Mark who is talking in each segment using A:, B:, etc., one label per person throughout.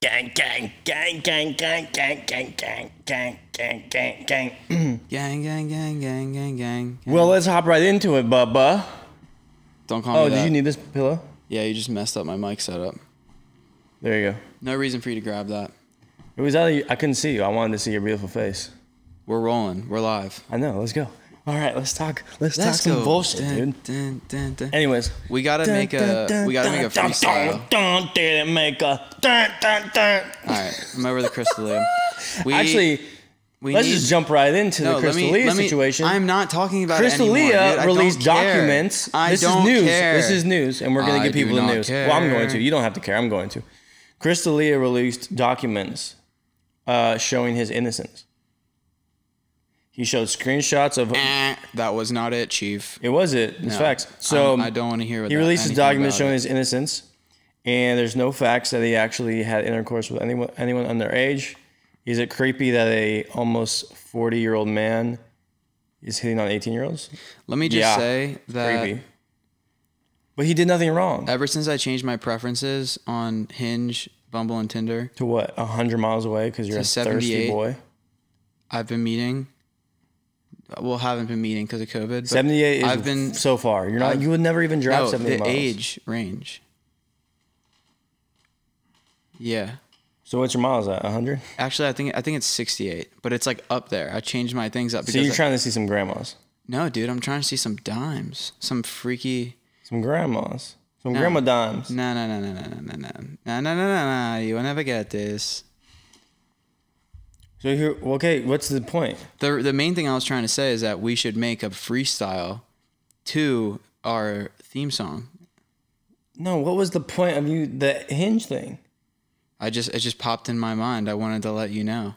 A: gang, gang, gang, gang, gang, gang, gang, gang, gang, gang, gang, gang.
B: Gang, gang, gang, gang, gang, gang.
A: Well, let's hop right into it, Bubba.
B: Don't call
A: Oh,
B: me that.
A: did you need this pillow?
B: yeah, you just messed up my mic setup.
A: There you go.
B: No reason for you to grab that.
A: It was out of I couldn't see you. I wanted to see your beautiful face.
B: We're rolling. We're live.
A: I know. Let's go. All right, let's talk. Let's, talk some bullshit,
B: Dun,
A: dude.
B: dun, dun, dun.
A: Anyways,
B: We gotta make a. we gotta make a freestyle.
A: Don't did it make a dun, dun, dun.
B: All right, I'm over the crystalline. We
A: Actually,
B: we
A: let's
B: need-
A: just jump right into
B: no,
A: the
B: let me-
A: Crystal Leah
B: let me-
A: situation.
B: I'm not talking about it
A: Crystal
B: anymore, dude. I
A: Leah
B: don't
A: released
B: care.
A: documents.
B: I
A: this
B: don't
A: is news.
B: care.
A: This is news, and we're going
B: I
A: to give
B: do
A: people the
B: not
A: news. Well, I'm going
B: care.
A: to. You don't have to care. I'm going to. Crystal Leah released documents uh, showing his innocence. He showed screenshots of.
B: Eh, that was not it, Chief.
A: It was it. It's
B: No,
A: facts. So
B: I'm- I don't wanna hear what
A: He
B: that-
A: released his
B: anything
A: documents
B: about
A: showing
B: it.
A: his innocence, and there's no facts that he actually had intercourse with anyone anyone underage. Is it creepy that a almost 40 year old man is hitting on 18 year olds?
B: Let me just
A: Yeah,
B: say that
A: Creepy. But he did nothing wrong.
B: ever since I changed my preferences on Hinge, Bumble, and Tinder,
A: To what? hundred miles away because you're a
B: To
A: thirsty
B: 78.
A: boy.
B: I've been meeting. Well, haven't been meeting because of COVID. but
A: Seventy-eight is
B: I've been
A: so far. You're not.
B: I've-
A: you would never even drive
B: no,
A: seventy
B: the
A: miles.
B: age range. Yeah,
A: So what's your miles at? hundred.
B: actually, I think I think it's sixty-eight, but it's like up there. I changed my things up
A: So
B: because
A: you're
B: I-
A: trying to see some grandmas.
B: no, dude, I'm trying to see some dimes, some freaky.
A: Some grandmas. Some grandma dimes.
B: No, Mm. no, no, no, no, no, no, no, no, no, no, no, no. You will never get this.
A: So here, okay. What's the point?
B: the the main thing I was trying to say is that we should make a freestyle to our theme song.
A: No. What was the point of you the hinge thing?
B: I just it just popped in my mind. I wanted to let you know.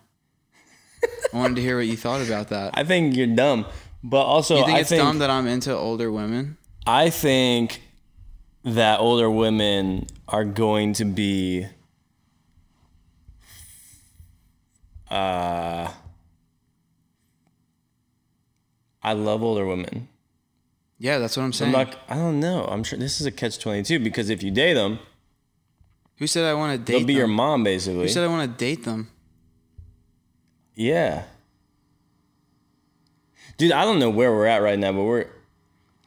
B: I wanted to hear what you thought about that.
A: I think you're dumb. But also,
B: You think
A: I
B: it's
A: think
B: dumb that I'm into older women?
A: I think that older women are going to be uh I love older women.
B: Yeah, that's what I'm saying.
A: I'm not I don't know. I'm sure this is a catch 22 because if you date them,
B: Who said I want to
A: they'll
B: date
A: be
B: them?
A: your mom basically.
B: Who said I want to date them?
A: yeah. Dude, I don't know where we're at right now, but we're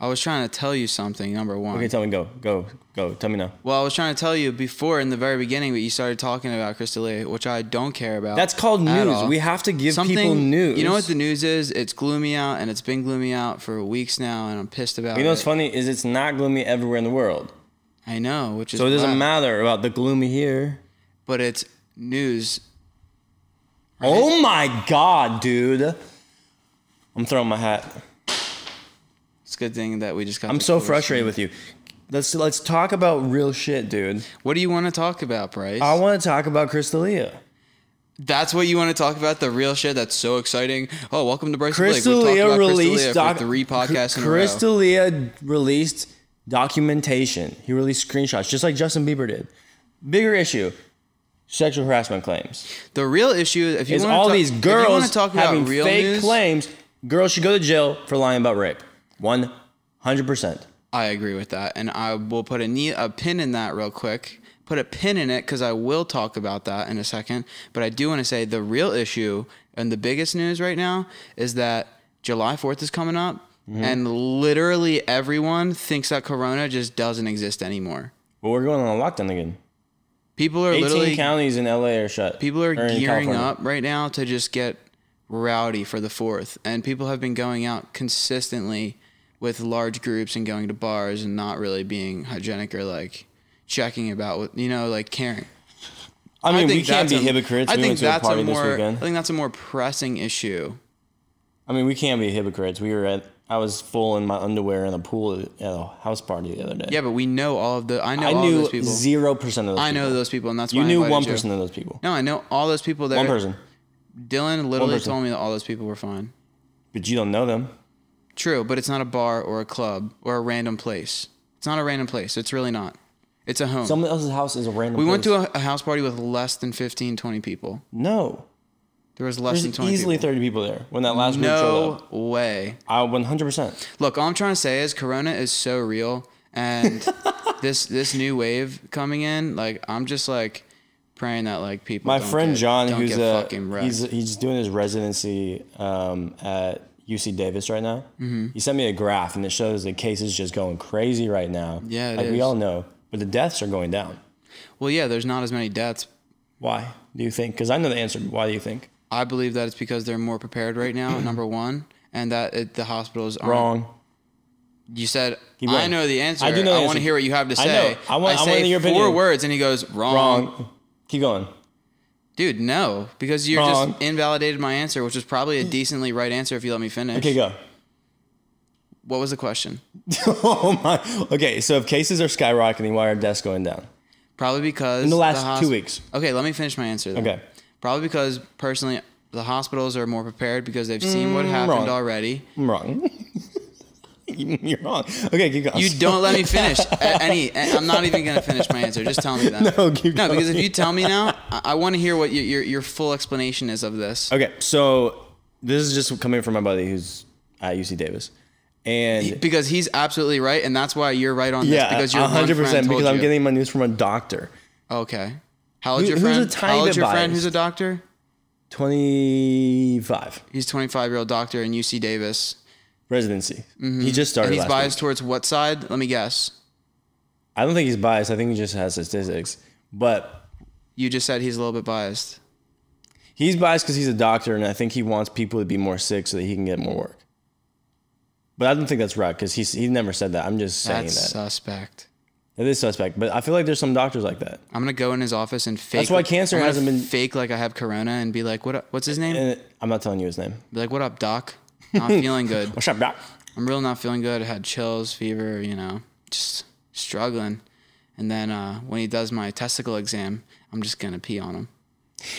B: I was trying to tell you something. Number one.
A: Okay, tell me go. Go. Go. Tell me now.
B: Well, I was trying to tell you before in the very beginning, but you started talking about Crystalia, which I don't care about.
A: That's called
B: at
A: news.
B: all.
A: We have to give people news.
B: You know what the news is? It's gloomy out, and it's been gloomy out for weeks now, and I'm pissed about
A: You know
B: it.
A: what's funny is it's not gloomy everywhere in the world.
B: I know, which is
A: So it doesn't
B: whack,
A: matter about the gloomy here.
B: But it's news.
A: Oh my god, dude. I'm throwing my hat.
B: It's a good thing that we just got.
A: I'm
B: the
A: so
B: first-
A: frustrated with you. Let's let's talk about real shit, dude.
B: What do you want to talk about, Bryce?
A: I want to talk about Crystalia.
B: that's what you want to talk about. The real shit. That's so exciting. Oh, welcome to Bryce. Blake. We've talked
A: Crystalia
B: about
A: released
B: Crystalia
A: doc-
B: for three podcasts in a row.
A: Crystalia released documentation. He released screenshots just like Justin Bieber did. Bigger issue, sexual harassment claims.
B: The real issue, if you
A: It's
B: want to
A: all
B: talk,
A: these
B: if you want
A: girls
B: to talk about
A: having
B: real
A: fake
B: news,
A: claims. Girls should go to jail for lying about rape. One hundred percent.
B: I agree with that, and I will put a knee, a pin in that real quick. Put a pin in it because I will talk about that in a second. But I do want to say the real issue and the biggest news right now is that July Fourth is coming up,
A: Mm-hmm.
B: and literally everyone thinks that Corona just doesn't exist anymore.
A: But we're going on a lockdown again.
B: People are
A: Eighteen
B: literally
A: counties in LA are shut.
B: people
A: Or
B: are
A: in
B: gearing
A: California.
B: up right now to just get rowdy for the fourth and people have been going out consistently with large groups and going to bars and not really being hygienic or like checking about what you know like caring
A: I mean, we
B: think
A: can't be
B: that's a-
A: hypocrites.
B: i
A: we
B: think
A: went to
B: that's
A: a party
B: a more
A: this weekend.
B: i think that's a more pressing issue
A: I mean, we can't be hypocrites. We were at. I was full in my underwear in a pool at a house party the other day.
B: yeah but we know all of the i know
A: I
B: all
A: knew
B: of those people
A: zero percent of those.
B: i know
A: people.
B: those people and that's
A: You
B: why I
A: knew
B: invited
A: one percent of those people.
B: no i know all those people there
A: One person,
B: dylan literally
A: person.
B: told me that all those people were fine
A: but you don't know them.
B: True, but it's not a bar or a club or a random place. It's not a random place. It's really not. It's a home.
A: Someone else's house is a random.
B: we went to a, a house party with less than 15, 20 people.
A: no.
B: There was less
A: There's
B: than 20
A: easily
B: people.
A: thirty people there when that last group showed up.
B: no way.
A: I one hundred percent.
B: Look, all I'm trying to say is Corona is so real and this this new wave coming in, like I'm just like praying that like people.
A: My
B: don't
A: friend
B: get-
A: John,
B: don't
A: who's
B: get
A: a
B: fucking wrecked.
A: he's he's doing his residency um, at UC Davis right now. He sent me a graph, and it shows the cases just going crazy right now.
B: Yeah, it
A: like
B: is.
A: we all know, but the deaths are going down.
B: well, yeah, there's not as many deaths.
A: Why do you think? Because I know the answer. Why do you think?
B: I believe that it's because they're more prepared right now. number one, and that it, the hospitals aren't.
A: Wrong.
B: You said
A: Keep
B: I
A: going.
B: know the answer.
A: I do know the
B: I want
A: answer.
B: to hear what you have to
A: I
B: say.
A: know. I want- I
B: say
A: wanna hear your
B: four
A: opinion.
B: words, and he goes wrong.
A: Wrong. Keep going.
B: Dude, no, because you
A: Wrong.
B: just invalidated my answer, which was probably a decently right answer if you let me finish.
A: Okay, go.
B: What was the question?
A: oh my. Okay, so if cases are skyrocketing, why are deaths going down?
B: Probably because
A: In the last
B: hos-
A: two weeks.
B: Okay, let me finish my answer. Then.
A: Okay.
B: Probably because personally, the hospitals are more prepared because they've seen what happened
A: Mm, wrong.
B: already.
A: I'm wrong. You're wrong. Okay, keep going.
B: You don't let me finish. A- Any, a- I'm not even gonna finish my answer. Just tell me that.
A: No, keep
B: no, because if
A: going.
B: you tell me now, I, I want to hear what your, your your full explanation is of this.
A: Okay, so this is just coming from my buddy who's at UC Davis, and
B: Because he's absolutely right, and that's why you're right on this.
A: yeah,
B: Because your
A: a hundred
B: one friend
A: percent.
B: told
A: Because I'm
B: you.
A: getting my news from a doctor.
B: Okay. How old's
A: Who-
B: your
A: who's a
B: friend?
A: tiny
B: How old's
A: bit
B: your friend?
A: biased?
B: Who's a doctor?
A: Twenty-five
B: He's 25 year old doctor in UC Davis.
A: residency. He just started.
B: Mm-hmm. And he's
A: last
B: biased
A: Week.
B: towards what side? Let me guess.
A: I don't think he's biased. I think he just has statistics, but
B: You just said he's a little bit biased.
A: he's biased because he's a doctor, and I think he wants people to be more sick so that he can get more work. But I don't think that's right because he's he never said that. I'm just saying
B: That's
A: that.
B: suspect.
A: It is suspect, but I feel like there's some doctors like that.
B: I'm gonna go in his office and fake.
A: why cancer
B: I'm gonna
A: hasn't been-
B: fake like I have corona and be like, what? Up, what's his name?
A: And I'm not telling you his name.
B: Be like, what up, doc? Not feeling good.
A: What's up, doc?
B: I'm real not feeling good. I had chills, fever, you know, just struggling. And then uh, when he does my testicle exam, I'm just gonna pee on him.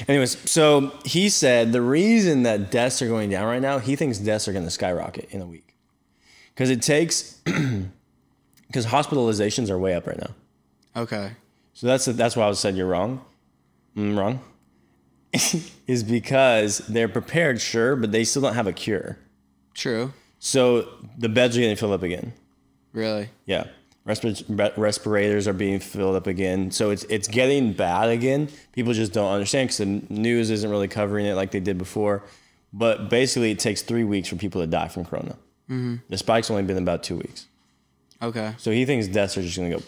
A: Anyways, so he said the reason that deaths are going down right now, he thinks deaths are going to skyrocket in a week. Because it takes, because hospitalizations are way up right now.
B: Okay.
A: So that's that's why I said you're wrong. Mm, wrong. is because they're prepared, sure, but they still don't have a cure.
B: True.
A: So the beds are getting filled up again.
B: Really.
A: Yeah. Respir- re- respirators are being filled up again. So it's it's getting bad again. People just don't understand because the news isn't really covering it like they did before. But basically, it takes three weeks for people to die from corona. The spike's only been about two weeks.
B: Okay.
A: So he thinks deaths are just going to go.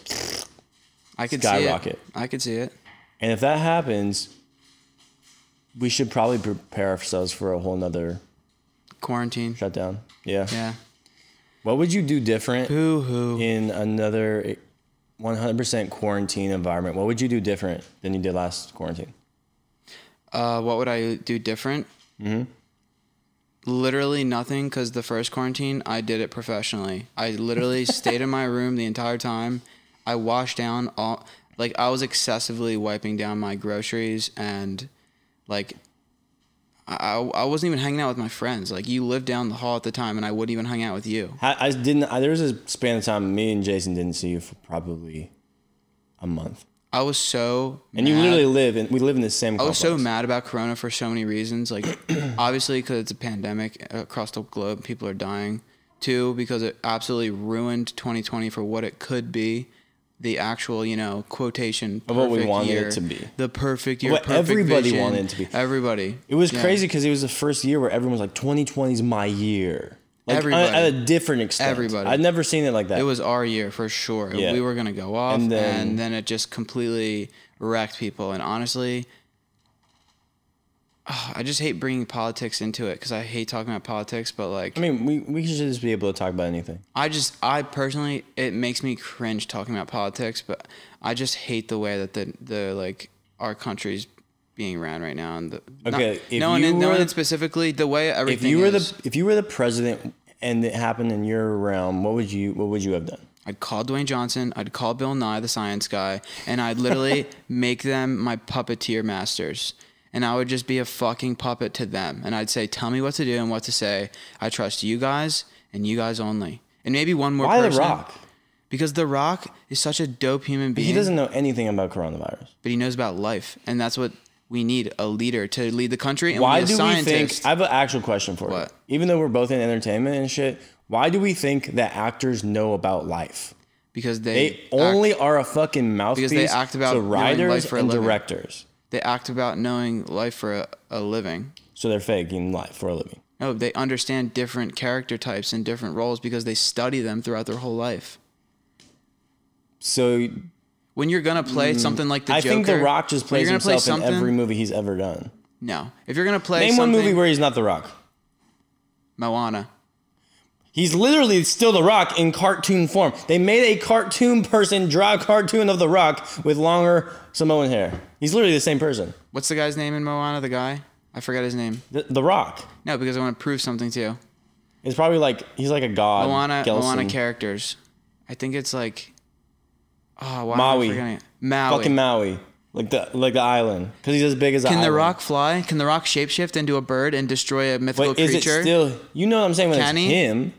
B: I could see it.
A: Skyrocket.
B: I could see it.
A: And if that happens, we should probably prepare ourselves for a whole nother
B: Quarantine.
A: shutdown. Yeah.
B: Yeah.
A: What would you do different
B: Boo hoo.
A: in another eh, 100% quarantine environment? What would you do different than you did last quarantine?
B: Uh, what would I do different?
A: Mm-hmm.
B: Literally nothing, because the first quarantine, I did it professionally. I literally stayed in my room the entire time. I washed down all, like, I was excessively wiping down my groceries and, like, I, I I wasn't even hanging out with my friends. Like, you lived down the hall at the time, and I wouldn't even hang out with you.
A: I, I didn't. I, there was a span of time me and Jason didn't see you for probably a month,
B: I was so.
A: and you
B: mad.
A: literally live in. We live in the same.
B: I was Oh, so mad about Corona for so many reasons. Like, obviously, because it's a pandemic across the globe, people are dying. Two, because it absolutely ruined 2020 for what it could be. The actual, you know, quotation
A: Of what we
B: perfect
A: wanted it
B: year,
A: to be.
B: The perfect year.
A: What
B: perfect
A: everybody
B: vision,
A: wanted it to be.
B: Everybody.
A: It was
B: Yeah.
A: crazy because it was the first year where everyone was like, "2020 is my year." Like on-
B: Everybody.
A: at a different extent.
B: Everybody.
A: I'd never seen it like that.
B: It was our year for sure.
A: Yeah.
B: We were gonna go off,
A: And
B: and
A: then-
B: then, it just completely wrecked people. And honestly, ah, I just hate bringing politics into it because I hate talking about politics. But like,
A: I mean, we, we should just be able to talk about anything.
B: I just, I personally, it makes me cringe talking about politics, but I just hate the way that the, the like, our country's being ran right now. And the,
A: Okay,
B: not,
A: if
B: no one,
A: you
B: in, no one
A: were-
B: in specifically, the way
A: If
B: everything
A: you were
B: is.
A: the if you were the president and it happened in your realm, what would you what would you have done?
B: I'd call Dwayne Johnson, I'd call Bill Nye, the science guy, and I'd literally make them my puppeteer masters. And I would just be a fucking puppet to them. And I'd say, tell me what to do and what to say. I trust you guys and you guys only. And maybe one more
A: Why
B: person.
A: the Rock?
B: Because The Rock is such a dope human being.
A: He doesn't know anything about coronavirus.
B: but he knows about life, and that's what we need a leader to lead the country. And
A: Why
B: we need a
A: do we
B: scientist.
A: think? I have an actual question for
B: What?
A: you. Even though we're both in entertainment and shit, why do we think that actors know about life?
B: because they,
A: They only
B: act-
A: are a fucking mouthpiece
B: act about
A: to
B: knowing
A: writers
B: life for a
A: and
B: living.
A: directors.
B: They act about knowing life for a, a living.
A: So they're faking life for a living.
B: No, they understand different character types and different roles because they study them throughout their whole life.
A: So
B: When you're gonna play something like the
A: Mm. I
B: Joker,
A: think The Rock just
B: when
A: plays
B: you're gonna play
A: himself in
B: something-
A: every movie he's ever done.
B: No, if you're gonna play
A: Name one
B: something,
A: movie where he's not The Rock.
B: Moana.
A: He's literally still The Rock in cartoon form. They made a cartoon person draw a cartoon of The Rock with longer Samoan hair. He's literally the same person.
B: What's the guy's name in Moana? The guy I forgot his name.
A: The, the Rock.
B: No, because I want to prove something to you.
A: It's probably like he's like a god.
B: Moana,
A: Gelson.
B: Moana characters. I think it's like, oh, why
A: Maui.
B: Am I forgetting it? Maui.
A: Fucking Maui. Like the like the island, because he's as big as.
B: Can
A: an
B: the
A: island.
B: Rock fly? Can the Rock shapeshift into a bird and destroy a mythical
A: But is
B: creature?
A: it still? You know what I'm saying? When
B: Can
A: it's
B: he?
A: him,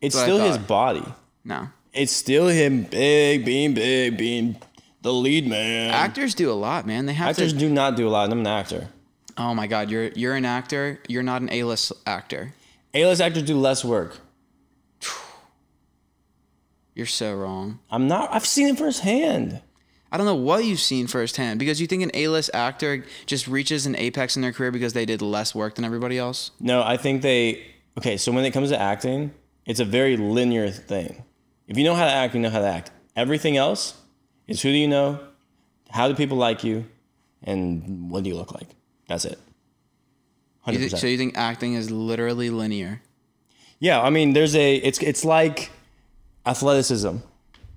A: it's
B: That's what I
A: still his
B: thought.
A: body.
B: no.
A: It's still him, big, being big, being the lead man.
B: Actors do a lot, man. They have
A: Actors
B: to.
A: do not do a lot. and I'm an actor.
B: Oh my God, you're you're an actor. You're not an A-list actor.
A: A-list actors do less work.
B: You're so wrong.
A: I'm not. I've seen it firsthand.
B: I don't know what you've seen firsthand because you think an A-list actor just reaches an apex in their career because they did less work than everybody else.
A: No, I think they. Okay, so when it comes to acting, it's a very linear thing. If you know how to act, you know how to act. Everything else is who do you know, how do people like you, and what do you look like. That's it.
B: You
A: Hundred
B: thi- so
A: percent.
B: you think acting is literally linear?
A: Yeah, I mean, there's a. It's it's like athleticism,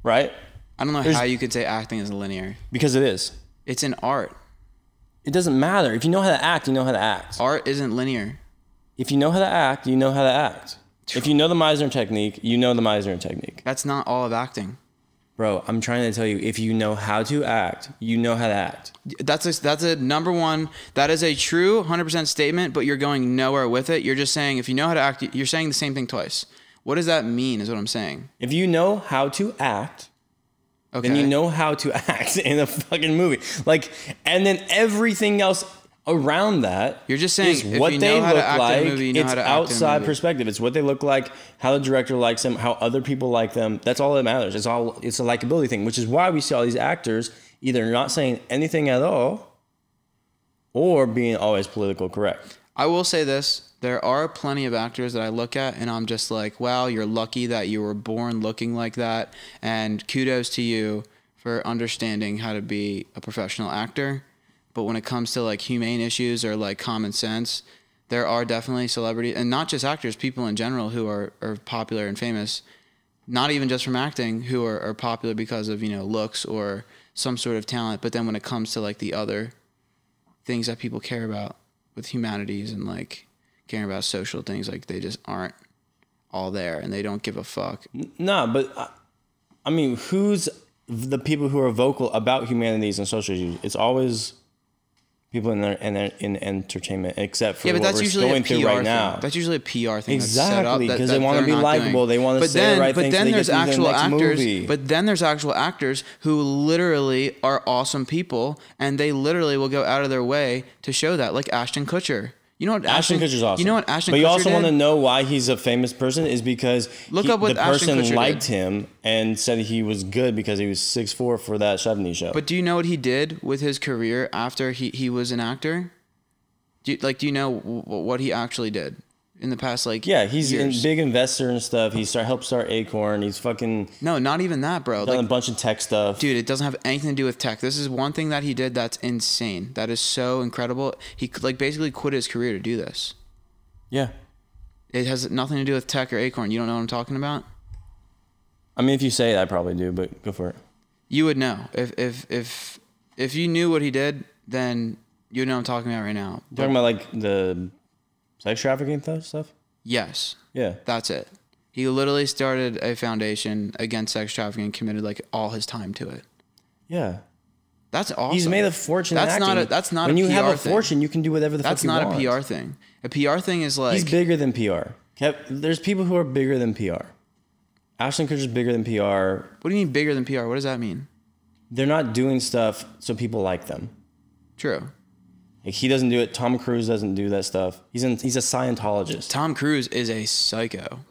A: right?
B: I don't know how you could say acting is linear.
A: Because it is.
B: It's an art.
A: It doesn't matter. If you know how to act, you know how to act.
B: Art isn't linear.
A: If you know how to act, you know how to act. If you know the Meisner technique, you know the Meisner technique.
B: That's not all of acting.
A: Bro, I'm trying to tell you, if you know how to act, you know how to act.
B: That's a, that's a number one. That is a true 100% statement, but you're going nowhere with it. You're just saying if you know how to act, you're saying the same thing twice. What does that mean? Is what I'm saying.
A: If you know how to act,
B: Okay.
A: then you know how to act in a fucking movie. Like, and then everything else around that.
B: You're just saying
A: is
B: if
A: what
B: you
A: they
B: know how to
A: look
B: act in a
A: like.
B: movie, you know
A: it's
B: how to act in a
A: outside
B: movie.
A: perspective. It's what they look like, how the director likes them, how other people like them. That's all that matters. It's all it's a likability thing, which is why we see all these actors either not saying anything at all, or being always political correct.
B: I will say this. There are plenty of actors that I look at and I'm just like, wow, you're lucky that you were born looking like that. And kudos to you for understanding how to be a professional actor. But when it comes to like humane issues or like common sense, there are definitely celebrities and not just actors, people in general who are, are popular and famous, not even just from acting, who are, are popular because of, you know, looks or some sort of talent. But then when it comes to like the other things that people care about with humanities and like caring about social things like they just aren't all there and they don't give a fuck
A: Nah, but I, I mean, who's the people who are vocal about humanities and social issues? It's always people in their, in, their, in entertainment, except for
B: yeah but
A: what
B: that's
A: we're
B: usually a
A: going
B: PR
A: through right
B: thing
A: now.
B: that's usually a PR thing that's set up
A: Exactly,
B: that-
A: because
B: that
A: they want
B: they're
A: to be
B: not
A: likable.
B: doing.
A: They want to
B: But
A: say
B: then-
A: the right
B: but
A: thing. so
B: then
A: they get
B: there's
A: to do
B: actual
A: their next
B: actors
A: Movie.
B: but then there's actual actors who literally are awesome people and they literally will go out of their way to show that like Ashton Kutcher you know what
A: Ashton
B: Ashton,
A: Kutcher's awesome.
B: you know what Ashton
A: But you also
B: Kutcher
A: want to
B: did?
A: know why he's a famous person is because
B: Look
A: he-
B: up what
A: the
B: Ashton
A: person
B: Kutcher did.
A: liked him and said he was good because he was six four for that '70s show.
B: But do you know what he did with his career after he, he was an actor? Do you, like do you know w- what he actually did in the past like
A: yeah, he's a
B: years?
A: big investor and stuff. He start, helped start Acorn. He's fucking
B: No, not even that, bro.
A: done
B: Like
A: a bunch of tech stuff.
B: dude, it doesn't have anything to do with tech. This is one thing that he did that's insane. That is so incredible. He c- like basically quit his career to do this.
A: Yeah,
B: It has nothing to do with tech or Acorn. You don't know what I'm talking about?
A: I mean, if you say it, I probably do. But go for it.
B: You would know. If if if if you knew what he did, then you would know what I'm talking about right now.
A: Talking about like the sex trafficking th- stuff.
B: Yes.
A: Yeah,
B: That's it. He literally started a foundation against sex trafficking, and committed like all his time to it.
A: yeah.
B: That's awesome.
A: He's made a fortune.
B: That's
A: in
B: not
A: acting.
B: a- that's not a
A: When you have
B: PR
A: a
B: thing.
A: fortune, you can do whatever the
B: That's
A: fuck you
B: not
A: want.
B: a PR thing. A PR thing is like
A: He's bigger than PR. Kev, there's people who are bigger than PR. Ashton Kutcher's bigger than PR.
B: what do you mean bigger than PR? What does that mean?
A: They're not doing stuff so people like them.
B: True.
A: Like he doesn't do it. Tom Cruise doesn't do that stuff. He's in, he's a Scientologist.
B: Tom Cruise is a psycho.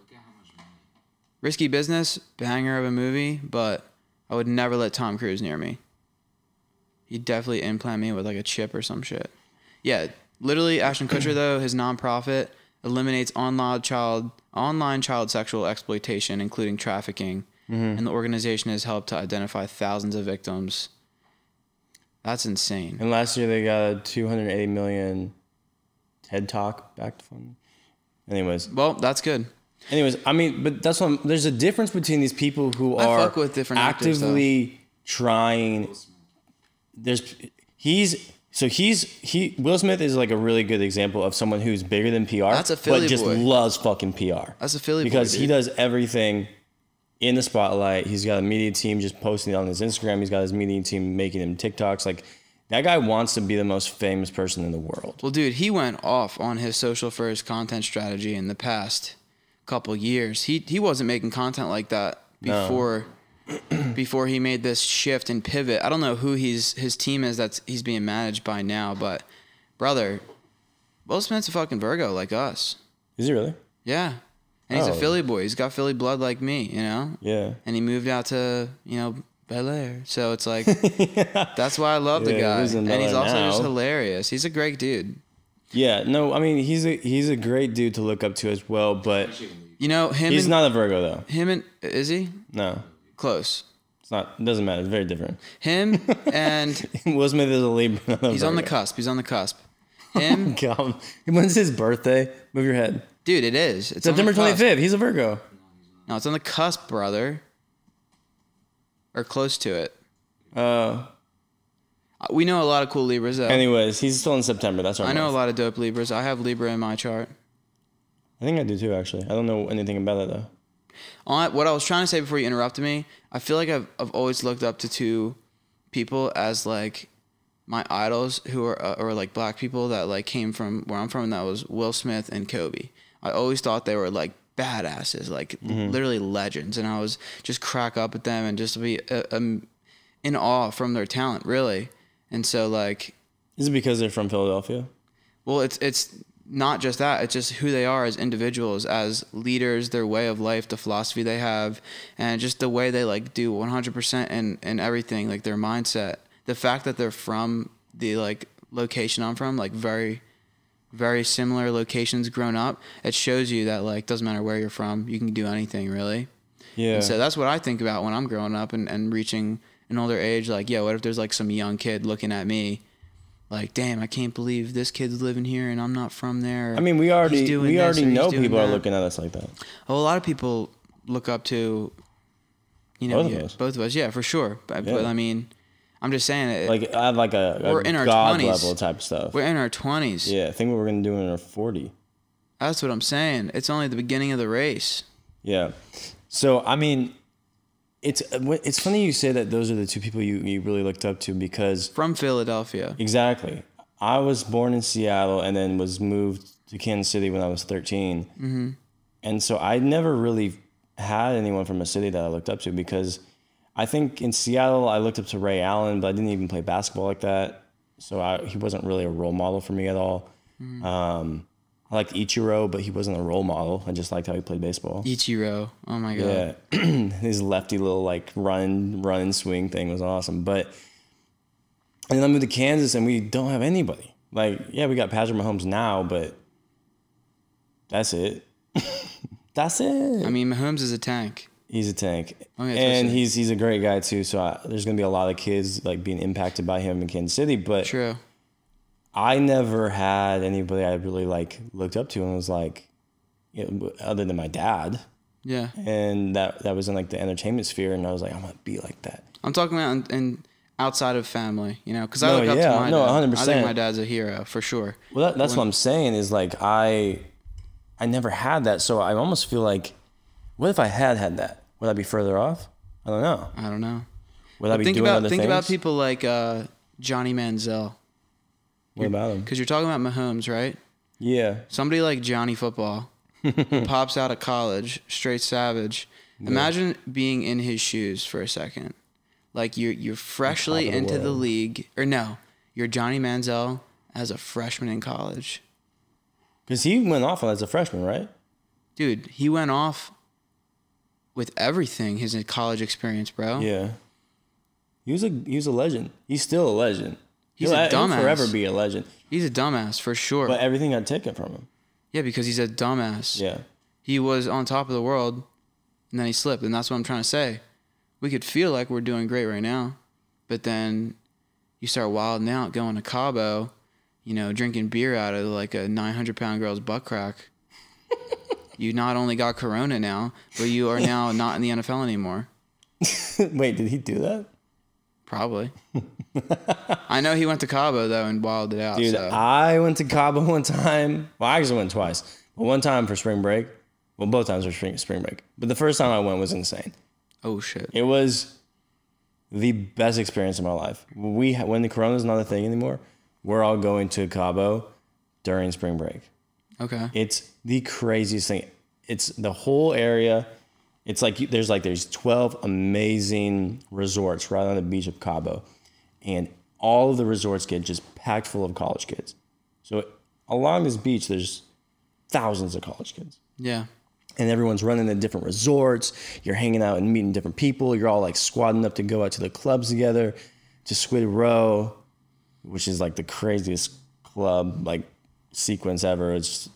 B: Risky business, banger of a movie, but I would never let Tom Cruise near me. You definitely implant me with like a chip or some shit. Yeah, literally, Ashton Kutcher though his nonprofit eliminates online child online child sexual exploitation, including trafficking, and the organization has helped to identify thousands of victims. That's insane.
A: And last year they got a 280 million TED Talk back to fund. Anyways,
B: Well, that's good.
A: anyways, I mean, but that's what I'm- there's a difference between these people who
B: I
A: are
B: fuck with different actors, though.
A: actively trying. There's he's so he's he Will Smith is like a really good example of someone who's bigger than PR.
B: That's a Philly
A: but just
B: boy.
A: loves fucking PR.
B: That's a Philly boy,
A: because he
B: dude.
A: does everything in the spotlight. He's got a media team just posting it on his Instagram. He's got his media team making him TikToks. Like that guy wants to be the most famous person in the world.
B: Well, dude, he went off on his social first content strategy in the past couple years. He he wasn't making content like that
A: No.
B: before before he made this shift and pivot. I don't know who he's his team is that's he's being managed by now, but brother, Will Smith's a fucking Virgo like us.
A: Is he really?
B: Yeah. And he's
A: Oh.
B: a Philly boy. He's got Philly blood like me, you know?
A: Yeah.
B: And he moved out to, you know, Bel Air. So it's like that's why I love
A: Yeah,
B: the
A: he
B: guy.
A: lives in
B: And
A: Bel
B: he's
A: Air
B: also just
A: now.
B: hilarious. He's a great dude.
A: Yeah, no, I mean he's a he's a great dude to look up to as well, but
B: You know, him
A: he's
B: and
A: not a Virgo though.
B: Him and is he
A: No,
B: close?
A: it's not. It doesn't matter. It's very different.
B: Him and
A: Will Smith is a Libra. not a
B: he's on the
A: Virgo.
B: cusp. He's on the cusp. Him,
A: God, when's his birthday? Move your head.
B: dude, it is. It's on the
A: September twenty
B: cusp.
A: fifth. He's a Virgo.
B: No, it's on the cusp, brother. Or close to it.
A: Uh,
B: Uh, We know a lot of cool Libras though.
A: anyways, he's still in September. That's our
B: I know a
A: month.
B: lot of dope Libras. I have Libra in my chart.
A: I think I do too. Actually, I don't know anything about that though.
B: On what I was trying to say before you interrupted me, I feel like I've I've always looked up to two people as like my idols who are uh, or like black people that like came from where I'm from and that was Will Smith and Kobe. I always thought they were like badasses, like literally legends and I was just crack up at them and just be uh, um, in awe from their talent, really. And so like
A: Is it because they're from Philadelphia?
B: well, it's it's not just that. It's just who they are as individuals, as leaders, their way of life, the philosophy they have, and just the way they like do 100% in in everything, like their mindset. The fact that they're from the like location I'm from, like very very similar locations grown up, it shows you that like doesn't matter where you're from, you can do anything really.
A: Yeah.
B: And so that's what I think about when I'm growing up and, and reaching an older age. Like, yeah, what if there's like some young kid looking at me, like, damn, I can't believe this kid's living here and I'm not from there.
A: I mean, we already we already know people are
B: at.
A: looking at us like that.
B: Oh, a lot of people look up to, you know,
A: Both of
B: yeah,
A: us.
B: both of us. Yeah, for sure. But, but
A: Yeah.
B: I mean, I'm just saying it.
A: Like I have like a, a
B: We're in our
A: god
B: 20s.
A: level type stuff.
B: we're in our 20s.
A: yeah, think what we're gonna do in our forty.
B: That's what I'm saying. It's only the beginning of the race.
A: Yeah. So I mean, it's it's funny you say that those are the two people you, you really looked up to because
B: From Philadelphia.
A: exactly. I was born in Seattle and then was moved to Kansas City when I was 13. Mm-hmm. And so I never really had anyone from a city that I looked up to because I think in Seattle I looked up to Ray Allen, but I didn't even play basketball like that. So I, he wasn't really a role model for me at all. Um, I liked Ichiro, but he wasn't a role model. I just liked how he played baseball.
B: Ichiro. Oh my God.
A: Yeah, his lefty little like run, run and swing thing was awesome. But and then I moved to Kansas, and we don't have anybody. Like, yeah, we got Patrick Mahomes now, but that's it. that's
B: I
A: it.
B: mean, Mahomes is a tank.
A: He's a tank,
B: Okay, that's
A: and
B: it.
A: he's he's a great guy too. So I, there's gonna be a lot of kids like being impacted by him in Kansas City. But
B: True.
A: I never had anybody I really like looked up to and was like, you know, other than my dad
B: Yeah.
A: and that that was in like the entertainment sphere, and I was like, I want to be like that.
B: I'm talking about in, in outside of family, you know, because I
A: No,
B: look up
A: yeah,
B: to my
A: no,
B: dad. I
A: 100%.
B: think my dad's a hero for sure.
A: Well, that, that's what I'm saying is like I, I never had that, so I almost feel like, what if I had had that? Would I be further off? I don't know.
B: I don't know.
A: Would I be
B: think
A: doing
B: about
A: other
B: think
A: things?
B: about people like uh, Johnny Manziel
A: what about him?
B: because you're talking about Mahomes, right?
A: Yeah,
B: Somebody like Johnny Football who pops out of college, straight savage. Imagine being in his shoes for a second. Like you're you're freshly
A: of the
B: into the
A: world.
B: league, or no, you're Johnny Manziel as a freshman in college.
A: because he went off as a freshman, right?
B: Dude, he went off with everything his college experience, bro.
A: Yeah, He was a he was a legend. He's still a legend.
B: He's
A: he'll,
B: a
A: he'll
B: dumbass.
A: forever be a legend.
B: He's a dumbass for sure.
A: But everything got taken from him.
B: yeah, because he's a dumbass.
A: Yeah.
B: He was on top of the world, and then he slipped, and that's what I'm trying to say. We could feel like we're doing great right now, but then you start wilding out, going to Cabo, you know, drinking beer out of like a 900 pound girl's butt crack. you not only got Corona now, but you are now not in the NFL anymore.
A: Wait, did he do that?
B: Probably. I know he went to Cabo though and wilded out.
A: Dude,
B: so.
A: I went to Cabo one time. Well, I actually went twice. But one time for spring break. Well, both times for spring, spring break. But the first time I went was insane.
B: oh shit.
A: It was the best experience of my life. We when the corona's not a thing anymore, we're all going to Cabo during spring break.
B: Okay.
A: It's the craziest thing. It's the whole area. It's like you- there's like there's 12 amazing resorts right on the beach of Cabo, and all of the resorts get just packed full of college kids. So along this beach, there's thousands of college kids
B: Yeah.
A: and everyone's running to different resorts. You're hanging out and meeting different people. You're all like squadding up to go out to the clubs together, to Squid Row, which is like the craziest club like sequence ever. It's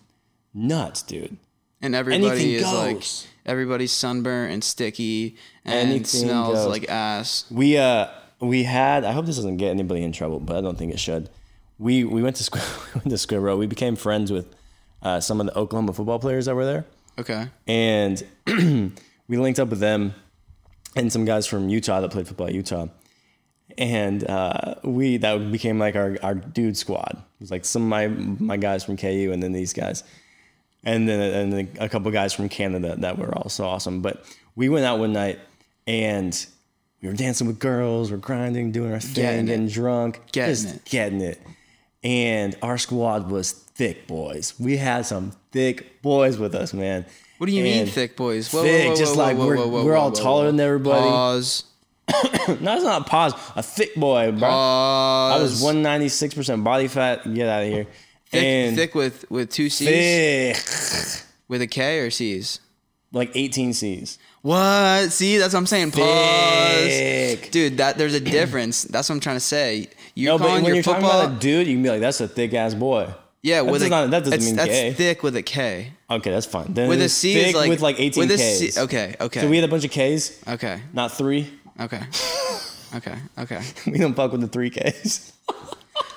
A: nuts, dude.
B: And everybody
A: Anything
B: is
A: goes.
B: like everybody's sunburnt and sticky and
A: Anything
B: smells
A: goes.
B: like ass.
A: We uh we had I hope this doesn't get anybody in trouble, but I don't think it should. We we went to Squid we went to Squid Row. We became friends with uh, some of the Oklahoma football players that were there.
B: Okay.
A: and we linked up with them and some guys from Utah that played football at Utah. And uh, we that became like our, our dude squad. It was like some of my my guys from KU and then these guys, and then and then a couple guys from Canada that were also awesome. But we went out one night and we were dancing with girls, we're grinding, doing our thing,
B: Getting it.
A: getting drunk,
B: Getting
A: just
B: it.
A: getting it. And our squad was thick boys. We had some thick boys with us, man.
B: What do you mean
A: And-
B: thick boys?
A: thick, just like we're- we're all taller than everybody.
B: Pause.
A: No, it's not a pause. A thick boy, bro. I
B: Oh, Pause.
A: was one ninety six percent body fat. Get out of here.
B: thick,
A: and
B: thick with with two C's
A: thick,
B: with a K or C's.
A: like eighteen C's.
B: What? See, that's what I'm saying. Pause.
A: Thick.
B: Dude, that there's a difference. That's what I'm trying to say. You're
A: No, but
B: calling
A: when
B: your
A: you're
B: football.
A: talking about a dude, you can be like, "That's a thick ass boy."
B: yeah,
A: that
B: with
A: does
B: a,
A: not- that doesn't
B: that's,
A: mean
B: that's
A: gay.
B: thick with a K.
A: Okay, that's fine. Then
B: With a
A: it's
B: C
A: thick
B: is like
A: with like eighteen
B: with a
A: Ks.
B: C- okay, okay,
A: So we had a bunch of Ks,
B: okay,
A: not three.
B: okay, okay, okay.
A: We don't fuck with the three Ks.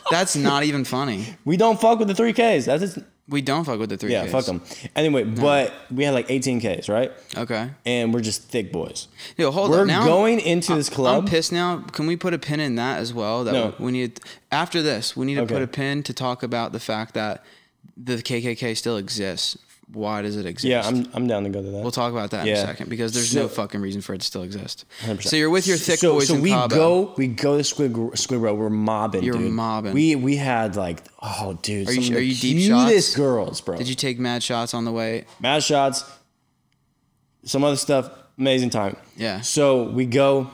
B: That's not even funny.
A: We don't fuck with the three Ks. That's just,
B: We don't fuck with the three.
A: yeah,
B: Ks.
A: fuck them. Anyway, but we had like eighteen Ks, right?
B: Okay.
A: And we're just thick boys.
B: Yo, hold
A: We're
B: up. Now
A: going into this
B: I'm
A: club.
B: pissed now. Can we put a pin in that as well? That
A: No.
B: we, we need after this. We need to
A: Okay.
B: put a pin to talk about the fact that the KKK still exists. Why does it exist?
A: Yeah, I'm I'm down to go to that.
B: We'll talk about that in
A: Yeah.
B: a second because there's no
A: So-
B: fucking reason for it to still exist.
A: 100%.
B: So you're with your thick
A: so,
B: boys
A: so
B: in
A: we
B: Cabo.
A: go we go to squid Gro- squid row we're mobbing
B: You're
A: dude.
B: mobbing.
A: we we had like oh dude are
B: you-
A: some
B: are
A: of the
B: you deep
A: cutest
B: shots?
A: girls bro
B: Did you take mad shots on the way?
A: mad shots some other stuff amazing time
B: Yeah.
A: so we go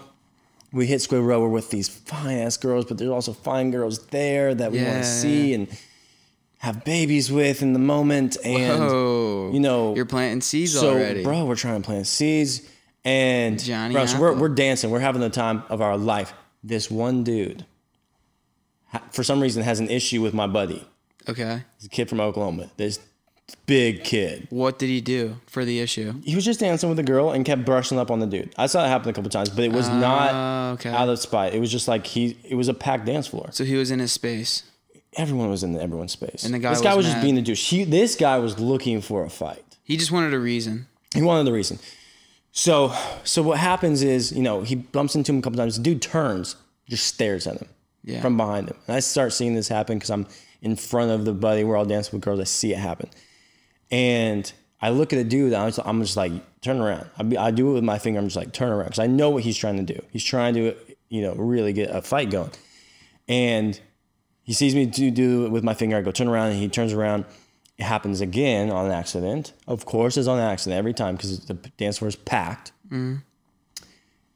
A: we hit squid row we're with these fine ass girls but there's also fine girls there that we want
B: Yeah.
A: to see and have babies with in the moment and
B: Oh,
A: you know
B: you're planting seeds
A: so
B: already.
A: bro we're trying to plant seeds and
B: Johnny
A: bro, so we're,
B: Apple.
A: we're dancing we're having the time of our life this one dude ha- for some reason has an issue with my buddy
B: Okay.
A: he's a kid from oklahoma this big kid
B: What did he do for the issue?
A: he was just dancing with a girl and kept brushing up on the dude i saw it happen a couple times but it was not
B: Oh, okay.
A: out of spite it was just like he it was a packed dance floor
B: so he was in his space.
A: everyone was in everyone's space and
B: the guy
A: this guy
B: was mad.
A: was just being a douche he, this guy was looking for a fight
B: He just wanted a reason.
A: He wanted the reason. So, so what happens is, you know, he bumps into him a couple times. The dude turns, just stares at him
B: Yeah.
A: from behind him. And I start seeing this happen because I'm in front of the buddy. We're all dancing with girls. I see it happen. And I look at the dude. And I'm, just, I'm just like, turn around. I, be, I do it with my finger. I'm just like, turn around. Because I know what he's trying to do. He's trying to, you know, really get a fight going. And he sees me do, do it with my finger. I go, turn around. And he turns around. It happens again on accident. Of course, it's on accident every time because the dance floor is packed.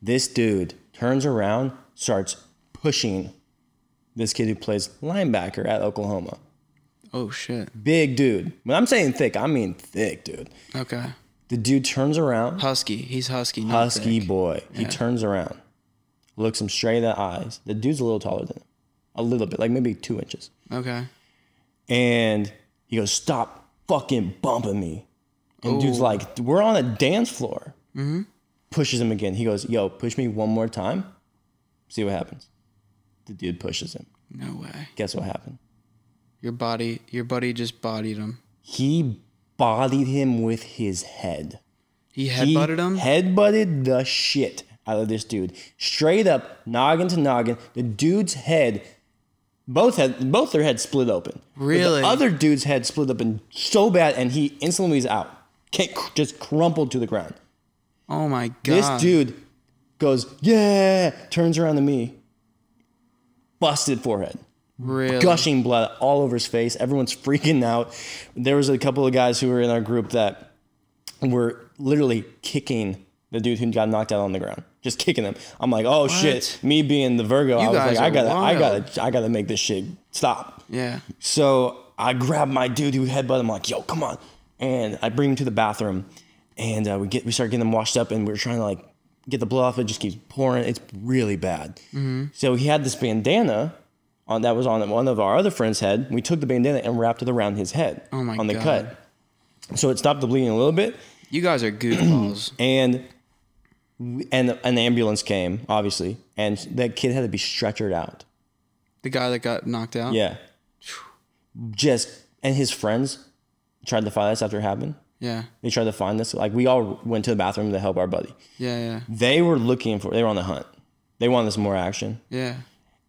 A: This dude turns around, starts pushing this kid who plays linebacker at Oklahoma.
B: Oh shit.
A: Big dude. When I'm saying thick, I mean thick, dude.
B: Okay.
A: The dude turns around,
B: Husky. He's husky. not
A: husky
B: thick.
A: boy. He turns around, looks him straight in the eyes. The dude's a little taller than him, a little bit, like maybe two inches.
B: Okay.
A: And he goes, "Stop fucking bumping me!" And dude's like, "We're on a dance floor." Mm-hmm. Pushes him again. He goes, "Yo, push me one more time. See what happens." The dude pushes him.
B: No way.
A: Guess what happened?
B: Your body, your buddy just bodied him.
A: He bodied him with his head.
B: He
A: He
B: headbutted him.
A: Headbutted the shit out of this dude. Straight up, noggin to noggin. The dude's head, both head, both their heads split open. But
B: Really?
A: the other dude's head split open so bad, and he instantly is out. Can't, just crumpled to the ground.
B: oh my god.
A: This dude goes, yeah, turns around to me. Busted forehead
B: really.
A: gushing blood all over his face. Everyone's freaking out. There was a couple of guys who were in our group that were literally kicking the dude who got knocked out on the ground. Just kicking him. I'm like, oh shit. Me being the Virgo, I was
B: guys
A: like, I
B: are
A: gotta, I
B: wild.
A: gotta, I gotta make this shit stop.
B: Yeah.
A: So I grab my dude who headbutt him, like, yo, come on. And I bring him to the bathroom and uh, we get we start getting him washed up and we're trying to like get the blood off. It just keeps pouring. It's really bad.
B: Mm-hmm.
A: So he had this bandana on that was on one of our other friend's head. We took the bandana and wrapped it around his head
B: Oh my
A: on the
B: God.
A: cut. So it stopped the bleeding a little bit
B: You guys are goofballs.
A: and we- and an ambulance came, obviously, and that kid had to be stretchered out.
B: the guy that got knocked out.
A: Yeah. Just and his friends tried to find us after it happened.
B: Yeah.
A: They tried to find us. Like we all went to the bathroom to help our buddy.
B: Yeah. Yeah.
A: They were looking for. They were on the hunt. They wanted us more action.
B: Yeah.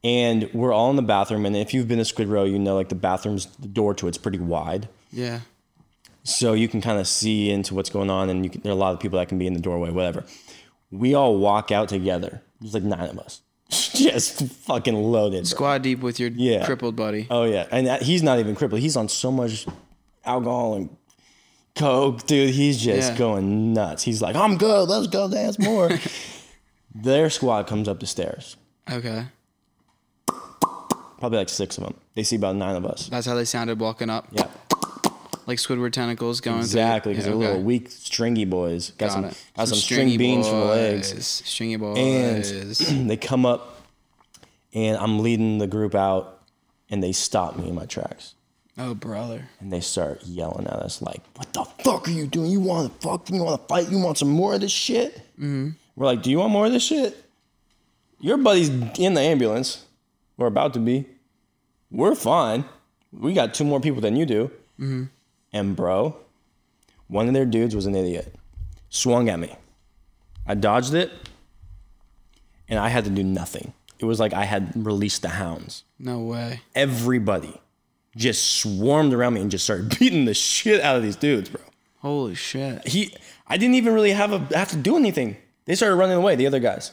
A: And we're all in the bathroom. And if you've been to Squid Row, you know like the bathroom's the door to it's pretty wide,
B: Yeah.
A: so you can kind of see into what's going on. And you can, there are a lot of people that can be in the doorway, whatever. We all walk out together. There's like nine of us, just fucking loaded. bro.
B: Squad deep with your
A: Yeah.
B: crippled buddy.
A: Oh yeah, and that, he's not even crippled. He's on so much alcohol and coke, dude. He's just
B: Yeah.
A: going nuts. He's like, "I'm good. Let's go dance more." Their squad comes up the stairs,
B: Okay.
A: probably like six of them. They see about nine of us.
B: That's how they sounded walking up.
A: Yeah,
B: Like Squidward tentacles going
A: exactly. Because
B: through.
A: they're little
B: okay.
A: weak, stringy boys. Got, some,
B: Got
A: got
B: it.
A: some, string beans from the legs.
B: boys. Stringy boys.
A: And they come up, and I'm leading the group out, and they stop me in my tracks.
B: oh brother.
A: And they start yelling at us like, "What the fuck are you doing? You want to fuck? You want to fight? You want some more of this shit?" We're like, "Do you want more of this shit? Your buddy's in the ambulance. We're about to be. We're fine. We got two more people than you do." And bro, one of their dudes was an idiot. Swung at me. I dodged it, and I had to do nothing. It was like I had released the hounds
B: No way.
A: everybody just swarmed around me and just started beating the shit out of these dudes, bro.
B: Holy shit.
A: He, I didn't even really have a have to do anything. They started running away, the other guys.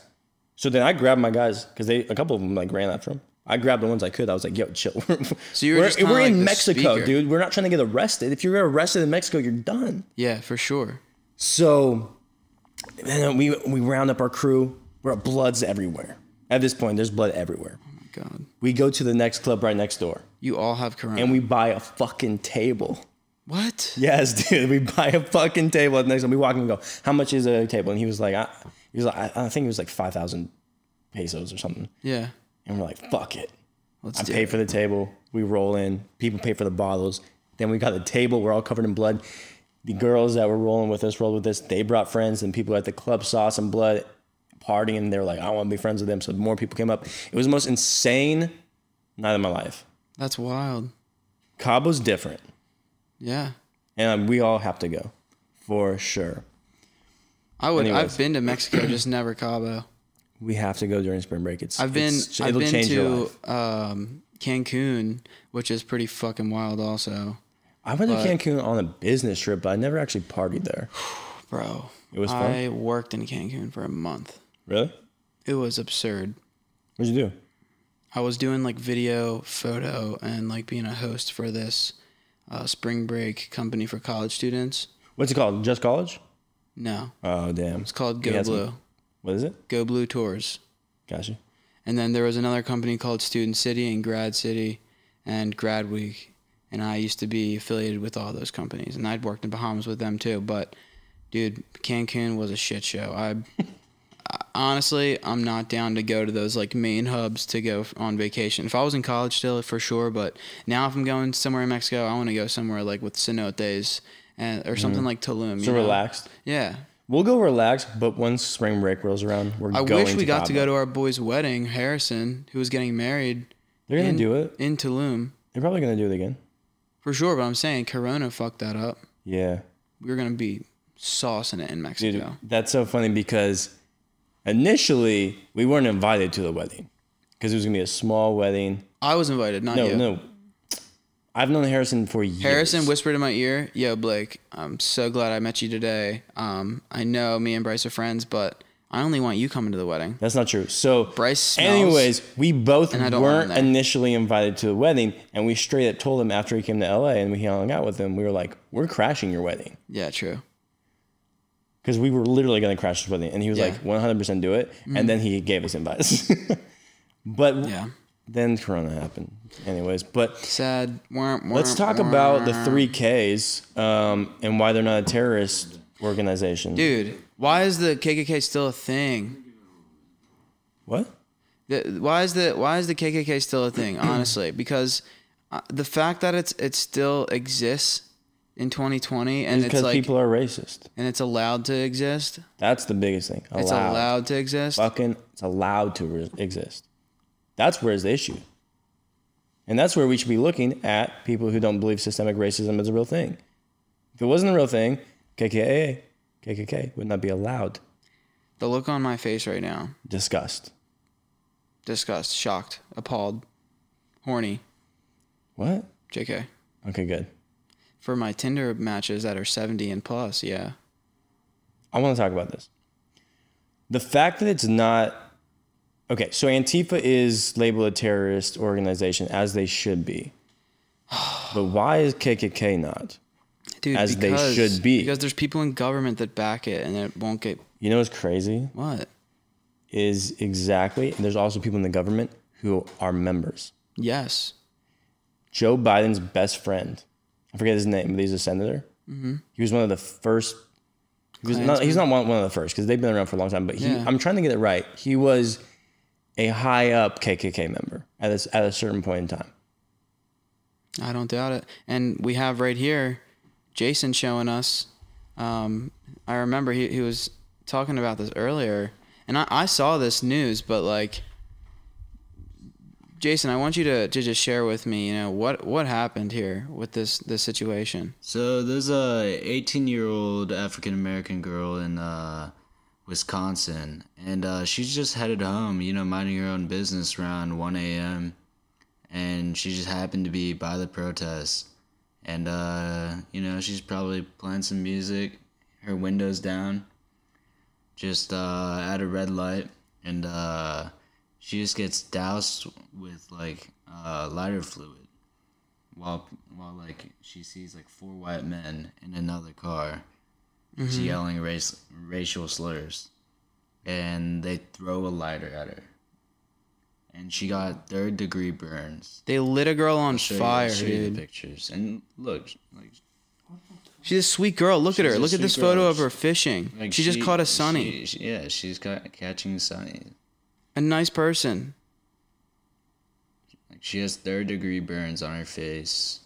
A: So then I grabbed my guys because they a couple of them like ran after him. I grabbed the ones I could. I was like, "Yo, chill."
B: So you were
A: we're
B: just kinda
A: we're in
B: like the
A: Mexico,
B: speaker.
A: dude. We're not trying to get arrested. If you're arrested in Mexico, you're done.
B: Yeah, for sure. Oh
A: So then we we round up our crew. We're bloods everywhere. At this point, there's blood everywhere.
B: Oh my god.
A: We go to the next club right next door,
B: You all have corona.
A: and we buy a fucking table.
B: what?
A: Yes, dude. We buy a fucking table. And next time we walk in and go, how much is a table? And he was like, I, he was like, I, I think it was like five thousand pesos or something.
B: Yeah.
A: And we're like, fuck it.
B: Let's
A: I
B: do
A: pay
B: it.
A: for the table. We roll in. People pay for the bottles. Then we got the table. We're all covered in blood. The girls that were rolling with us rolled with us. They brought friends, and people at the club saw some blood partying. And they were like, I want to be friends with them. So more people came up. It was the most insane night of my life.
B: That's wild.
A: Cabo's different.
B: Yeah.
A: And we all have to go for sure.
B: I would.
A: Anyways.
B: I've been to Mexico, just never Cabo.
A: We have to go during spring break. It's
B: I've been.
A: it's-
B: I've
A: it'll
B: been
A: change your
B: to
A: life.
B: um, Cancun, which is pretty fucking wild, also,
A: I went to Cancun on a business trip, but I never actually partied there.
B: bro. It
A: was fun?
B: I worked in Cancun for a month.
A: Really?
B: It was absurd.
A: What'd you do?
B: I was doing like video, photo, and like being a host for this uh, spring break company for college students.
A: What's it called? Just college?
B: No,
A: Oh damn.
B: it's called Go
A: Yeah, it's-
B: Blue.
A: What is it?
B: Go Blue Tours.
A: Gotcha.
B: And then there was another company called Student City and Grad City and Grad Week. And I used to be affiliated with all those companies. And I'd worked in Bahamas with them too. But dude, Cancun was a shit show. I, I honestly, I'm not down to go to those like main hubs to go f- on vacation. If I was in college still, for sure. But now, if I'm going somewhere in Mexico, I want to go somewhere like with cenotes and or
A: Mm.
B: something like Tulum.
A: So
B: you know?
A: relaxed.
B: Yeah.
A: We'll go relax, but once spring break rolls around, we're
B: I
A: going
B: wish we
A: to
B: got to
A: Cabo.
B: go to our boy's wedding, Harrison, who was getting married
A: They're gonna
B: in,
A: do it.
B: in Tulum
A: They're probably gonna do it again.
B: for sure. But I'm saying Corona fucked that up.
A: Yeah.
B: We were gonna be saucing it in Mexico.
A: Dude, that's so funny because initially we weren't invited to the wedding because it was gonna be a small wedding.
B: I was invited, not
A: No,
B: you.
A: no. I've known Harrison for years.
B: Harrison whispered in my ear, "Yo, Blake, I'm so glad I met you today. Um, I know me and Bryce are friends, but I only want you coming to the wedding."
A: That's not true. So,
B: Bryce smells,
A: anyways, we both
B: I don't want him
A: weren't
B: there.
A: initially invited to the wedding, and we straight up told him after he came to LA and we hung out with him, we were like, "We're crashing your wedding,"
B: Yeah, true.
A: because we were literally going to crash his wedding, and he was
B: Yeah. Mm-hmm.
A: like, "100% do it," and then he gave us invites. but
B: Yeah,
A: then Corona happened, anyways. But
B: sad.
A: let's talk about the three Ks um, and why they're not a terrorist organization.
B: dude. Why is the KKK still a thing?
A: what?
B: The- Why is the Why is the KKK still a thing? Honestly, because uh, the fact that it's it still exists in 2020 and it's
A: Because
B: like
A: people are racist.
B: and it's allowed to exist.
A: That's the biggest thing.
B: It's allowed to exist.
A: fucking it's allowed to re- exist. That's where's the issue. And that's where we should be looking at people who don't believe systemic racism is a real thing. If it wasn't a real thing, KKK, KKK would not be allowed.
B: The look on my face right now.
A: Disgust.
B: disgust, shocked, appalled, horny,
A: What?
B: JK.
A: Okay, good.
B: For my Tinder matches that are 70 and plus, yeah.
A: I want to talk about this. The fact that it's not okay. So Antifa is labeled a terrorist organization as they should be. But why is KKK not?
B: Dude,
A: As they should be.
B: Because there's people in government that back it and it won't get
A: You know what's crazy?
B: what?
A: is exactly and there's also people in the government who are members.
B: Yes.
A: Joe Biden's best friend, I forget his name, but he's a senator.
B: Mm-hmm.
A: He was one of the first. He was not, he's not one, one of the first because they've been around for a long time. But he,
B: Yeah.
A: I'm trying to get it right. He was a high up KKK member at this at a certain point in time.
B: I don't doubt it. And we have right here Jason showing us. Um, I remember he, he was talking about this earlier, and I, I saw this news, but like, Jason, I want you to, to just share with me, you know, what, what happened here with this, this situation.
C: So there's a 18 year old African American girl in uh, Wisconsin, and uh, she's just headed home, you know, minding her own business around 1 a.m. And she just happened to be by the protest, and uh, you know, she's probably playing some music, her windows down, just uh, at a red light, and uh, she just gets doused with like uh, lighter fluid while while like she sees like four white men in another car
B: Mm-hmm.
C: she's yelling race racial slurs and they throw a lighter at her and she got third degree burns
B: They lit a girl on
C: Show you-
B: fire,
C: show you the
B: dude.
C: pictures and look like
B: She's a sweet girl. Look at
C: She's
B: her.
C: a
B: Look at
C: sweet
B: this
C: girl.
B: photo of her fishing.
C: like
B: she, just caught a sunny,
C: she- she- yeah she's got catching sunny
B: a nice person.
C: like she has third degree burns on her face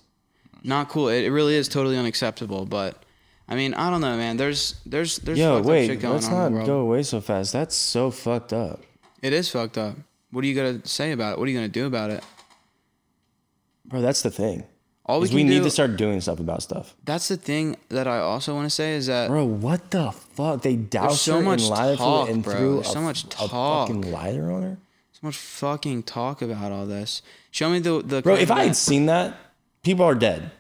B: Not cool. It, it really is totally unacceptable. But I mean, I don't know, man. There's there's there's
A: Yo,
B: fucked up shit
A: wait,
B: going
A: let's
B: on in the
A: not
B: world.
A: go away so fast. That's so fucked up.
B: It is fucked up. What are you gonna say about it? What are you gonna do about it?
A: Bro, that's the thing.
B: All we
A: is
B: can
A: we
B: do.
A: need to start doing stuff about stuff.
B: that's the thing that I also want to say is that
A: Bro, what the fuck? They doused
B: so
A: her
B: much
A: in lighter
B: talk,
A: fluid and
B: bro.
A: threw
B: There's so
A: a,
B: much
A: a
B: talk.
A: fucking lighter on her.
B: so much fucking talk about all this. Show me the the
A: Bro,
B: current
A: if I had
B: event.
A: seen that, people are dead.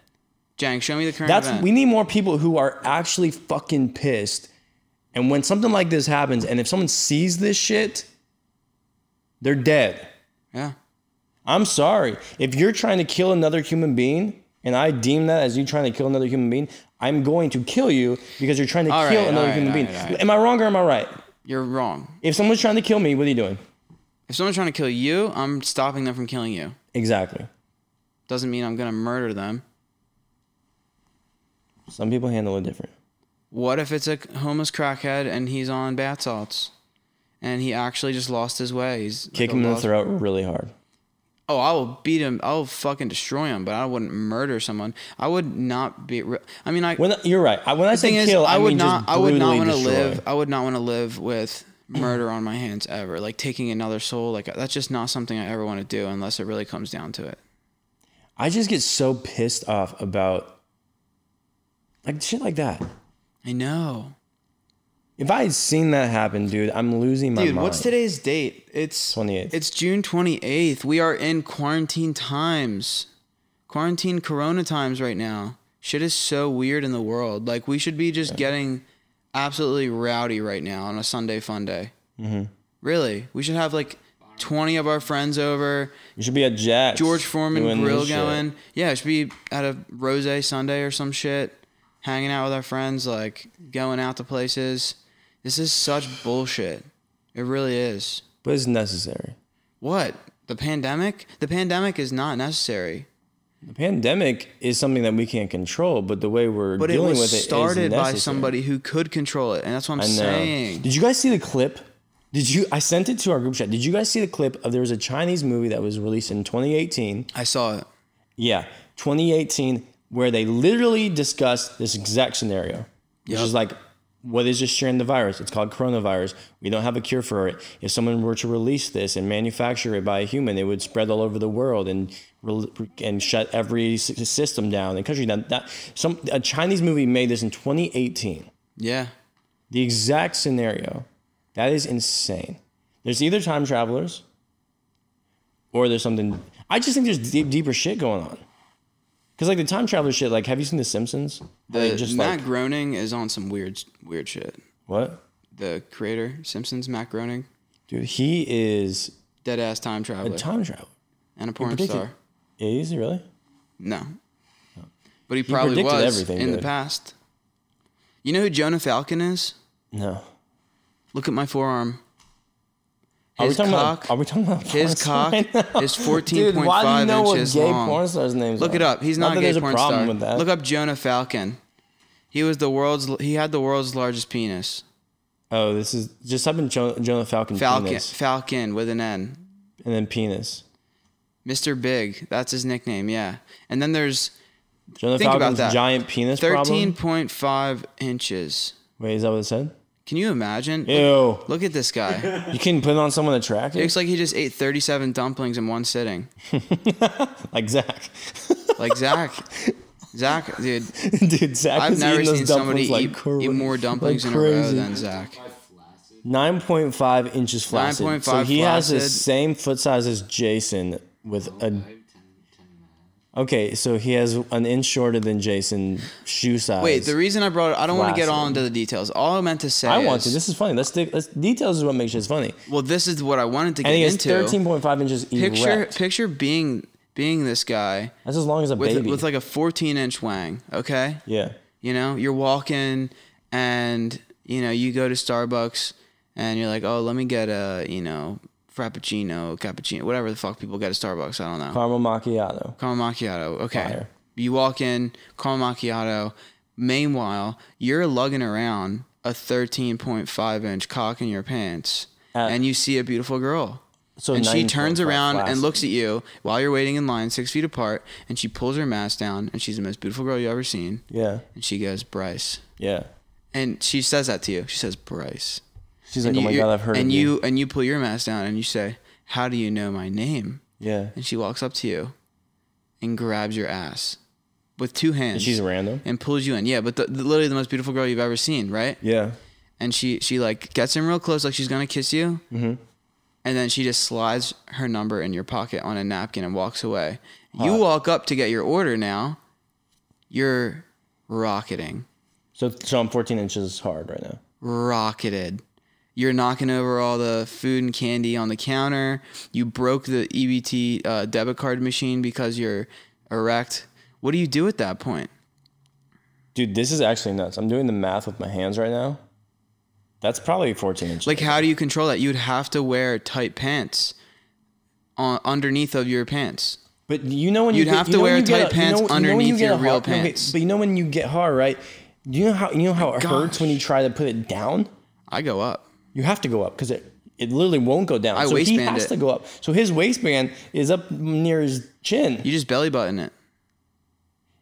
B: Jang, show me the current
A: That's
B: event.
A: we need more people who are actually fucking pissed. And when something like this happens, and if someone sees this shit, they're dead.
B: yeah.
A: I'm sorry. If you're trying to kill another human being, and I deem that as you trying to kill another human being, I'm going to kill you because you're trying to
B: All
A: kill
B: right, all
A: another
B: right,
A: human
B: all
A: being.
B: right, all right.
A: Am I wrong or am I right?
B: You're wrong.
A: If someone's trying to kill me, what are you doing?
B: If someone's trying to kill you, I'm stopping them from killing you.
A: Exactly.
B: Doesn't mean I'm gonna murder them.
A: Some people handle it different.
B: What if it's a homeless crackhead and he's on bath salts? and he actually just lost his way. He's like
A: Kick
B: a
A: him in the
B: lost-
A: throat really hard.
B: Oh, I will beat him. I'll fucking destroy him, but I wouldn't murder someone. I would not be. re- I mean, I
A: When you're right. I- When I
B: the thing
A: say
B: is,
A: kill, I,
B: I would
A: mean
B: not.
A: just
B: I would not
A: brutally
B: want to
A: destroy.
B: live. I would not want to live with murder on my hands ever. Like taking another soul. Like that's just not something I ever want to do unless it really comes down to it.
A: I just get so pissed off about like shit like that.
B: I know,
A: If I had seen that happen, dude, I'm losing my
B: dude.
A: mind.
B: What's today's date? It's
A: 28th.
B: It's June twenty eighth. We are in quarantine times, quarantine Corona times right now. Shit is so weird in the world. Like we should be just getting absolutely rowdy right now on a Sunday fun day. Mm-hmm. Really, we should have like twenty of our friends over.
A: You should be at Jack's.
B: George Foreman
A: doing
B: grill
A: this shit.
B: going. Yeah, it should be at a rose Sunday or some shit, hanging out with our friends, like going out to places. This is such bullshit. It really is.
A: But it's necessary.
B: What? The pandemic? The pandemic is not necessary.
A: The pandemic is something that we can't control, but the way we're
B: But it
A: dealing
B: was
A: with it is
B: started by
A: necessary.
B: somebody who could control it, and that's what I'm
A: I know.
B: saying.
A: Did you guys see the clip? Did you? I sent it to our group chat. Did you guys see the clip of there was a Chinese movie that was released in 2018?
B: I saw it.
A: Yeah, 2018, where they literally discussed this exact scenario, which is like, what is just sharing the virus? It's called coronavirus. We don't have a cure for it. If someone were to release this and manufacture it by a human, it would spread all over the world and rel- and shut every sy- system down and country down. That some a Chinese movie made this in 2018.
B: Yeah.
A: The exact scenario. That is insane. There's either time travelers or there's something. I just think there's deep, deeper shit going on. Because, like, the time traveler shit, like, have you seen The Simpsons? How they
B: The,
A: just
B: Matt
A: like,
B: Groening is on some weird, weird shit.
A: what?
B: The creator, Simpsons, Matt Groening,
A: Dude, he is
B: dead ass time
A: a
B: traveler
A: time traveler.
B: and a porn
A: predicted-
B: star.
A: Is he really?
B: No. But he probably
A: Oh. predicted
B: was
A: everything,
B: in the
A: dude.
B: past. You know who Jonah Falcon is?
A: No.
B: Look at my forearm.
A: Are we
B: His
A: talking
B: cock,
A: about? Are we talking about porn
B: his
A: stars
B: cock
A: right now?
B: is
A: Dude, why do
B: 14.5
A: you know what
B: inches
A: gay
B: long.
A: porn stars' names?
B: Look
A: are?
B: it up. He's not,
A: that
B: a gay
A: there's
B: porn
A: problem
B: star.
A: With that.
B: Look up Jonah Falcon. He was the world's he had the world's largest penis.
A: Oh, this is just type in Jo- Jonah Falcon,
B: Falcon
A: penis
B: Falcon with an N.
A: and then penis.
B: Mr. Big, that's his nickname, yeah. And then there's
A: Jonah
B: Think about
A: Falcon's
B: that.
A: giant penis problem.
B: 13.5 inches.
A: Wait, is that what it said?
B: Can you imagine? Look-
A: Ew.
B: look at this guy.
A: You can put it on someone attractive?
B: It looks like he just ate 37 dumplings in one sitting.
A: like Zach.
B: Like Zach. Zach, dude,
A: Dude, Zach
B: I've
A: has
B: never
A: eaten those
B: seen somebody
A: dumplings like
B: eat,
A: cra-
B: eat more
A: like
B: dumplings in a row
A: crazy.
B: than Zach.
A: 9.5 inches flaccid. 9.5 so
B: 9.5
A: he has the
B: flaccid.
A: same foot size as Jason with a. Okay, so he has an inch shorter than Jason shoe size.
B: Wait, the reason I brought it, I don't want to get all
A: Flaccid.
B: into the details. All I meant to say
A: I
B: is,
A: want to. This is funny. Let's dig. Let's, details is what makes shit funny.
B: well, this is what I wanted to
A: And
B: get
A: he has
B: into.
A: 13.5 inches
B: picture,
A: erect.
B: picture being being this guy
A: That's as long as a
B: with
A: baby.
B: with like a 14 inch wang. Okay,
A: yeah.
B: You know, you're walking and you know, you go to Starbucks and you're like, "Oh, let me get a, you know, frappuccino, cappuccino, whatever the fuck people get at Starbucks, I don't know."
A: Caramel macchiato.
B: Caramel macchiato. Okay.
A: Fire.
B: You walk in, caramel macchiato. Meanwhile, you're lugging around a 13.5 inch cock in your pants,
A: At-
B: and you see a beautiful girl.
A: So
B: and she turns
A: 9.5
B: around
A: flaccid.
B: and looks at you while you're waiting in line six feet apart, and she pulls her mask down, and she's the most beautiful girl you've ever seen.
A: Yeah.
B: And she goes, Bryce.
A: Yeah.
B: And she says that to you. She says, Bryce.
A: She's like,
B: and
A: oh my
B: you-
A: god, I've heard
B: and
A: of
B: you. And you pull your mask down and you say, How do you know my name?
A: Yeah.
B: And she walks up to you and grabs your ass with two hands.
A: She's random.
B: and pulls you in. Yeah, but the, the, literally the most beautiful girl you've ever seen, right?
A: Yeah.
B: And she she like gets in real close, like she's gonna kiss you, mm-hmm. and then she just slides her number in your pocket on a napkin and walks away. You walk up to get your order now. You're rocketing,
A: So so I'm 14 inches hard right now.
B: rocketed. You're knocking over all the food and candy on the counter. You broke the EBT uh, debit card machine because you're erect. What do you do at that point?
A: Dude, this is actually nuts. I'm doing the math with my hands right now. That's probably 14 inches.
B: Like, how do you control that? You'd have to wear tight pants on, underneath of your pants.
A: but you know when
B: you'd
A: you get-
B: have
A: you
B: to
A: know
B: wear
A: when you get
B: tight
A: a- you know-
B: pants
A: you know when you
B: underneath
A: get
B: your
A: a
B: real
A: hard- okay,
B: pants.
A: but you know when you get hard, right? Do you know how you know how it hurts when you try to put it down?
B: I go up.
A: You have to go up because it it literally won't go down.
B: I
A: so he
B: waistband
A: has
B: it.
A: to go up. So his waistband is up near his chin.
B: You just belly button it.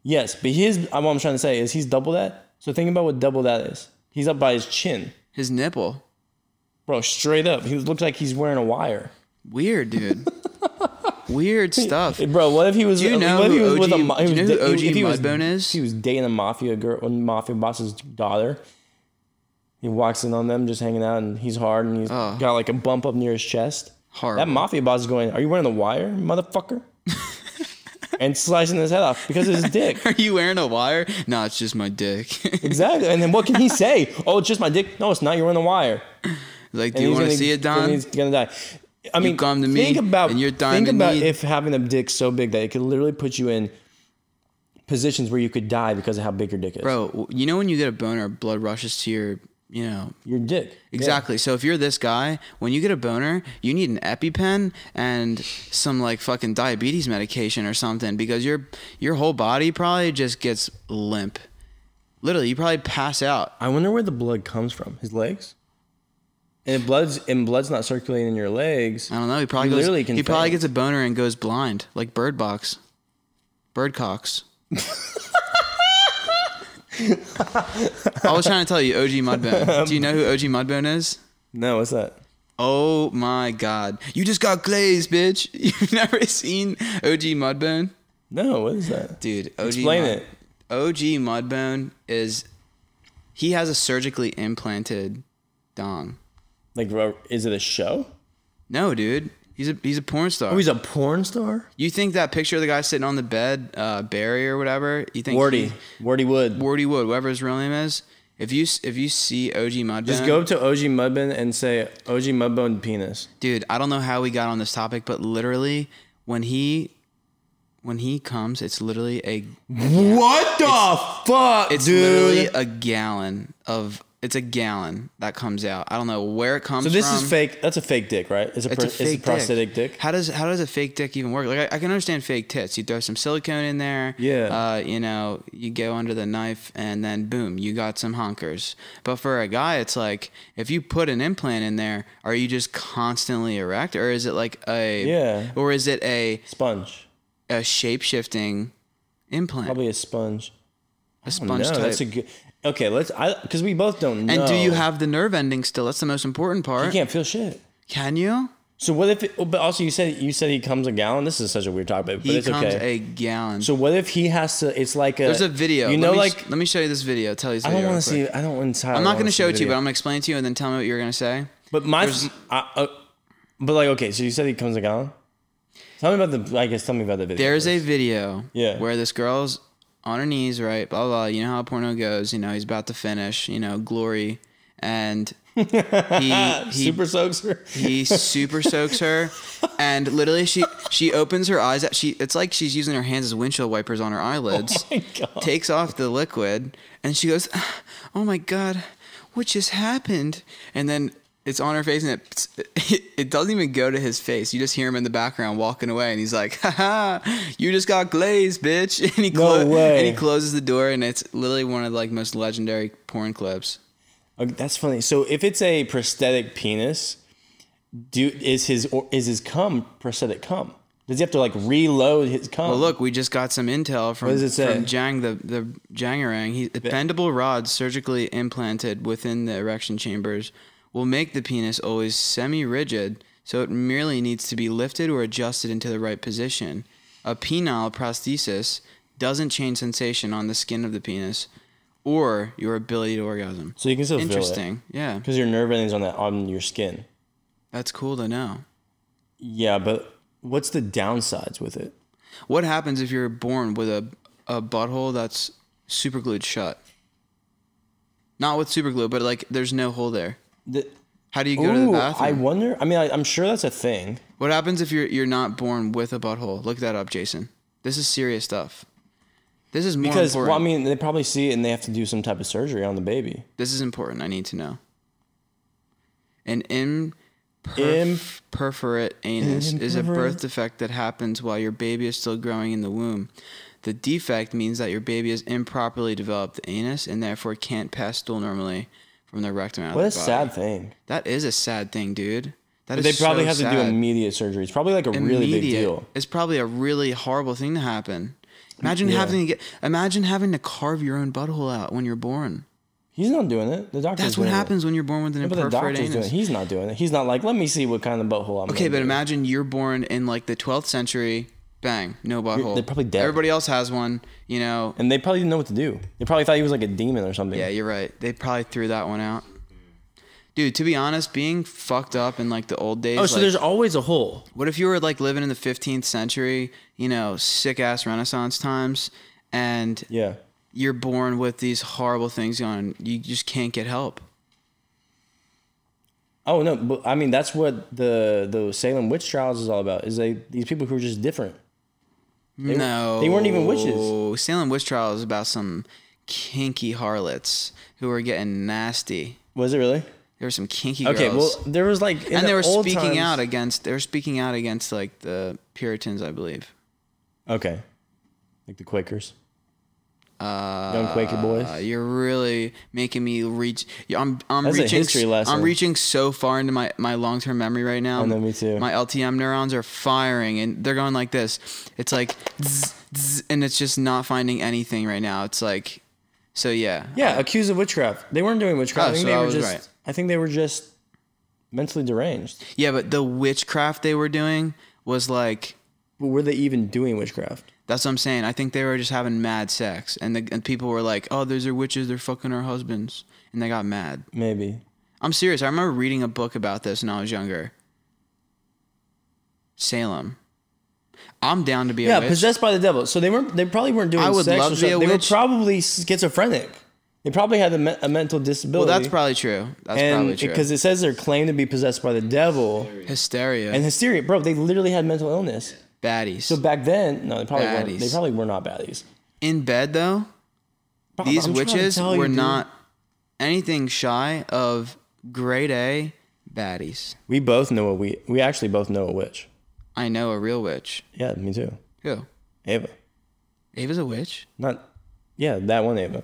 A: Yes, but his what I'm trying to say is he's double that. So think about what double that is. He's up by his chin,
B: His nipple.
A: bro. Straight up, he looks like he's wearing a wire.
B: Weird, dude. Weird stuff.
A: Hey, bro, what if he was?
B: Do you know
A: what if he
B: who
A: was with a
B: OG
A: mo- he
B: do you
A: was
B: know
A: da-
B: who
A: if he
B: OG
A: was-
B: Mudbone is?
A: He was dating a mafia girl, a mafia boss's daughter. He walks in on them, just hanging out, and he's hard, and he's
B: Oh.
A: got like a bump up near his chest.
B: Horrible.
A: That mafia boss is going, "Are you wearing the wire, motherfucker?" and slicing his head off because of his dick.
B: Are you wearing a wire? No, it's just my dick.
A: Exactly. And then what can he say? Oh, it's just my dick. No, it's not. You're wearing the wire.
B: like, do
A: And
B: you
A: he's
B: want to
A: gonna-
B: see it,
A: and
B: Don?
A: He's gonna die. I mean,
B: come to me,
A: think about
B: and you're dying
A: think
B: to
A: about
B: need-
A: if having a dick so big that it could literally put you in positions where you could die because of how big your dick is.
B: Bro, w- you know when you get a boner, blood rushes to your, you know,
A: Your dick.
B: Exactly. So if you're this guy, when you get a boner, you need an EpiPen and some like fucking diabetes medication or something because your your whole body probably just gets limp. Literally, you probably pass out.
A: Yeah. I wonder where the blood comes from. His legs. And if blood's and blood's not circulating in your legs.
B: I don't know. He probably
A: You
B: goes,
A: literally
B: literally
A: can
B: he probably
A: faint.
B: gets a boner and goes blind, like Bird Box, Bird Cox. I was trying to tell you, OG Mudbone. Do you know who OG Mudbone is?
A: No, what's that?
B: Oh my god. You just got glazed, bitch. You've never seen OG Mudbone?
A: No, what is that?
B: Dude, OG
A: Explain
B: Mud-
A: it.
B: OG Mudbone is he has a surgically implanted dong.
A: Like, ro- is it a show?
B: No, dude. He's a he's a porn star.
A: Oh, he's a porn star.
B: you think that picture of the guy sitting on the bed, uh, Barry or whatever, you think
A: Wardy,
B: he-
A: Wardy Wood.
B: Wardy Wood, whatever his real name is. If you s- if you see OG Mudbone,
A: Just go up to OG Mudbone and say OG Mudbone penis.
B: dude i don't know how we got on this topic but literally when he when he comes it's literally a
A: What the fuck,
B: it's literally a gallon of it's a gallon that comes out i don't know where it comes
A: so this
B: from.
A: is fake. That's a fake dick, right? It's a,
B: it's
A: pro-
B: a fake
A: it's a prosthetic dick.
B: How does how does a fake dick even work? Like I, I can understand fake tits. You throw some silicone in there.
A: Yeah.
B: Uh, you know, you go under the knife, and then boom, you got some honkers. But for a guy, it's like if you put an implant in there, are you just constantly erect, or is it like a
A: Yeah.
B: or is it a
A: Sponge,
B: a shape shifting implant,
A: probably a sponge.
B: a
A: Oh, no,
B: sponge type?
A: that's a good. Okay, let's. I because we both don't know.
B: and do you have the nerve ending still? That's the most important
A: You
B: part.
A: can't feel shit.
B: Can you?
A: So what if? It, oh, but also, you said you said he comes a gallon. This is such a weird topic, but
B: He
A: it's
B: comes
A: okay.
B: a gallon.
A: so what if he has to? It's like a.
B: There's a video.
A: You know,
B: let me,
A: like
B: let me show you this video. Tell you. This
A: I
B: video
A: don't
B: real
A: want to
B: quick.
A: see. I don't want to.
B: I'm not going to show it to you, but I'm going to explain to you and then tell me what you're going to say.
A: But my, I, uh, but like okay, so you said he comes a gallon. Tell me about the. I guess tell me about the video.
B: There's a video
A: Yeah.
B: where this girl's on her knees, right? Blah, blah, blah. You know how porno goes. You know, he's about to finish, you know, glory. And he, he,
A: super soaker.
B: he super soaks her. And literally, she, she opens her eyes. She, it's like she's using her hands as windshield wipers on her eyelids.
A: Oh my God.
B: takes off the liquid and she goes, "Oh my god, what just happened?" And then it's on her face and it it doesn't even go to his face. You just hear him in the background walking away and he's like, "Ha ha, you just got glazed, bitch." And he
A: No
B: and
A: way.
B: he closes the door and it's literally one of like most legendary porn clips.
A: Okay, that's funny. So if it's a prosthetic penis, do is his or is his cum prosthetic cum? Does he have to like reload his cum?
B: Well, Oh, look, we just got some intel from
A: does it say?
B: from Jang the the Jangarang. He bendable rods surgically implanted within the erection chambers will make the penis always semi-rigid, so it merely needs to be lifted or adjusted into the right position. A penile prosthesis doesn't change sensation on the skin of the penis or your ability to orgasm.
A: so you can still feel it
B: Interesting. Yeah.
A: because your nerve endings on that on your skin.
B: That's cool to know.
A: Yeah, but what's the downsides with it?
B: What happens if you're born with a a butthole that's super glued shut? Not with super glue, but like there's no hole there.
A: The,
B: How do you go to the
A: ooh, I
B: bathroom?
A: wonder. I mean, I, I'm sure that's a thing.
B: what happens if you're you're not born with a butthole? Look that up, Jason. This is serious stuff. This is more
A: Because
B: important.
A: well, I mean, they probably see it and they have to do some type of surgery on the baby.
B: this is important. I need to know. An imperf- perforate anus is a birth defect that happens while your baby is still growing in the womb. The defect means that your baby is improperly developed the anus and therefore can't pass stool normally from the rectum out
A: What a
B: of the body.
A: sad thing.
B: That is a sad thing, dude. That
A: But
B: is
A: they probably
B: so
A: have
B: sad.
A: to do immediate surgery. It's probably like a really big
B: Immediate
A: deal.
B: is probably a really horrible thing to happen. Imagine having to get. Imagine having to carve your own butthole out when you're born.
A: He's not doing it. The doctor's
B: That's what
A: doing it.
B: happens when you're born with an
A: But the
B: imperforate
A: doctor's doing it.
B: anus.
A: He's not doing it. He's not like, let me see what kind of butthole I'm.
B: Okay,
A: gonna
B: but
A: do."
B: imagine you're born in like the 12th century. Bang, no butthole.
A: they're probably dead.
B: Everybody else has one. You know.
A: And they probably didn't know what to do. They probably thought he was like a demon or something.
B: Yeah, you're right. They probably threw that one out. Dude, to be honest, being fucked up in like the old days.
A: Oh, so
B: like-
A: there's always a hole.
B: What if you were like living in the 15th century, you know, sick ass Renaissance times, and
A: Yeah.
B: you're born with these horrible things going, you just can't get help.
A: Oh no, but I mean that's what the the Salem witch trials is all about. Is they these people who are just different.
B: no,
A: they weren't even witches.
B: Salem witch trial is about some kinky harlots who were getting nasty.
A: Was it really?
B: There were some kinky
A: Okay,
B: girls,
A: well there was like in
B: and
A: the
B: they were
A: old
B: speaking
A: times-
B: out against. They were speaking out against like the Puritans, I believe.
A: Okay, like the Quakers. Uh, Young Quaker boys.
B: Uh, you're really making me reach. yeah, I'm I'm
A: That's a
B: reaching.
A: history lesson.
B: I'm reaching so far into my my long term memory right now.
A: I know, me too.
B: My LTM neurons are firing and they're going like this. It's like, zzz, zzz, and it's just not finding anything right now. It's like, so yeah.
A: yeah, accused of witchcraft. They weren't doing witchcraft.
B: Oh,
A: I think
B: so
A: they
B: I
A: were
B: was
A: just.
B: right.
A: I think they were just mentally deranged.
B: Yeah, but the witchcraft they were doing was like.
A: But were they even doing witchcraft?
B: That's what I'm saying. I think they were just having mad sex, and the and people were like, "Oh, those are witches. They're fucking our husbands," and they got mad.
A: Maybe.
B: I'm serious. I remember reading a book about this when I was younger. Salem. I'm down to be
A: Yeah,
B: a witch.
A: possessed by the devil. So they weren't. They probably weren't doing.
B: I would
A: sex
B: love
A: or
B: to be a
A: something. They were
B: witch.
A: probably schizophrenic. They probably had a, me- a mental
B: well,
A: disability.
B: that's probably true. That's
A: and
B: probably true.
A: because it says they're claimed to be possessed by the devil
B: Hysteria.
A: and hysteria, bro. They literally had mental illness.
B: baddies.
A: So back then, no, they probably weren't. They
B: Baddies.
A: probably were not baddies.
B: In bed, though,
A: Bro,
B: these
A: I'm trying to
B: witches
A: tell you,
B: were
A: dude.
B: not anything shy of grade A baddies.
A: We both know a we. We actually both know a witch.
B: I know a real witch.
A: Yeah, me too.
B: Who?
A: Ava,
B: Ava's a witch?
A: not. Yeah, that one Ava.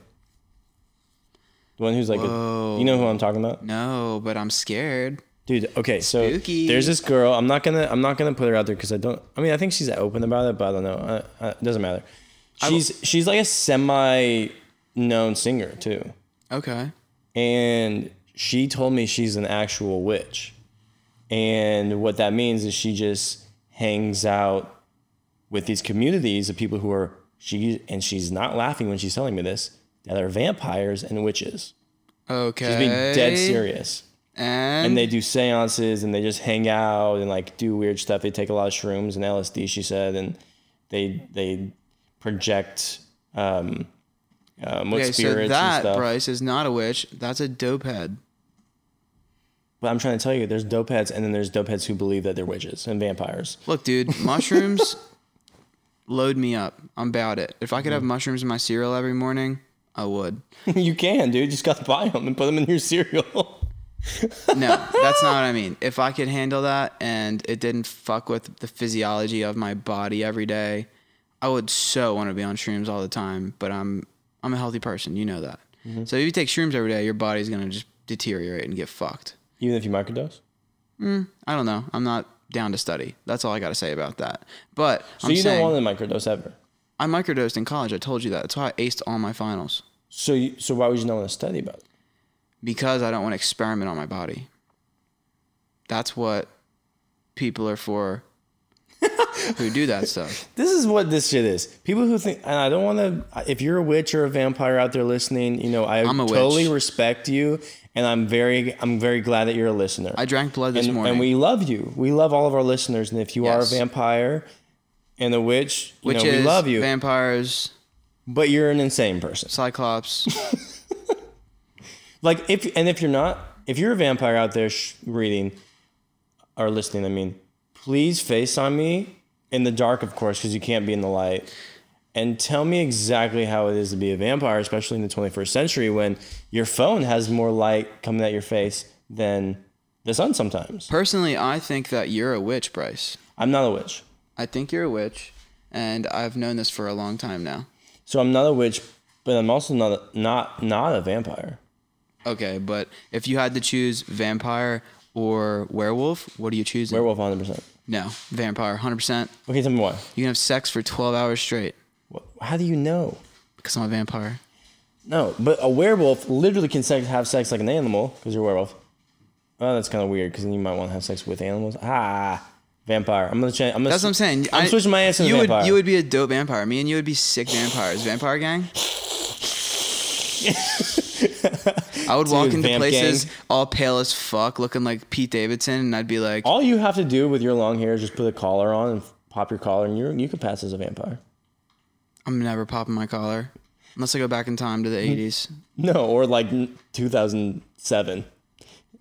A: The one who's like, a,
B: Whoa.
A: you know who I'm talking about?
B: No, but I'm scared.
A: dude okay so
B: Spooky.
A: there's this girl i'm not gonna i'm not gonna put her out there because i don't i mean i think she's open about it but i don't know I, I, it doesn't matter she's she's like a semi known singer too
B: Okay.
A: and she told me she's an actual witch and what that means is she just hangs out with these communities of people who are she and she's not laughing when she's telling me this that are vampires and witches
B: Okay.
A: she's being dead serious
B: And,
A: and they do seances and they just hang out and like do weird stuff. They take a lot of shrooms and LSD, she said, and they they project um, um what
B: okay, so
A: spirits and
B: that,
A: stuff.
B: Bryce, is not a witch. That's a dope head.
A: But I'm trying to tell you, there's dope heads and then there's dope heads who believe that they're witches and vampires.
B: Look, dude, mushrooms load me up. I'm about it. If I could have
A: Mm.
B: mushrooms in my cereal every morning, I would.
A: you can, dude. You just got to buy them and put them in your cereal.
B: No, that's not what I mean. If I could handle that and it didn't fuck with the physiology of my body every day, I would so want to be on shrooms all the time, but I'm I'm a healthy person, you know that.
A: Mm-hmm.
B: So if you take shrooms every day, your body's going to just deteriorate and get fucked.
A: Even if you microdose.
B: I don't know. I'm not down to study. That's all I got to say about that. But I'm
A: So you
B: saying
A: don't want to microdose ever.
B: I microdosed in college. I told you that. That's why I aced all my finals.
A: So you, so why would you not want to study about it?
B: because I don't want to experiment on my body. That's what people are for who do that stuff.
A: This is what this shit is. People who think, and I don't want to. If you're a witch or a vampire out there listening, you know I
B: I'm a
A: totally
B: witch.
A: respect you, and I'm very, I'm very glad that you're a listener.
B: I drank blood this
A: and,
B: morning.
A: and we love you. We love all of our listeners, and if you are a
B: Yes.
A: vampire and a witch, you
B: which
A: know,
B: is
A: we love you.
B: vampires,
A: but you're an insane person.
B: cyclops.
A: Like if and if you're not, if you're a vampire out there sh- reading or listening, I mean, please face on me in the dark, of course, because you can't be in the light. And tell me exactly how it is to be a vampire, especially in the 21st century when your phone has more light coming at your face than the sun sometimes.
B: Personally, I think that you're a witch, Bryce.
A: I'm not a witch.
B: I think you're a witch, and I've known this for a long time now.
A: So I'm not a witch, but I'm also not a, not not a vampire.
B: Okay, but if you had to choose vampire or werewolf, what are you choosing?
A: Werewolf 100%.
B: No, vampire, 100%.
A: Okay, tell me why.
B: You can have sex for 12 hours straight
A: Wha- How do you know?
B: because I'm a vampire.
A: No, but a werewolf literally can sex, have sex like an animal because you're a werewolf. Oh, that's kind of weird because then you might want to have sex with animals. Ah, vampire. I'm gonna change. I'm gonna.
B: That's what I'm saying.
A: I'm
B: I-
A: switching my answer to
B: you
A: vampire.
B: Would, you would be a dope vampire. Me and you would be sick vampires. Vampire gang. I would walk
A: Dude,
B: into
A: vamp
B: places
A: gang.
B: all pale as fuck, looking like Pete Davidson, and I'd be like,
A: All you have to do with your long hair is just put a collar on and pop your collar, and you you can pass as a vampire.
B: I'm never popping my collar unless I go back in time to the
A: Mm-hmm.
B: 80s.
A: No, or like 2007.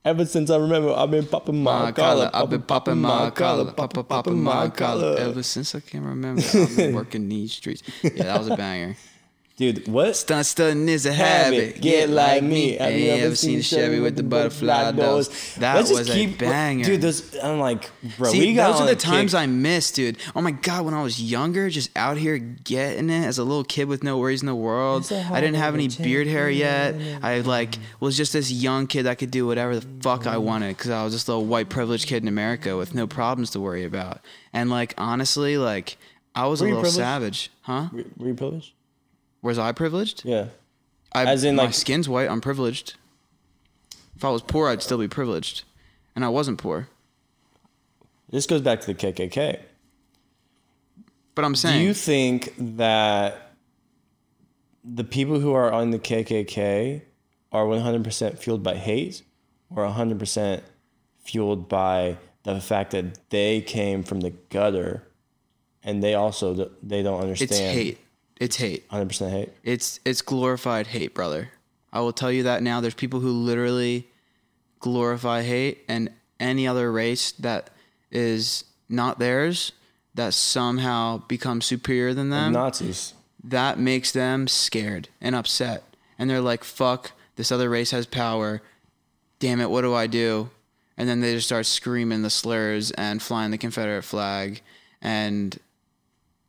A: Ever since I remember, I've been popping my,
B: My
A: collar.
B: collar, I've been popping my collar, papa popping my collar ever since I can remember. I've been working these streets. Yeah, that was a banger.
A: Dude, what?
B: Stunt stunting is a habit.
A: habit. Get like me. Have you ever seen
B: a
A: a Chevy with the butterfly doors?
B: That
A: Let's just
B: was a
A: keep-
B: banger,
A: Dude, those, I'm like, bro,
B: See,
A: we got
B: those
A: on
B: are the
A: a
B: times
A: kick.
B: I missed, dude. Oh my god, when I was younger, just out here getting it as a little kid with no worries in the world.
A: It's a
B: I didn't have any
A: holiday,
B: beard hair yet. I like was just this young kid that could do whatever the fuck
A: Mm-hmm.
B: I wanted because I was this little white privileged kid in America with no problems to worry about. And like honestly, like I was
A: Were
B: a
A: you
B: little
A: privileged?
B: savage, huh?
A: Were- Were you privileged?
B: Was I privileged?
A: Yeah.
B: I,
A: As in,
B: my
A: like-
B: skin's white. I'm privileged. If I was poor, I'd still be privileged, and I wasn't poor.
A: This goes back to the KKK.
B: But I'm
A: Do
B: saying
A: you think that the people who are on the KKK are 100% fueled by hate or 100% fueled by the fact that they came from the gutter and they also d- they don't understand
B: it's hate. It's hate.
A: 100% hate?
B: It's it's glorified hate, brother. I will tell you that now. There's people who literally glorify hate and any other race that is not theirs that somehow becomes superior than them.
A: Nazis.
B: that makes them scared and upset. And they're like, fuck, this other race has power. Damn it, what do I do? And then they just start screaming the slurs and flying the Confederate flag and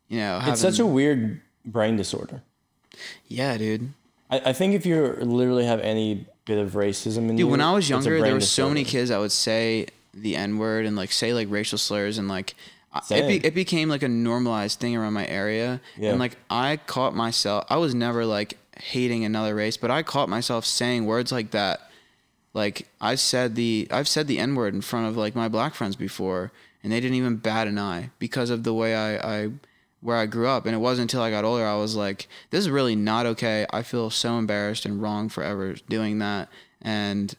B: you know, having,
A: It's such a weird brain disorder.
B: yeah, dude.
A: I, I think if you literally have any bit of racism in you,
B: Dude, when I was
A: it's a
B: younger, there
A: brain
B: were so many
A: disorder.
B: kids that would say the N word and like say like racial slurs and like I- it,
A: Same.
B: be, it became like a normalized thing around my area.
A: Yeah.
B: And like I caught myself, I was never like hating another race, but I caught myself saying words like that. Like I've said the I've said the N word in front of like my black friends before, and they didn't even bat an eye because of the way I, I where I grew up. And it wasn't until I got older I was like, this is really not okay. I feel so embarrassed and wrong for ever doing that. And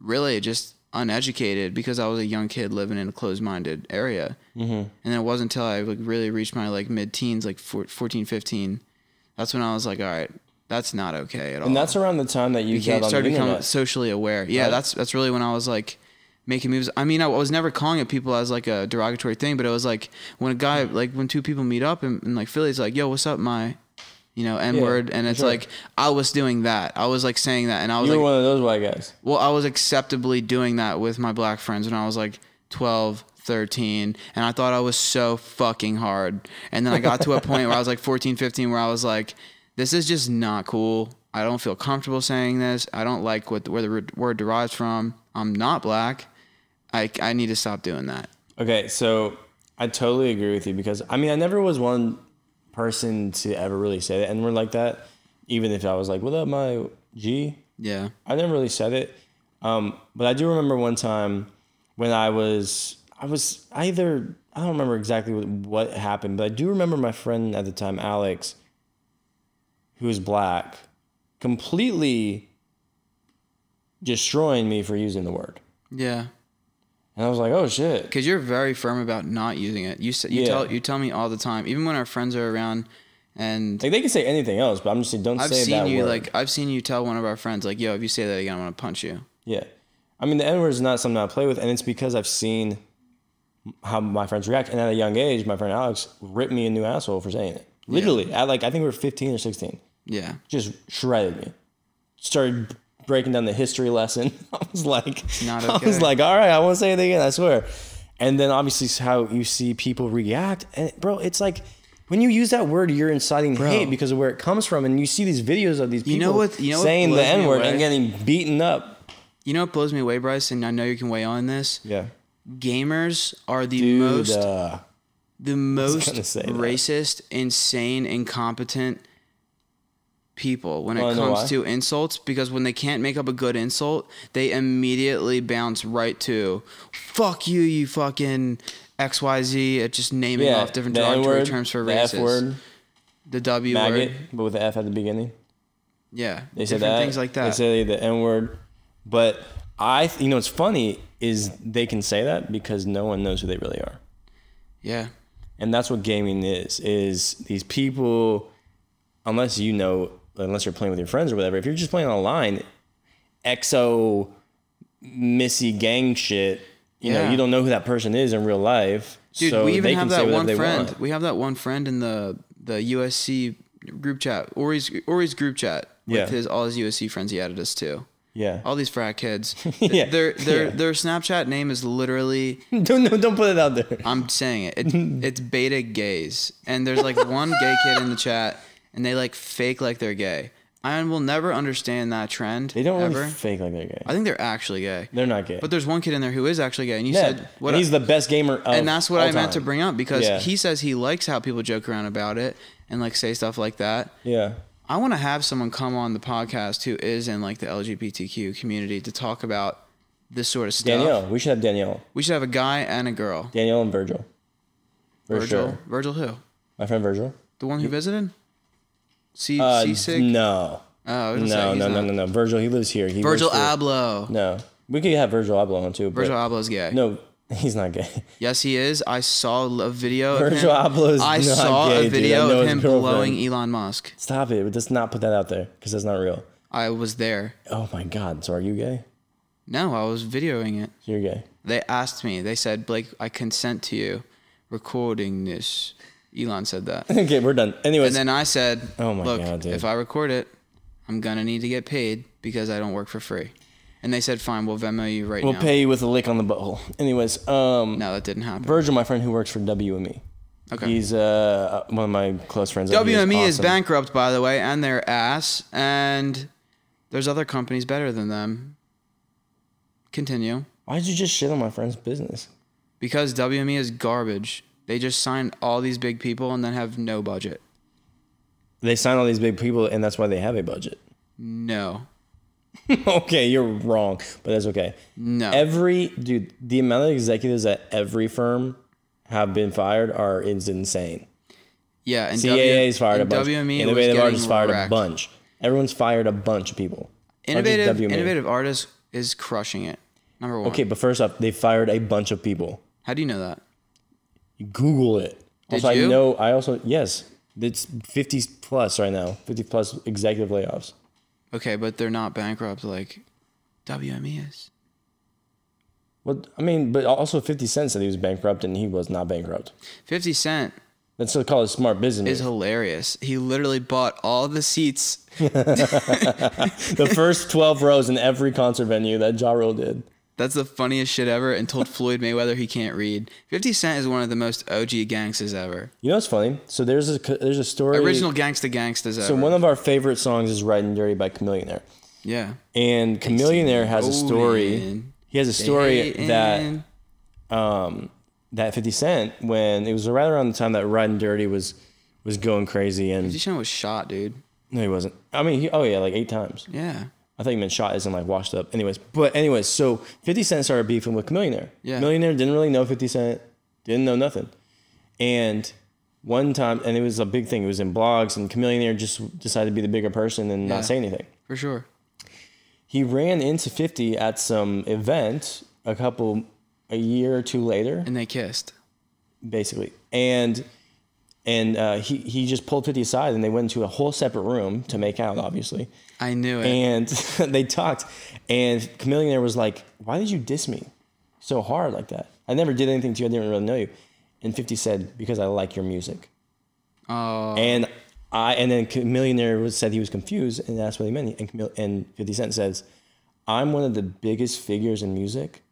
B: really just uneducated because I was a young kid living in a closed-minded area. Mm-hmm. And then it wasn't until I like really reached my like mid-teens, like four- 14, 15, that's when I was like, all right, that's not okay at all.
A: And that's around the time that you,
B: you can't
A: got on
B: start
A: the
B: to become
A: internet.
B: socially aware. Yeah,
A: Right.
B: that's that's really when I was like making moves. I mean, I was never calling it people as like a derogatory thing, but it was like when a guy like when two people meet up and, and like Philly's like, "Yo, what's up, my," you know, N word, and it's
A: sure.
B: like I was doing that. I was like saying that, and I was
A: You were
B: like,
A: one of those white guys.
B: well, I was acceptably doing that with my black friends when I was like 12, 13, and I thought I was so fucking hard. And then I got to a point where I was like 14, 15 where I was like this is just not cool. I don't feel comfortable saying this. I don't like what where the re- word derives from. I'm not black. I I need to stop doing that.
A: Okay, so I totally agree with you because I mean I never was one person to ever really say the N word like that. Even if I was like, "What up, my G?"
B: Yeah.
A: I never really said it. Um, but I do remember one time when I was I was either I don't remember exactly what, what happened, but I do remember my friend at the time, Alex, who was black, completely destroying me for using the word.
B: Yeah.
A: And I was like, "Oh shit."
B: because you're very firm about not using it. You s- you
A: Yeah.
B: tell you tell me all the time, even when our friends are around, and
A: Like they can say anything else, but I'm just saying don't
B: I've
A: say
B: seen
A: that
B: you
A: word.
B: like I've seen you tell one of our friends like, "Yo, if you say that again, I'm gonna punch you."
A: yeah, I mean the N word is not something I play with, and it's because I've seen how my friends react. And at a young age, my friend Alex ripped me a new asshole for saying it. Literally, at like I think we were 15 or 16,
B: Yeah,
A: just shredded me. Started breaking down the history lesson. I was like,
B: not
A: I
B: okay.
A: was like, all right, I won't say it again. I swear. And then obviously it's how you see people react, and bro, it's like. When you use that word, you're inciting hate because of where it comes from, and you see these videos of these people
B: know what- you know what
A: saying the
B: blows me
A: N word
B: away?
A: and getting beaten up.
B: You know what blows me away, Bryce, and I know you can weigh on this.
A: Yeah.
B: Gamers are the
A: Dude,
B: most
A: uh,
B: the most
A: gonna say that.
B: racist, insane, incompetent people when
A: Wanna
B: it
A: know
B: comes
A: why?
B: to insults because when they can't make up a good insult, they immediately bounce right to fuck you, you fucking XYZ, uh, just naming
A: yeah.
B: off different
A: the
B: derogatory
A: N-word,
B: terms for
A: the
B: races.
A: F-word,
B: The W
A: maggot,
B: word.
A: but with the F at the beginning.
B: Yeah.
A: They said
B: different
A: that.
B: things like that.
A: They say the N word. But I, th- you know, what's funny is they can say that because no one knows who they really are.
B: yeah.
A: and that's what gaming is is these people unless you know unless you're playing with your friends or whatever if you're just playing online exo missy gang shit you know
B: Yeah.
A: you don't know who that person is in real life
B: Dude,
A: so
B: we even
A: they
B: have
A: can say
B: that
A: whatever
B: one
A: they
B: friend.
A: want
B: We have that one friend in the the USC group chat. Ori's Ori's group chat with
A: Yeah.
B: his all his USC friends he added us to.
A: yeah
B: All these frat kids.
A: Yeah,
B: Their their
A: yeah.
B: their Snapchat name is literally
A: don't no, don't put it out there
B: I'm saying it. It's, it's beta gays. And there's like one gay kid in the chat and they like fake like they're gay. I will never understand that trend.
A: they don't
B: ever.
A: really fake like they're gay
B: I think they're actually gay.
A: they're not gay
B: But there's one kid in there who is actually gay and you
A: yeah.
B: said what
A: and he's the best gamer of
B: and that's what
A: Oh, all
B: I meant to
A: time.
B: bring up because
A: Yeah.
B: he says he likes how people joke around about it and like say stuff like that.
A: yeah
B: I want to have someone come on the podcast who is in like the LGBTQ community to talk about this sort of stuff.
A: Danielle we should have Danielle
B: We should have a guy and a girl.
A: Danielle and Virgil for
B: Virgil,
A: sure
B: Virgil who?
A: my friend Virgil
B: The one who visited? C
A: Uh,
B: C sick.
A: No.
B: Oh, I was gonna say
A: No,
B: he's
A: no, no,
B: not.
A: no, no. Virgil, he lives here. He works
B: Virgil
A: for-
B: Abloh.
A: No, we could have Virgil Abloh on too. But
B: Virgil Abloh's gay.
A: No, he's not gay.
B: Yes, he is. I saw a video. of
A: Virgil
B: him.
A: Abloh's
B: I
A: not
B: saw
A: gay,
B: a
A: dude. I
B: video
A: know
B: of
A: his
B: him
A: girlfriend.
B: blowing Elon Musk.
A: Stop it! But let's not put that out there because that's not real.
B: I was there.
A: Oh my God! So are you gay?
B: No, I was videoing it.
A: You're gay.
B: They asked me. They said, "Blake, I consent to you recording this." Elon said that, and
A: okay, we're done. Anyways,
B: then I said,
A: Oh my
B: "Look,
A: God, dude.
B: if I record it, I'm gonna need to get paid because I don't work for free." And they said, "Fine, we'll Venmo you right
A: we'll
B: now."
A: pay you with a lick on the butthole. Anyways, um,
B: No, that didn't happen.
A: Virgil, my friend who works for E. WME.
B: Okay.
A: He's uh one of my close friends. He
B: WME is
A: awesome.
B: bankrupt, by the way, and their ass. And there's other companies better than them. Continue.
A: Why did you just shit on my friend's business?
B: Because WME is garbage. They just sign all these big people and then have no budget.
A: They sign all these big people, and that's why they have a budget.
B: No.
A: okay, you're wrong, but that's okay.
B: No.
A: Every dude, the amount of executives at every firm have been fired are is insane.
B: Yeah, and
A: CAA's fired a
B: and
A: bunch.
B: WME was
A: Innovative
B: getting
A: Artists fired a
B: wrecked.
A: bunch. Everyone's fired a bunch of people. Not just
B: Innovative,
A: WME.
B: innovative artist is crushing it. Number one.
A: E. Okay, but first off, they fired a bunch of people.
B: How do you know that?
A: Google it.
B: Did
A: also, I
B: you?
A: know. I also yes, it's fifty plus right now. Fifty plus executive layoffs.
B: Okay, but they're not bankrupt like WME is.
A: Well, I mean, but also Fifty Cent said he was bankrupt, and he was not bankrupt.
B: Fifty Cent
A: That's still called a smart business.
B: is hilarious. He literally bought all the seats.
A: the first 12 rows in every concert venue that Ja Rule did.
B: That's the funniest shit ever and told Floyd Mayweather he can't read. 50 Cent is one of the most OG gangsters ever.
A: You know what's funny? So there's a there's a story.
B: Original gangsta gangsters ever.
A: So one of our favorite songs is "Riding Dirty" by Chamillionaire,
B: yeah.
A: and Chamillionaire has a story.
B: Rolling.
A: He has a story that
B: And-
A: um, that 50 Cent when it was right around the time that "Riding Dirty" was was going crazy,
B: 50
A: and
B: Cent was shot, dude.
A: no, he wasn't. I mean, he, oh yeah, like eight times.
B: Yeah.
A: I think you meant shot isn't like washed up. Anyways, but anyways, so 50 Cent started beefing with Millionaire.
B: Yeah.
A: Millionaire didn't really know 50 Cent, didn't know nothing. And one time, and it was a big thing, it was in blogs, and Chamillionaire just decided to be the bigger person and
B: Yeah.
A: not say anything.
B: For sure.
A: He ran into 50 at some event a couple, a year or two later,
B: And they kissed.
A: basically. And and uh, he, he just pulled 50 aside and they went into a whole separate room to make out, obviously
B: I knew it.
A: and they talked and chamillionaire was like why did you diss me so hard like that i never did anything to you i didn't really know you and 50 said because i like your music
B: oh,
A: and i and then chamillionaire was, said he was confused and that's what he meant and, Chamille- and 50 cent says i'm one of the biggest figures in music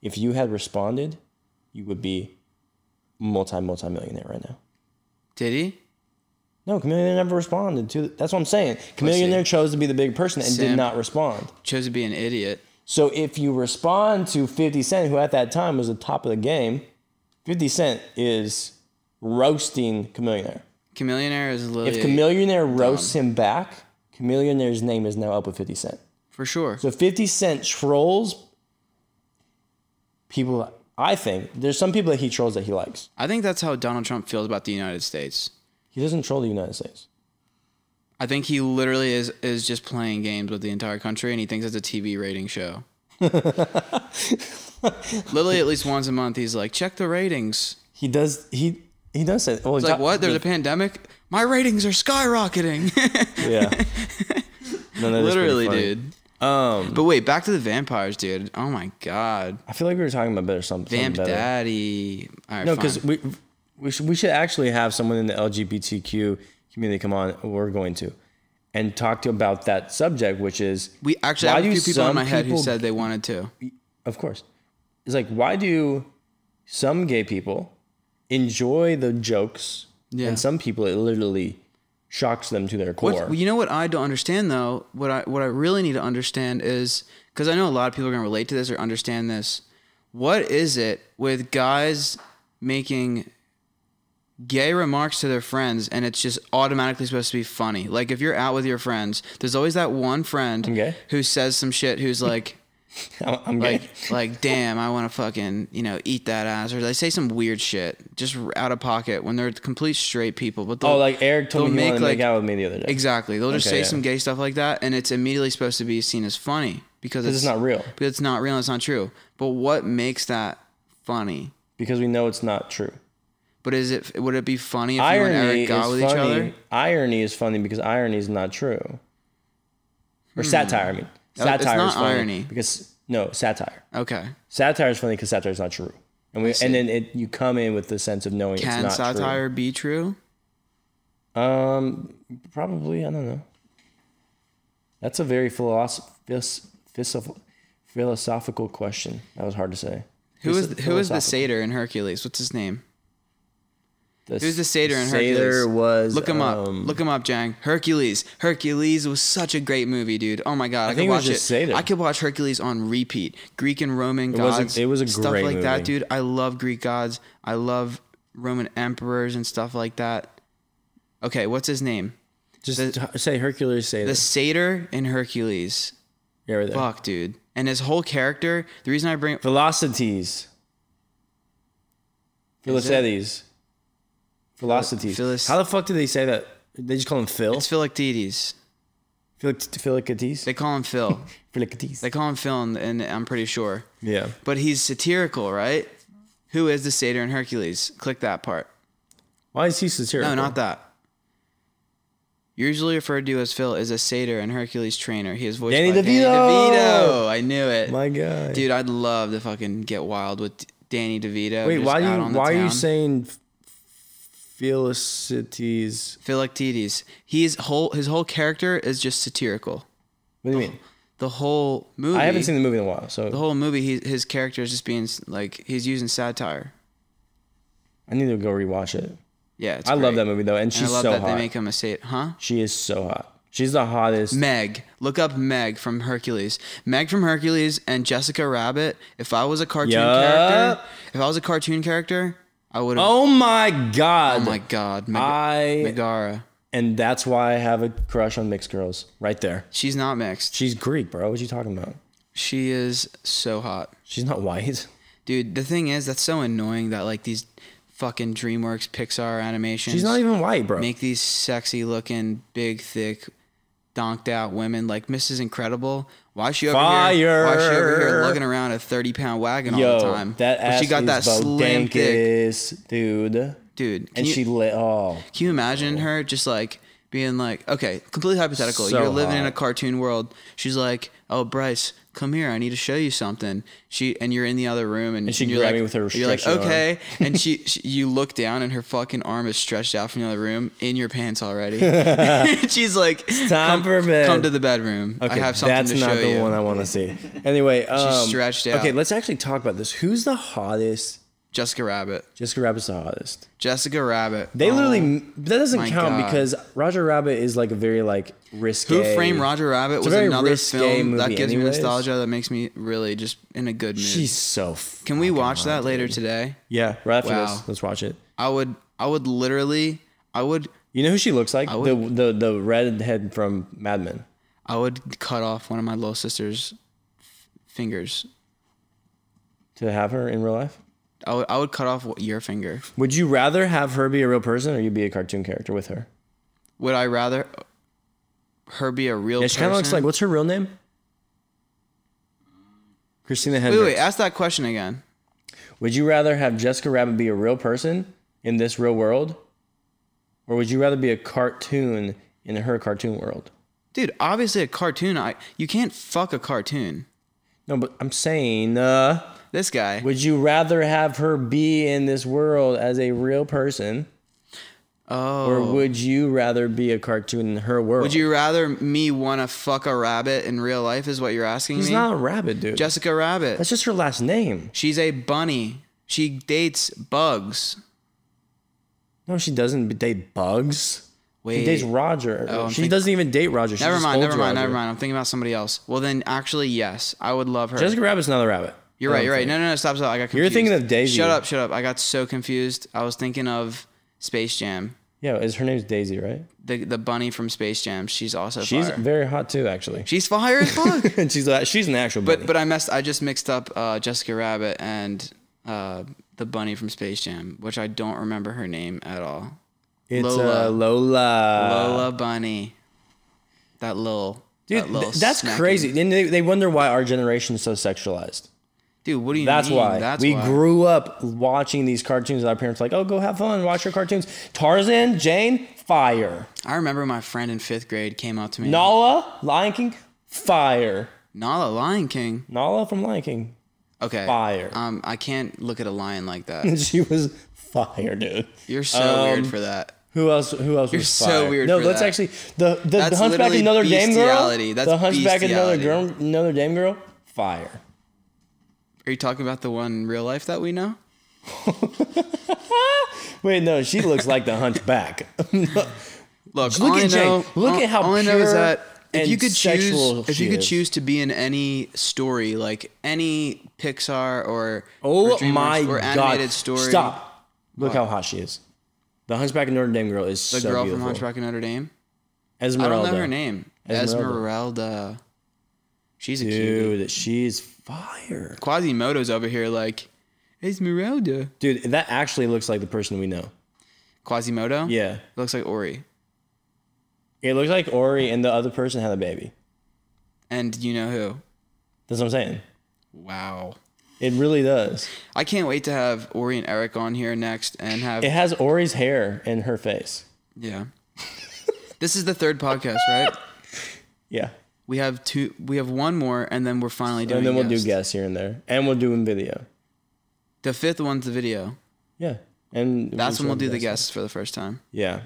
A: if you had responded you would be multi multi millionaire right now
B: did he?
A: no, Chameleon never responded to. That's what I'm saying. Chameleon chose to be the big person and
B: Simp.
A: did not respond.
B: Chose to be an idiot.
A: So if you respond to 50 Cent, who at that time was the top of the game, 50 Cent is roasting Chamillionaire.
B: Chameleonaire is
A: If
B: literally
A: Chamillionaire roasts him back, Chamillionaire's name is now up with 50 Cent.
B: for sure.
A: So 50 Cent trolls people, I think. There's some people that he trolls that he likes.
B: I think that's how Donald Trump feels about the United States.
A: He doesn't troll the United States.
B: I think he literally is is just playing games with the entire country, and he thinks it's a TV rating show. literally, at least once a month, he's like, "Check the ratings."
A: He does, he, he does say, well,
B: It's like, "What? There's a pandemic? My ratings are skyrocketing."
A: Yeah. No, that is pretty
B: literally,
A: funny.
B: dude. Um, but wait, back to the vampires, dude. Oh my god,
A: I feel like we were talking about better something.
B: vamp
A: better.
B: daddy. All right,
A: No,
B: no,
A: because we we should, we should actually have someone in the LGBTQ community come on. We're going to and talk to about that subject, which is
B: we actually
A: why
B: have a
A: do
B: few people in
A: some
B: my head who
A: people-
B: said they wanted to.
A: of course, it's like why do some gay people enjoy the jokes
B: Yeah.
A: and some people it literally shocks them to their core.
B: What, you know what I don't understand though. What I what I really need to understand is because I know a lot of people are gonna relate to this or understand this. What is it with guys making gay remarks to their friends and it's just automatically supposed to be funny? Like if you're out with your friends, there's always that one friend
A: gay.
B: who says some shit who's like.
A: I'm, I'm gay.
B: like like damn i want to fucking you know eat that ass or they say some weird shit just r- out of pocket when they're complete straight people but they'll-
A: oh, like Eric told
B: they'll
A: me he
B: make,
A: wanted to make
B: like-
A: out with me the other day.
B: exactly they'll just
A: Okay,
B: say
A: yeah.
B: some gay stuff like that and it's immediately supposed to be seen as funny because
A: Because it's not real.
B: but it's not real and it's not true but what makes that funny
A: Because we know it's not true.
B: but is it would it be funny if you and
A: Irony
B: eric
A: is
B: got with
A: funny.
B: each other
A: Irony is funny because irony is not true. Or satire, I mean.
B: Hmm. Oh, it's
A: Satire
B: not
A: is funny
B: irony.
A: because no satire.
B: okay
A: Satire is funny because satire is not true, and we and then it you come in with the sense of knowing
B: can
A: it's not
B: satire be true
A: true. Um, probably I don't know. That's a very philosoph- phis- philosoph- philosophical question. That was hard to say.
B: who is who is the
A: Philosophical.
B: satyr in hercules what's his name
A: The
B: Who's the satyr in
A: satyr
B: Hercules?
A: was
B: Look him up.
A: um,
B: Look him up, Jang. Hercules. Hercules was such a great movie, dude. Oh my god, I,
A: think
B: could
A: it was
B: watch
A: just
B: it.
A: Satyr.
B: I could watch Hercules on repeat. Greek and Roman
A: was
B: gods.
A: a- it was a
B: stuff
A: great
B: like that,
A: movie.
B: dude. I love Greek gods. I love Roman emperors and stuff like that. Okay, what's his name?
A: Just t- say Hercules satyr.
B: The satyr in Hercules.
A: yeah, right there.
B: Fuck, dude. And his whole character. The reason I bring
A: Velocities. Philocities. Velocities.
B: Philis-
A: How the fuck do they say that? They just call him Phil?
B: it's Philoctetes.
A: Philicities?
B: They call him Phil.
A: Philicities.
B: they call him Phil, and, and I'm pretty sure.
A: Yeah.
B: But he's satirical, right? Who is the satyr in Hercules? Click that part.
A: Why is he satirical?
B: No, not that. Usually referred to as Phil is a satyr and Hercules trainer. He is voiced
A: Danny
B: by Danny
A: DeVito!
B: DeVito. I knew it,
A: My God.
B: dude. I'd love to fucking get wild with Danny DeVito.
A: Wait,
B: just
A: why, do
B: out
A: you,
B: on the
A: why are you
B: town.
A: saying Philicities?
B: Philoctetes? He's whole. His whole character is just satirical.
A: What do you mean?
B: The whole movie.
A: I haven't seen the movie in a while, so
B: the whole movie. He, his character is just being like he's using satire.
A: I need to go rewatch it.
B: Yeah, it's
A: I love
B: great.
A: that movie, though, and
B: And
A: she's
B: I love
A: so
B: that
A: hot.
B: they make him a satyr, huh?
A: she is so hot. She's the hottest.
B: Meg. Look up Meg from Hercules. Meg from Hercules and Jessica Rabbit. If I was a cartoon
A: Yup.
B: character, if I was a cartoon character, I would have. Oh,
A: oh my God.
B: my God, Meg-
A: I-
B: Megara.
A: And that's why I have a crush on mixed girls. Right there.
B: She's not mixed.
A: She's Greek, bro. What you talking about?
B: She is so hot,
A: She's not white.
B: dude. The thing is, that's so annoying that like these fucking DreamWorks Pixar animations
A: She's not even white, bro.
B: make these sexy looking, big, thick, donked out women like Mrs. Incredible. Why is she over here? Why is she over here
A: Fire.
B: looking around a thirty pound wagon
A: Yo,
B: all the time?
A: that
B: But
A: ass
B: she got that
A: is
B: slim thick
A: bodankous, dude.
B: dude. Can
A: and
B: you,
A: she lit. Oh,
B: can you imagine her just like being like, okay, completely hypothetical.
A: So
B: You're living in a
A: hot.
B: cartoon world. She's like, oh Bryce, come here. I need to show you something. She and you're in the other room, and,
A: And she
B: you're
A: grabbed
B: like,
A: me with her
B: You're like,
A: stretched arm.
B: okay, and she, she, you look down, and her fucking arm is stretched out from the other room in your pants already. She's like,
A: time
B: come,
A: for bed.
B: come to the bedroom. I
A: Okay,
B: have something
A: that's
B: to show
A: not the
B: you.
A: one I want to see. Anyway, um,
B: stretched
A: Okay,
B: out.
A: let's actually talk about this. Who's the hottest
B: Jessica Rabbit.
A: Jessica Rabbit's the hottest.
B: Jessica Rabbit.
A: They
B: Oh.
A: literally that doesn't
B: my
A: count
B: God.
A: because Roger Rabbit is like a very like risky.
B: Who Framed Roger Rabbit
A: It's a
B: was
A: very
B: another
A: risque
B: film that
A: movie
B: gives
A: anyways.
B: me nostalgia that makes me really just in a good mood.
A: She's so. F-
B: Can we watch that later today?
A: yeah, right after
B: Wow.
A: this, let's watch it.
B: I would I would literally I would
A: You know who she looks like? the the the redhead from Mad Men.
B: I would cut off one of my little sister's f- fingers.
A: To have her in real life.
B: I would, I would cut off your finger.
A: Would you rather have her be a real person or you be a cartoon character with her?
B: Would I rather her be a real
A: Yeah, she
B: person?
A: kind of looks like. What's her real name? Christina
B: Wait,
A: Hendricks.
B: wait, ask that question again.
A: Would you rather have Jessica Rabbit be a real person in this real world, or would you rather be a cartoon in her cartoon world?
B: Dude, obviously a cartoon. I you can't fuck a cartoon.
A: No, but I'm saying, uh,
B: This guy.
A: would you rather have her be in this world as a real person,
B: oh.
A: or would you rather be a cartoon in her world?
B: Would you rather me want to fuck a rabbit in real life? Is what you're asking
A: She's
B: me?
A: not a rabbit, dude.
B: Jessica Rabbit.
A: That's just her last name.
B: She's a bunny. She dates bugs.
A: No, she doesn't date bugs.
B: Wait.
A: She dates Roger.
B: Oh, I'm
A: she
B: think-
A: doesn't even date Roger. She
B: never
A: just
B: mind.
A: holds
B: Never mind.
A: Roger.
B: Never mind. I'm thinking about somebody else. Well, then actually, yes, I would love her.
A: Jessica Rabbit's not a rabbit.
B: you're
A: I
B: right.
A: don't
B: You're right.
A: think.
B: No, no, no. Stop. Stop. I got confused.
A: You're thinking of Daisy.
B: Shut up. Shut up. I got so confused. I was thinking of Space Jam.
A: Yeah, is her name's Daisy, right?
B: The the bunny from Space Jam. She's also
A: She's
B: fire.
A: very hot too, actually.
B: She's fire as fuck.
A: and she's a- she's an actual bunny.
B: but but I messed. I just mixed up uh, Jessica Rabbit and uh, the bunny from Space Jam, which I don't remember her name at all.
A: it's uh,
B: Lola.
A: Lola. Lola.
B: Lola Bunny. That little.
A: Uh, Dude,
B: that little
A: th- that's
B: snacking-
A: crazy. And they, they wonder why our generation is so sexualized.
B: Dude, what do you
A: That's
B: mean?
A: why we
B: why.
A: grew up watching these cartoons. And our parents were like, oh, go have fun, watch your cartoons. Tarzan, Jane, fire.
B: I remember my friend in fifth grade came up to me.
A: Nala, Lion King, fire.
B: Nala, Lion King.
A: Nala from Lion King,
B: Okay.
A: Fire.
B: Um, I can't look at a lion like that.
A: she was fire, dude.
B: You're so
A: Um,
B: weird for that.
A: Who else? Who else? You're was
B: so
A: fire?
B: weird
A: No,
B: for
A: that's
B: that.
A: actually the the, the
B: That's
A: Hunchback of
B: literally
A: Notre Dame girl.
B: bestiality. That's
A: the Hunchback of Notre
B: bestiality.
A: girl, Notre Dame girl. Fire.
B: Are you talking about the one in real life that we know?
A: Wait, no, she looks like the Hunchback.
B: Look,
A: Look
B: all
A: at
B: I know,
A: Jane. Look
B: all-
A: at how
B: all I know is
A: pure
B: that if
A: and
B: you could
A: sexual
B: choose, if
A: she
B: you could
A: is.
B: choose to be in any story, like any Pixar or or
A: oh
B: DreamWorks
A: my
B: or
A: god!
B: animated story,
A: Stop. Look how hot she is. The Hunchback of Notre Dame girl is
B: the
A: so
B: girl
A: beautiful.
B: from Hunchback of Notre Dame.
A: Esmeralda.
B: I don't know her name.
A: Esmeralda.
B: Esmeralda. She's a cutie.
A: Dude, she's fire.
B: Quasimodo's over here like Esmeralda.
A: Dude, that actually looks like the person we know.
B: Quasimodo?
A: Yeah,
B: Looks like Ori.
A: it looks like Ori and the other person had a baby.
B: And you know who?
A: That's what I'm saying.
B: Wow.
A: It really does.
B: I can't wait to have Ori and Eric on here next and have
A: It has Ori's hair in her face.
B: Yeah. this is the third podcast, right?
A: Yeah.
B: We have two we have one more and then we're finally doing
A: And then we'll
B: guests.
A: do guests here and there. And we'll do in video.
B: The fifth one's the video.
A: Yeah. And
B: That's when we'll do the
A: guest.
B: guests for the first time.
A: Yeah.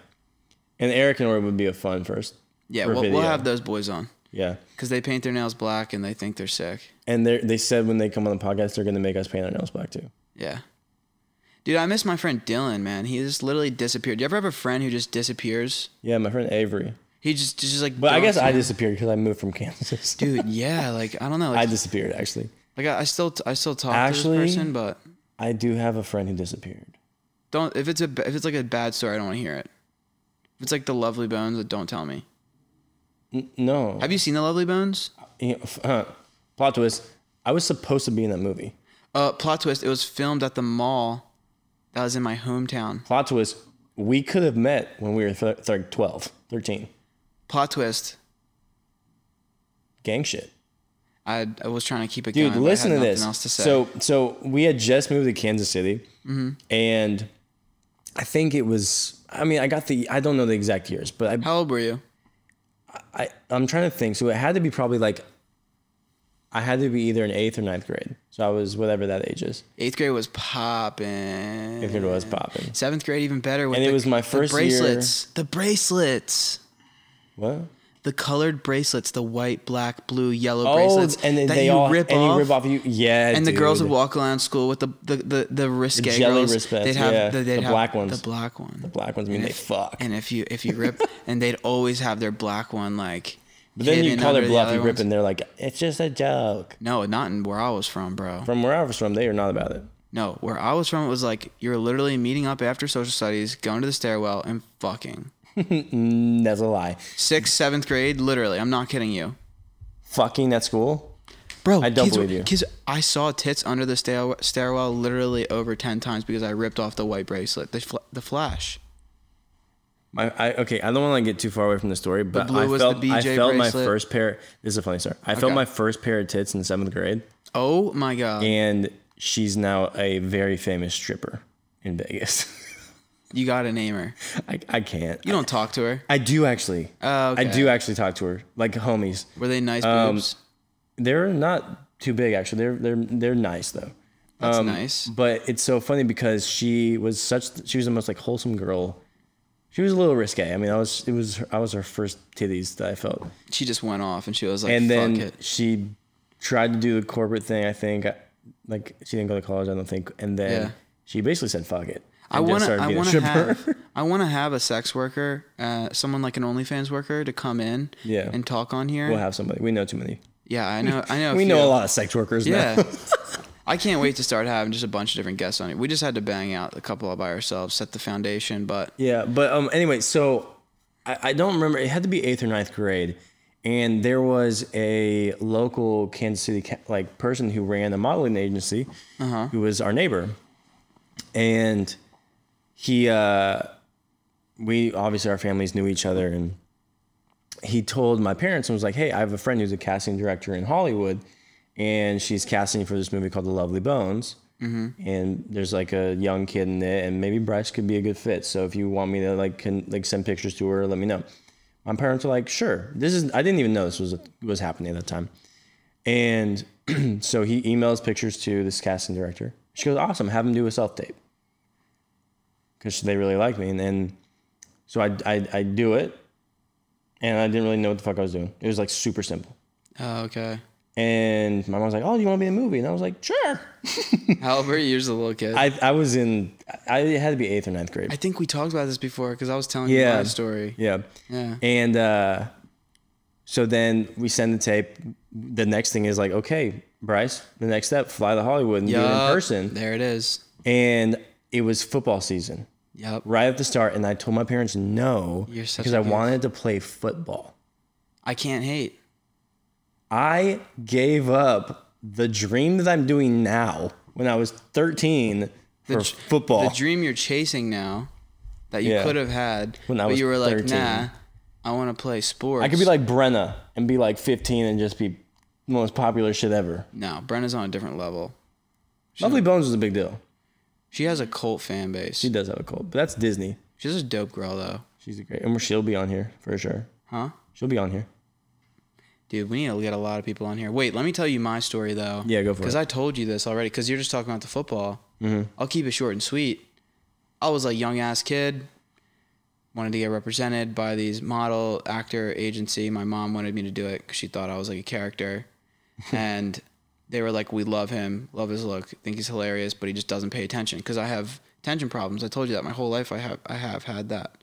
A: And Eric and Ori would be a fun first.
B: Yeah,
A: for
B: we'll, we'll
A: video.
B: have those boys on
A: Yeah.
B: because they paint their nails black and they think they're sick.
A: And they they said when they come on the podcast they're gonna make us paint our nails black too.
B: Yeah. Dude, I miss my friend Dylan, man. He just literally disappeared. Do you ever have a friend who just disappears?
A: Yeah, my friend Avery.
B: He just just like.
A: But I guess
B: don't-
A: I disappeared because I moved from Kansas.
B: Dude, yeah, like I don't know.
A: I
B: Like,
A: disappeared actually.
B: like, I, I still I still talk
A: Actually-
B: to this person, but
A: I do have a friend who disappeared.
B: don't if it's a ba- if it's like a bad story, I don't want to hear it. If it's like the Lovely Bones, like, don't tell me.
A: N- no.
B: Have you seen the Lovely Bones?
A: You know, f- uh, plot twist. I was supposed to be in that movie.
B: Uh, plot twist: It was filmed at the mall that was in my hometown.
A: Plot twist. We could have met when we were th- th- 12, 13.
B: Plot twist:
A: Gang shit.
B: I I was trying to keep it
A: Dude,
B: going. but I
A: listen
B: had
A: to
B: nothing
A: this.
B: Else to say. Mm-hmm.
A: So, so we had just moved to Kansas City, and I think it was. I mean, I got the. I don't know the exact years, but
B: how old were you?
A: I, I I'm trying to think. So it had to be probably like. I had to be either in eighth or ninth grade, so I was whatever that age is.
B: Eighth grade was popping.
A: If it was popping,
B: Seventh grade even better. With
A: And it
B: the-
A: was my
B: the
A: first year-
B: bracelets. The bracelets.
A: what?
B: The the colored bracelets, the white, black, blue, yellow
A: Oh,
B: bracelets
A: and then
B: that
A: they
B: you
A: all
B: rip
A: and
B: off.
A: you rip off you yeah.
B: and the girls would
A: dude.
B: walk around school with the the the, the risque
A: jelly
B: girls.
A: wristbands,
B: they'd have
A: yeah,
B: the, they'd
A: the
B: have
A: black ones.
B: The black one.
A: black ones. I mean, they fuck.
B: and if you if you rip, and they'd always have their black one like.
A: but then you
B: hidden
A: call their
B: under the
A: bluff,
B: other
A: you rip,
B: ones.
A: and they're like, "It's just a joke."
B: No, not in where I was from, bro.
A: From where I was from, they are not about it.
B: No, where I was from, it was like you were literally meeting up after social studies, going to the stairwell, and fucking.
A: Mm, That's a lie.
B: Sixth, seventh grade, literally. I'm not kidding you.
A: Fucking that school.
B: Bro,
A: I don't
B: kids,
A: believe you.
B: Kids, I saw tits under the stair- stairwell literally over 10 times because I ripped off the white bracelet, the, fl- the flash.
A: My, I, okay, I don't want to get too far away from the story, but
B: blue
A: I
B: was the
A: felt, I
B: BJ
A: felt my
B: bracelet.
A: first pair. This is a funny story. I felt
B: Okay.
A: my first pair of tits in seventh grade,
B: Oh my God.
A: and she's now a very famous stripper in Vegas.
B: You got to name her.
A: I, I can't.
B: You don't talk to her.
A: I do actually.
B: Oh, okay.
A: I do actually talk to her like homies.
B: Were they nice
A: Um,
B: boobs?
A: They're not too big actually. They're they're they're nice though. um,
B: That's nice.
A: But it's so funny because she was such she was the most like wholesome girl. She was a little risque. I mean, I was it was I was her first titties that I felt,
B: She just went off and she was like,
A: and
B: fuck
A: then
B: it.
A: she tried to do the corporate thing. I think like she didn't go to college. I don't think, and then
B: Yeah.
A: she basically said fuck it.
B: I
A: and just
B: want to.
A: started
B: I
A: being a
B: want to
A: stripper.
B: have. I want to have a sex worker, uh, someone like an OnlyFans worker, to come in
A: Yeah.
B: and talk on here.
A: We'll have somebody. We know too many.
B: yeah, I know. I know.
A: We
B: few.
A: know a lot of sex workers. now.
B: Yeah. I can't wait to start having just a bunch of different guests on it. We just had to bang out a couple all by ourselves, set the foundation, but
A: Yeah, but um, anyway, so I, I don't remember. It had to be eighth or ninth grade, and there was a local Kansas City ca- like person who ran a modeling agency, who was our neighbor, and he, uh, we obviously our families knew each other, and he told my parents and was like, "Hey, I have a friend who's a casting director in Hollywood, and she's casting for this movie called The Lovely Bones." and there's like a young kid in it, and maybe Bryce could be a good fit. So if you want me to like can, like send pictures to her, let me know. My parents were like, sure. This is I didn't even know this was was happening at that time, and so he emails pictures to this casting director. She goes, awesome, have him do a self tape because they really liked me, and then so I, I I do it, and I didn't really know what the fuck I was doing. It was like super simple.
B: oh, okay.
A: And my mom's like, "Oh, you want to be in the movie?" And I was like, "Sure."
B: Albert, you're just a little kid. I,
A: I, I was in I it had to be eighth or ninth grade.
B: think we talked about this before because I was telling you
A: yeah.
B: my story.
A: Yeah.
B: Yeah.
A: And uh, so then we send the tape. The next thing is like, okay, Bryce, the next step, fly to Hollywood and do it in
B: Yup.
A: person.
B: There it is.
A: And it was football season
B: Yep.
A: right at the start, and I told my parents no
B: You're such
A: because
B: a
A: I
B: goof.
A: wanted to play football.
B: I can't hate.
A: I gave up the dream that I'm doing now when I was 13 for
B: dr-
A: football.
B: The dream you're chasing now that you
A: Oh. Yeah.
B: could have had,
A: When I
B: but
A: was
B: you were like,
A: 13.
B: nah, I want to play sports.
A: I could be like Brenna and be like 15 and just be the most popular shit ever.
B: no, Brenna's on a different level.
A: Lovely Bones was a big deal.
B: She has a cult fan base.
A: She does have a cold, but that's Disney.
B: She's a dope girl though,
A: She's a great, and she'll be on here for sure.
B: huh?
A: She'll be on here.
B: Dude, we need to get a lot of people on here. Wait, let me tell you my story though.
A: Yeah, go for
B: Because
A: it.
B: I told you this already. Because you're just talking about the football. Mm-hmm. I'll keep it short and sweet. I was a young ass kid. Wanted to get represented by these model actor agency. My mom wanted me to do it because she thought I was like a character, and they were like, "We love him. Love his look. Think he's hilarious, but he just doesn't pay attention." Because I have attention problems. I told you that my whole life. I have I have had that.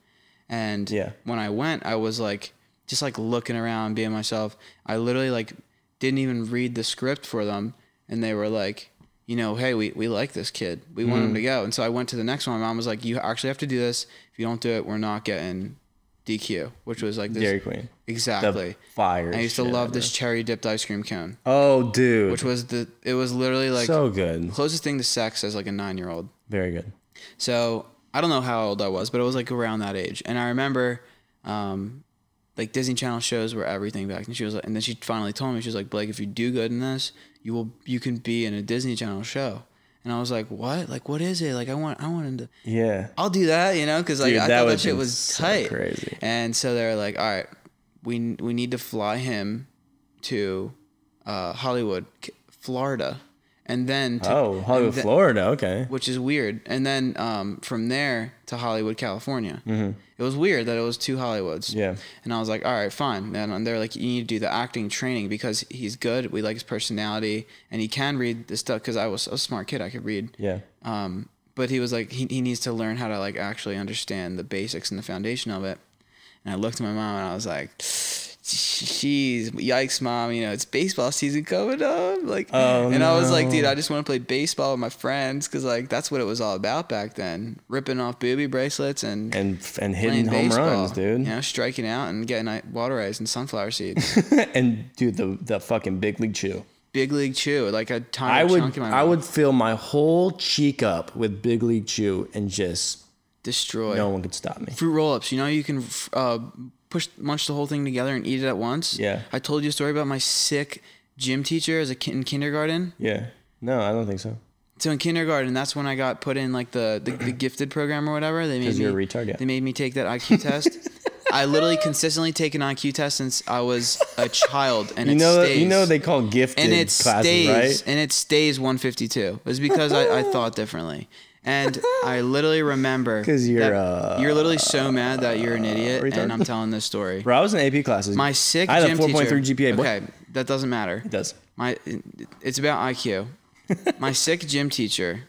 B: And
A: Yeah.
B: when I went, I was like just like looking around, being myself. I literally like didn't even read the script for them and they were like, you know, hey, we, we like this kid. We want
A: Mm.
B: him to go. And so I went to the next one. My mom was like, You actually have to do this. If you don't do it, we're not getting DQ, which was like this
A: Dairy Queen. The
B: exactly.
A: fire.
B: I used to
A: shit
B: love
A: ever.
B: this cherry dipped ice cream cone,
A: Oh, dude,
B: which was the it was literally like
A: so good.
B: closest thing to sex as like a nine year old.
A: Very good.
B: So I don't know how old I was, but it was like around that age. And I remember, um, like Disney Channel shows were everything back. And she was like, and then she finally told me she was like, Blake, if you do good in this, you will, you can be in a Disney Channel show. And I was like, what? Like, what is it? Like, I want, I wanted to.
A: Yeah.
B: I'll do that, you know, because like
A: Dude,
B: I
A: that
B: thought that
A: would've
B: shit
A: been
B: was
A: so
B: tight.
A: crazy.
B: And so they're like, all right, we we need to fly him to uh, Hollywood, K- Florida, and then to,
A: Oh, Hollywood,
B: and the-
A: Florida. Okay.
B: which is weird. And then um, from there to Hollywood, California. Mm-hmm. It was weird that it was two Hollywoods.
A: Yeah.
B: And I was like, all right, fine. And they're like, you need to do the acting training because he's good. We like his personality and he can read the stuff because I was a smart kid. I could read.
A: Yeah.
B: Um, but he was like, he, he needs to learn how to like actually understand the basics and the foundation of it. And I looked at my mom and I was like, "Jeez, yikes, mom! You know it's baseball season coming up." Like,
A: Oh,
B: and I was like,
A: no.
B: "Dude, I just want to play baseball with my friends because like that's what it was all about back then: ripping off booby bracelets and,
A: And and
B: playing
A: hitting home
B: baseball,
A: runs, dude.
B: You know, striking out and getting uh, water eyes and sunflower seeds.
A: and dude, the the fucking big league chew.
B: Big league chew, like a tiny
A: I
B: chunk
A: would
B: in my
A: I would fill my whole cheek up with big league chew and just
B: destroy
A: no one could stop me.
B: fruit roll-ups. You know, you can f- uh, push munch the whole thing together and eat it at once.
A: Yeah.
B: I told you a story about my sick gym teacher as a kid in kindergarten.
A: Yeah. No, I don't think so.
B: So in kindergarten, that's when I got put in like the the, the gifted program or whatever. They made
A: 'Cause you're
B: me
A: a retard, yeah.
B: They made me take that IQ test. I literally consistently take an IQ test since I was a child, and
A: You
B: it
A: know
B: stays.
A: you know they call gifted
B: and it
A: classes,
B: stays
A: right?
B: and it stays 152. It was because I, I thought differently, and I literally remember
A: 'Cause you're,
B: that-
A: uh,
B: you're literally so mad that you're an idiot,
A: retard.
B: and I'm telling this story.
A: Bro, I was in AP classes.
B: My sick
A: I had
B: gym
A: a 4.3
B: teacher-
A: GPA. boy.
B: Okay, that doesn't matter.
A: It does.
B: My it's about IQ. My sick gym teacher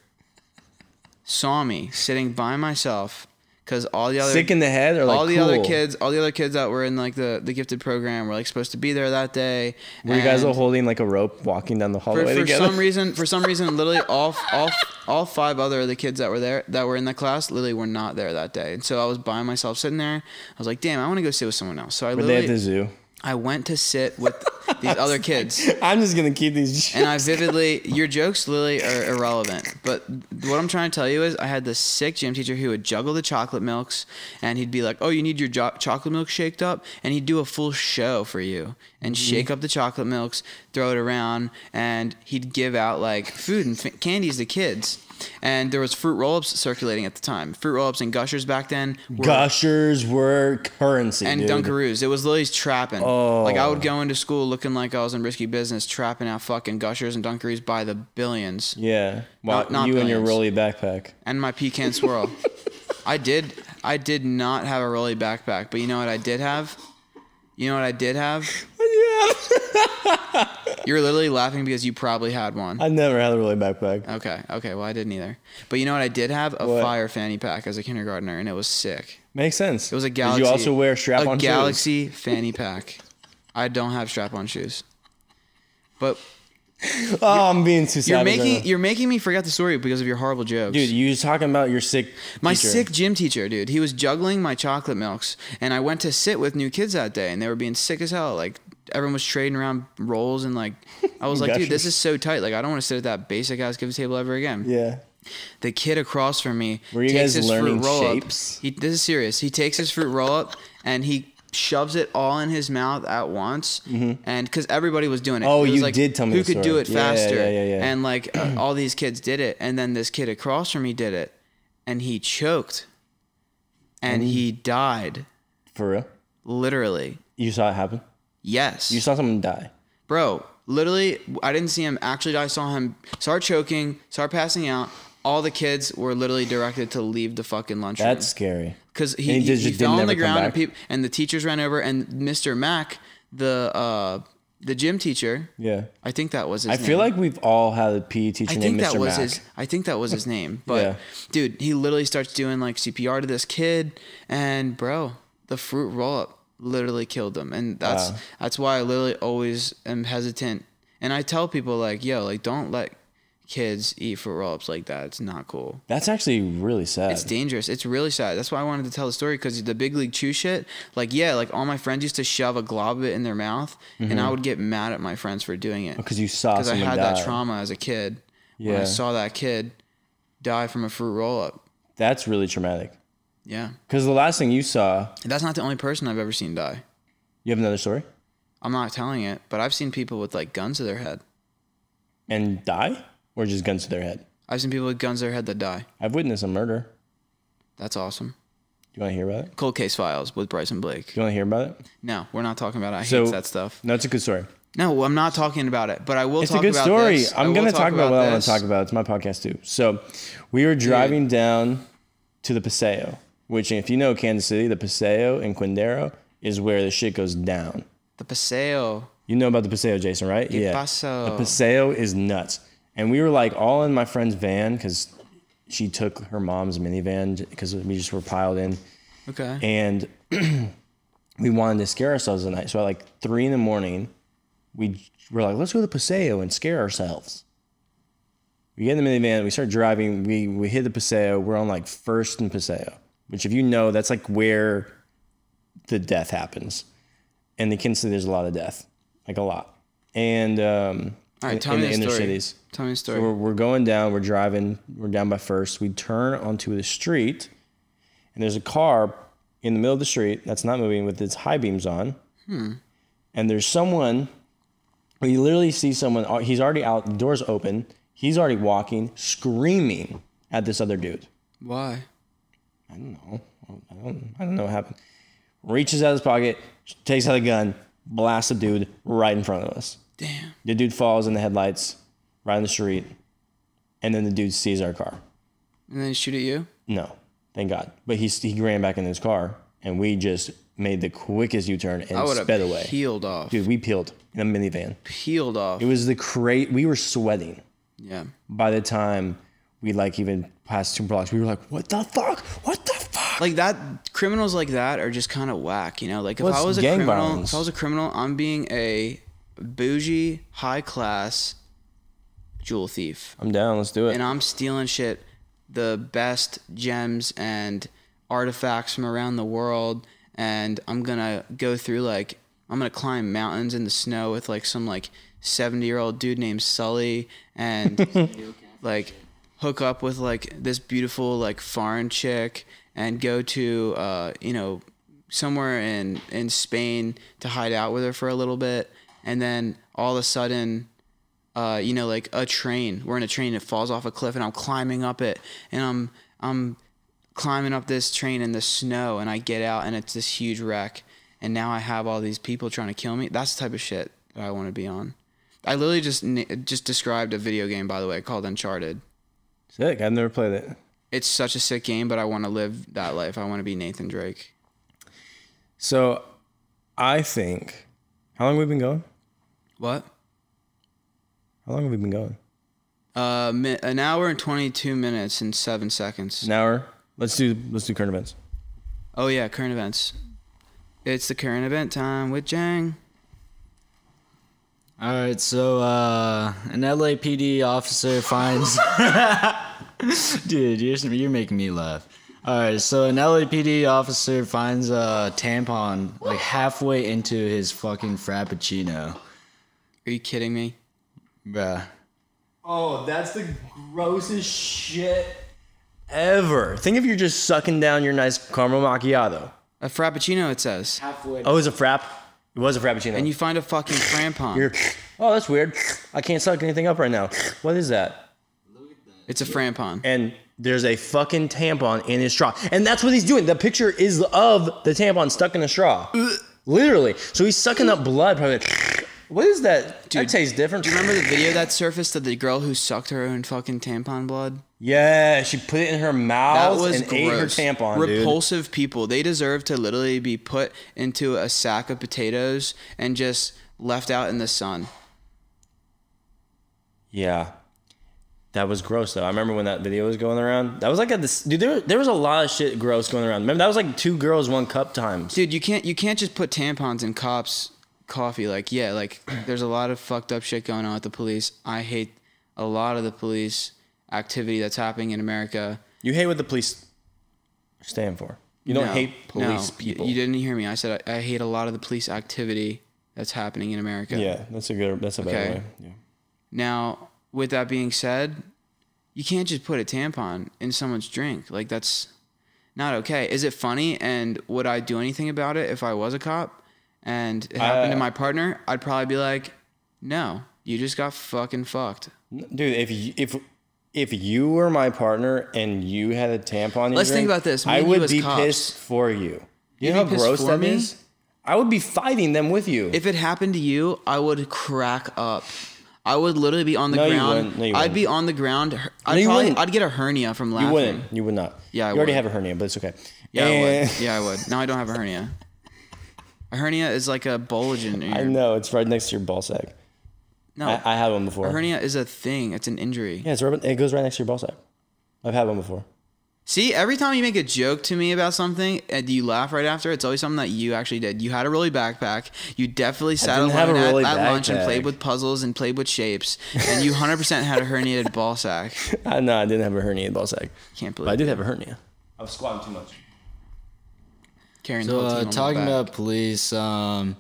B: saw me sitting by myself because all the other
A: Sick in the head or like
B: all the other
A: cool?
B: kids all the other kids that were in like the the gifted program were like supposed to be there that day.
A: Were you guys all
B: and
A: holding like a rope walking down the
B: for,
A: hallway
B: for
A: together?
B: some reason for some reason literally all all all five other of the kids that were there that were in the class literally were not there that day. And so I was by myself sitting there. I was like, damn, I want to go sit with someone else. So I
A: Were they at
B: literally
A: the zoo?
B: I went to sit with these other kids.
A: I'm just gonna keep these.
B: and I vividly your jokes Lily are irrelevant. But what I'm trying to tell you is I had this sick gym teacher who would juggle the chocolate milks and he'd be like, "Oh, you need your jo- chocolate milk shaked up?" and he'd do a full show for you and shake up the chocolate milks, throw it around, and he'd give out like food and f- candies to kids. And there was fruit roll-ups circulating at the time. Fruit roll-ups and gushers back then were
A: Gushers were currency.
B: and
A: dude.
B: Dunkaroos. It was literally trapping.
A: Oh.
B: Like I would go into school looking like I was in risky business, trapping out fucking Gushers and Dunkaroos by the billions,
A: Yeah. Well,
B: Not- not
A: you and your
B: billions.
A: rolly backpack.
B: and my pecan swirl. I did, I did not have a rolly backpack, but you know what I did have? You know what I did have? You're literally laughing because you probably had one.
A: I never had a rolly backpack.
B: Okay, okay, well I didn't either. But you know what I did have? A
A: What?
B: fire fanny pack as a kindergartner, and it was sick.
A: Makes sense.
B: It was a galaxy.
A: Did you also wear strap
B: a
A: on
B: galaxy fanny pack. I don't have strap on shoes. But
A: shoes? Oh, I'm being too
B: you're
A: savage. right
B: making
A: now.
B: you're making me forget the story because of your horrible jokes.
A: dude. You was talking about your sick.
B: my
A: teacher.
B: sick gym teacher, dude. He was juggling my chocolate milks, and I went to sit with new kids that day, and they were being sick as hell. Like everyone was trading around rolls, and like I was like, dude, this
A: Gushers.
B: is so tight. Like I don't want to sit at that basic ass gift table ever again.
A: Yeah.
B: The kid across from me
A: Were you
B: takes
A: guys
B: his
A: learning
B: fruit roll
A: shapes?
B: up. He, this is serious. He takes his fruit roll up and he shoves it all in his mouth at once. And because everybody was doing it.
A: Mm-hmm. Oh,
B: It was
A: you
B: like,
A: did tell me
B: who
A: the
B: could
A: story.
B: do it
A: Yeah, yeah,
B: faster.
A: yeah, yeah, yeah.
B: And like uh, all these kids did it, and then this kid across from me did it, and he choked, and he
A: Mm.
B: died
A: For real.
B: literally.
A: You saw it happen.
B: Yes
A: You saw someone die.
B: bro literally i didn't see him actually die. i saw him start choking start passing out all the kids were literally directed to leave the fucking lunchroom
A: That's scary.
B: because he,
A: And he
B: he,
A: just
B: he
A: didn't
B: fell on
A: ever
B: the
A: come
B: ground
A: back?
B: and, peop and the teachers ran over and mr mack the uh the gym teacher
A: Yeah.
B: i think that was his
A: I
B: name
A: feel like we've all had a PE teacher
B: I
A: named
B: think
A: Mr.
B: that was
A: Mack.
B: his. I think that was his name. But
A: Yeah.
B: dude, he literally starts doing like CPR to this kid, and bro, the fruit roll up literally killed him, and that's
A: Wow.
B: that's why I literally always am hesitant. And I tell people like, yo, like don't let kids eat fruit roll ups like that. It's not cool.
A: That's actually really sad.
B: It's dangerous. It's really sad. That's why I wanted to tell the story because the big league chew shit. Like, yeah, like all my friends used to shove a glob of it in their mouth, and I would get mad at my friends for doing it
A: Because Mm-hmm. you saw
B: because I
A: someone
B: had
A: die.
B: that trauma as a kid. When I
A: Yeah.
B: saw that kid die from a fruit roll up.
A: That's really traumatic.
B: Yeah.
A: Because the last thing you saw,
B: And that's not the only person I've ever seen die.
A: you have another story
B: I'm not telling it, but I've seen people with like guns to their head.
A: and die, or just guns to their head.
B: I've seen people with guns to their head that die.
A: I've witnessed a murder.
B: That's awesome.
A: Do you want to hear about it?
B: Cold case files with Bryson Blake.
A: Do you want to hear about it?
B: No, we're not talking about it. I
A: So-
B: hate that stuff.
A: No, it's a good story.
B: No, I'm not talking about it, but I will
A: It's a
B: talk
A: good
B: about
A: story.
B: this. I
A: I'm
B: will
A: gonna talk about, what I want
B: this.
A: to talk about. It's my podcast too. So, we were driving down to the Paseo, which, if you know Kansas City, the Paseo and Quindaro is where the shit goes down.
B: The Paseo.
A: You know about the Paseo, Jason, right? yeah.
B: paso.
A: The Paseo is nuts. And we were like all in my friend's van because she took her mom's minivan because we just were piled in.
B: Okay.
A: And we wanted to scare ourselves at night. So at like three in the morning, we were like, let's go to the Paseo and scare ourselves. We get in the minivan, we start driving, we, we hit the Paseo. We're on like first and Paseo, which if you know, that's like where the death happens. And in Kansas City, there's a lot of death, like a lot. And um,
B: All right,
A: in-
B: tell
A: in
B: me
A: the
B: the
A: inner
B: story.
A: cities.
B: Tell me the story.
A: So we're, we're going down, we're driving, we're down by first. We turn onto the street, and there's a car in the middle of the street that's not moving with its high beams on. And there's someone, we literally see someone, uh, he's already out, the door's open, he's already walking, screaming at this other dude.
B: Why?
A: I don't know. I don't, I don't know what happened. Reaches out of his pocket, takes out a gun, blasts a dude right in front of us.
B: Damn.
A: The dude falls in the headlights, right in the street, and then the dude sees our car.
B: And then shoot at you?
A: No, thank God. But he he ran back in his car, and we just made the quickest U turn
B: I
A: and
B: would have
A: sped away.
B: peeled off.
A: dude, we peeled in a minivan.
B: Peeled off.
A: It was the crate. We were sweating
B: Yeah.
A: by the time we like even passed two blocks. We were like, "What the fuck? What the fuck?"
B: Like that, criminals like that are just kind of whack, you know. Like if
A: Well,
B: I
A: it's
B: was a
A: gang
B: criminal,
A: violence.
B: if I was a criminal, I'm being a bougie, high class jewel thief.
A: I'm down. Let's do it.
B: and I'm stealing shit, the best gems and artifacts from around the world, and I'm gonna go through like I'm gonna climb mountains in the snow with like some like 70 year old dude named Sully and like hook up with like this beautiful like foreign chick and go to uh you know somewhere in in Spain to hide out with her for a little bit and then all of a sudden uh, you know, like a train. We're in a train. It falls off a cliff, and I'm climbing up it, and I'm I'm climbing up this train in the snow, and I get out, and it's this huge wreck, and now I have all these people trying to kill me. That's the type of shit that I want to be on. I literally just n- just described a video game, by the way, called Uncharted.
A: Sick. I've never played it.
B: It's such a sick game, but I want to live that life. I want to be Nathan Drake.
A: So, I think. How long have we been going?
B: What?
A: How long have we been going?
B: Uh, mi- an hour and twenty two minutes and seven seconds.
A: An hour. Let's do let's do current events.
B: Oh yeah, current events. It's the current event time with Jang.
C: All right, so uh, an LAPD officer finds. Dude, you're, you're making me laugh. All right, so an LAPD officer finds a tampon like halfway into his fucking frappuccino.
B: Are you kidding me?
C: Bruh.
A: Oh, that's the grossest shit ever. Think if you're just sucking down your nice caramel macchiato.
B: A frappuccino, it says.
C: Halfway.
A: Oh, it was a frap. It was a frappuccino.
B: And you find a fucking frampon.
A: You're- oh, that's weird. I can't suck anything up right now. What is that?
B: it's a frampon.
A: And there's a fucking tampon in his straw. And that's what he's doing. The picture is of the tampon stuck in a straw. Literally. So he's sucking up blood. Probably. What is that? that tastes different.
B: Do you remember the video that surfaced of the girl who sucked her own fucking tampon blood?
A: Yeah, she put it in her
B: That
A: mouth
B: was
A: and ate her
B: gross.
A: tampon. dude.
B: Repulsive people. They deserve to literally be put into a sack of potatoes and just left out in the sun.
A: Yeah. That was gross though. I remember when that video was going around. That was like a this dude. There, there was a lot of shit gross going around. Remember that was like two girls, one cup times.
B: Dude, you can't you can't just put tampons in cops coffee. Like, yeah, like there's a lot of fucked up shit going on with the police. I hate a lot of the police activity that's happening in America.
A: You hate what the police stand for. You don't
B: No,
A: hate
B: no,
A: police
B: you-
A: people.
B: You, didn't hear me. I said I, I hate a lot of the police activity that's happening in America.
A: yeah, that's a good. That's a better
B: Okay.
A: way. Yeah.
B: Now, with that being said, you can't just put a tampon in someone's drink. Like that's not okay. Is it funny? And would I do anything about it if I was a cop and it happened to
A: Uh,
B: my partner? I'd probably be like, "No, you just got fucking fucked."
A: Dude, if you, if if you were my partner and you had a tampon, in your
B: Let's think
A: drink,
B: about this. Me
A: I
B: and you
A: would
B: as
A: be
B: cops.
A: pissed for you. You
B: You'd
A: know
B: be
A: how
B: pissed
A: gross
B: for
A: that is.
B: me?
A: I would be fighting them with you.
B: If it happened to you, I would crack up. I would literally be on the
A: No, you
B: ground.
A: wouldn't. No, you
B: I'd be on the ground. I'd
A: you
B: probably
A: wouldn't.
B: I'd get a hernia from laughing.
A: you wouldn't. You would not.
B: Yeah, I
A: you already
B: would.
A: have a hernia, but it's okay.
B: Yeah, I
A: And-
B: would. Yeah, I would. No, I don't have a hernia. A hernia is like a bulge in your.
A: I know it's right next to your ball sack.
B: no,
A: I, I had one before.
B: a Oh. hernia is a thing. It's an injury.
A: Yeah, it's right, it goes right next to your ball sack. I've had one before.
B: See, every time you make a joke to me about something and you laugh right after, it's always something that you actually did. You had a really backpack. You definitely sat
A: didn't have
B: alone
A: a
B: at,
A: Rolly
B: at lunch and
A: backpack.
B: played with puzzles and played with shapes. And you 100% had a herniated ball sack.
A: I, no, I didn't have a hernia ball sack.
B: Can't
A: But I
B: believe
A: did have a hernia. I was squatting too much.
B: Karen.
C: So uh, talking
B: about
C: about police, um,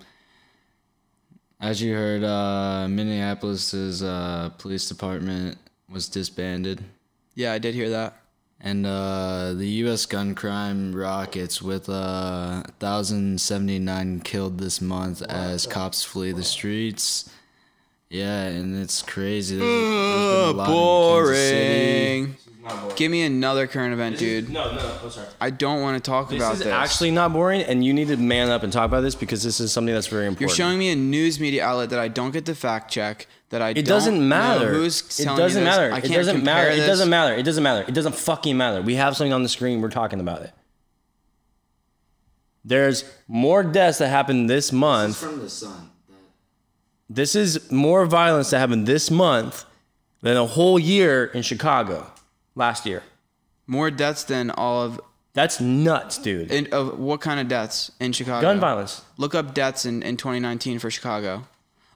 C: as you heard, uh, Minneapolis's uh, police department was disbanded,
B: yeah, I did hear that.
C: and uh, the U.S. gun crime rockets with uh, 1,079 killed this month as cops flee the streets. Yeah, and it's crazy. There's,
B: Uh,
C: there's been a lot in Kansas City.
B: Boring. Give me another current event, dude.
A: No, no, I'm sorry.
B: I don't want to talk
A: This
B: about
A: is
B: this.
A: actually not boring, and you need to man up and talk about this because this is something that's very
B: You're
A: important.
B: showing me a news media outlet that I don't get to fact check. That I
A: it doesn't matter.
B: who's
A: it
B: telling me
A: doesn't
B: this.
A: matter.
B: I
A: It
B: can't
A: doesn't
B: compare
A: matter.
B: This.
A: It doesn't matter. It doesn't matter. It doesn't fucking matter. We have something on the screen. We're talking about it. There's more deaths that happened this month.
C: From the sun.
A: This is more violence that happened this month than a whole year in Chicago last year.
B: More deaths than all of
A: That's nuts, dude.
B: in, of what kind of deaths in Chicago?
A: Gun violence.
B: Look up deaths in, in 2019 for Chicago.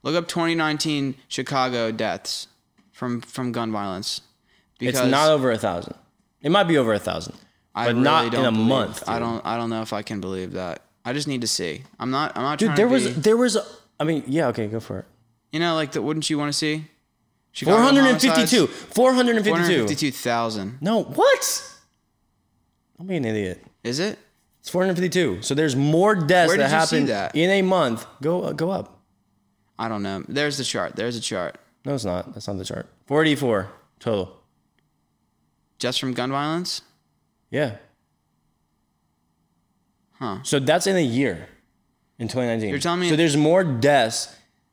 B: Look up 2019 Chicago deaths from from gun violence.
A: It's not over a thousand. It might be over a thousand,
B: I
A: but
B: really
A: not in
B: don't
A: a
B: believe-
A: month. Dude.
B: I don't. I don't know if I can believe that. I just need to see. I'm not. I'm not
A: Dude,
B: trying
A: there
B: to
A: was
B: be-
A: there was. a- I mean, yeah, okay, go for it.
B: you know, like the, wouldn't you want to see? Chicago
A: Four hundred and
B: homicides?
A: fifty-two. Four hundred and fifty-two.
B: 452,000.
A: No, what? Don't be an idiot.
B: Is it?
A: It's four hundred fifty-two. So there's more deaths
B: Where did
A: that
B: you see
A: happened
B: that?
A: in a month. Go uh, go up.
B: I don't know. There's the chart. There's a chart.
A: No, it's not. That's not the chart. Forty-four total.
B: Just from gun violence?
A: Yeah.
B: Huh.
A: So that's in a year, in 2019.
B: You're telling me-
A: So there's more deaths.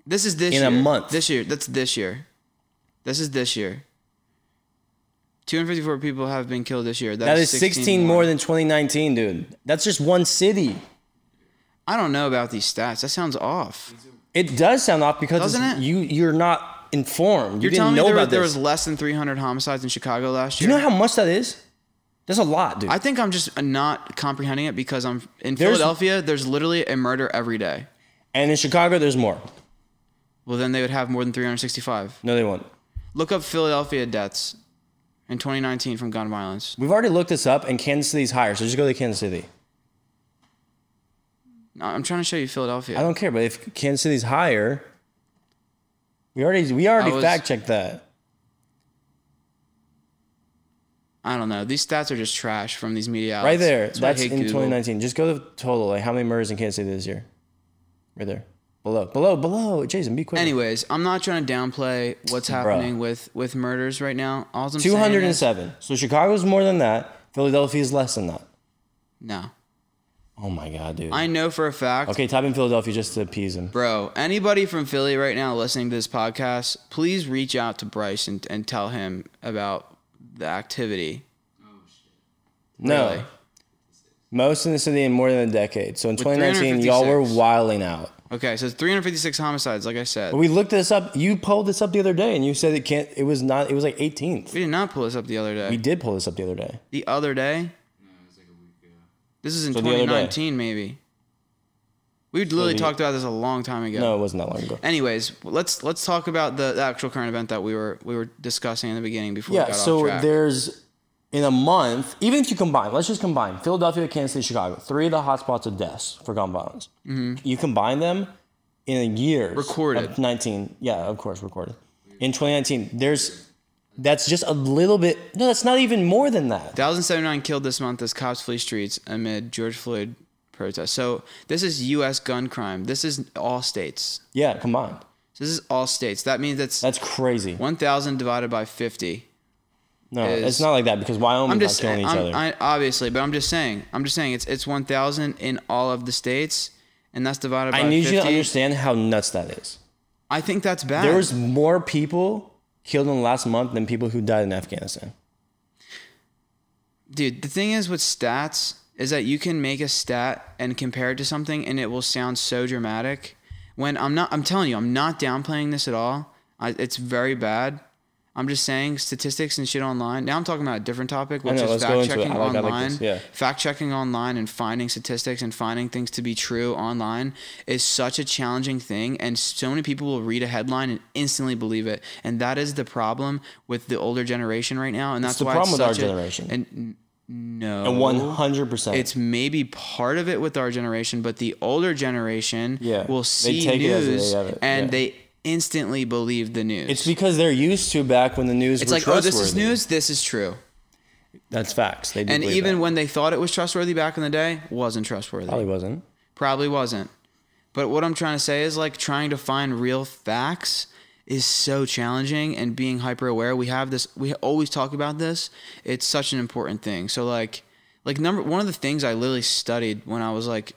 B: This is this
A: In
B: year.
A: a month.
B: This year. That's this year. This is this year. 254 people have been killed this year.
A: That is 16, more than 2019, dude. That's just one city.
B: I don't know about these stats. That sounds off.
A: It does sound off because
B: Doesn't
A: it's-
B: it?
A: you you're not informed. You
B: You're telling
A: didn't
B: me
A: know
B: there, were-
A: about
B: there
A: this.
B: was less than 300 homicides in Chicago last
A: Do
B: year?
A: you know how much that is? That's a lot, dude.
B: I think I'm just not comprehending it because I'm in
A: There's-
B: Philadelphia. There's literally a murder every day.
A: and in Chicago, there's more.
B: Well, then they would have more than 365.
A: No, they won't.
B: Look up Philadelphia deaths in 2019 from gun violence.
A: We've already looked this up, and Kansas City's higher. So just go to Kansas City.
B: No, I'm trying to show you Philadelphia.
A: I don't care, but if Kansas City's higher, we already we already
B: I was-
A: fact checked that.
B: I don't know. These stats are just trash from these media outlets.
A: Right there.
B: why I
A: That's
B: hate
A: in
B: Google.
A: 2019. Just go to the total. Like how many murders in Kansas City this year? Right there. Below. Below. Below. Jason, be quick.
B: Anyways, I'm not trying to downplay what's happening with with murders right now. All I'm saying is
A: 207. So Chicago's more than that. Philadelphia's less than that.
B: no.
A: Oh my God, dude.
B: I know for a fact,
A: okay, type in Philadelphia just to appease him.
B: bro. Anybody from Philly right now listening to this podcast, please reach out to Bryce and, and tell him about the activity.
A: No.
B: Really?
A: Most in the city in more than a decade. So in 2019, y'all were
B: 356.
A: wilding out.
B: Okay, so it's 356 homicides, like I said.
A: But we looked this up. You pulled this up the other day, and you said it can't. It was not. It was like 18th.
B: We did not pull this up the other day.
A: We did pull this up the other day.
B: the other day. This is in
A: So the other day.
B: 2019, maybe. We literally
A: the-
B: talked about this a long time ago.
A: No, it wasn't that long ago.
B: Anyways, let's let's talk about the, the actual current event that we were we were discussing in the beginning before. we
A: Yeah,
B: got
A: so
B: off track.
A: there's in a month, even if you combine, let's just combine Philadelphia, Kansas City, Chicago, three of the hotspots of deaths for gun violence. You combine them in a year.
B: Mm-hmm. Recorded.
A: Of 19. Yeah, of course, recorded. In 2019, there's that's just a little bit. No, that's not even more than that.
B: 1,079 killed this month as cops flee streets amid George Floyd protests. So this is U.S. gun crime. This is all states.
A: Yeah, combined.
B: This is all states. That means that's
A: That's crazy.
B: 1,000 divided by 50.
A: No,
B: is-
A: it's not like that because
B: I'm
A: Wyoming's not
B: just
A: killing
B: saying,
A: each
B: I'm,
A: other.
B: I, obviously, but I'm just saying, I'm just saying it's it's 1,000 in all of the states, and that's divided by
A: I need
B: 50.
A: you to understand how nuts that is.
B: I think that's bad.
A: There was more people killed in the last month than people who died in Afghanistan.
B: Dude, the thing is with stats is that you can make a stat and compare it to something and it will sound so dramatic. When I'm not, I'm telling you, I'm not downplaying this at all. I, it's very bad. I'm just saying statistics and shit online. Now I'm talking about a different topic, which
A: know,
B: is
A: let's go
B: fact
A: into it.
B: checking
A: I like- I like
B: online.
A: this, yeah.
B: Fact checking online and finding statistics and finding things to be true online is such a challenging thing. And so many people will read a headline and instantly believe it. And that is the problem with the older generation right now. And that's
A: the
B: why
A: problem
B: it's
A: with our
B: such a-
A: generation.
B: And n- no,
A: And one hundred percent.
B: Oh. it's maybe part of it with our generation, but the older generation
A: Yeah,
B: will
A: they
B: see
A: take it as they
B: news
A: have it,
B: and
A: yeah.
B: they instantly believe the news.
A: It's because they're used to back when the news.
B: It's
A: were
B: like, oh, this is
A: trustworthy.
B: news. This is true.
A: That's facts. They do
B: And
A: believe
B: even
A: that.
B: when they thought it was trustworthy back in the day, wasn't trustworthy.
A: probably wasn't.
B: Probably wasn't. But what I'm trying to say is like trying to find real facts is so challenging and being hyper aware. We have this we always talk about this. It's such an important thing. So like like number one of the things I literally studied when I was like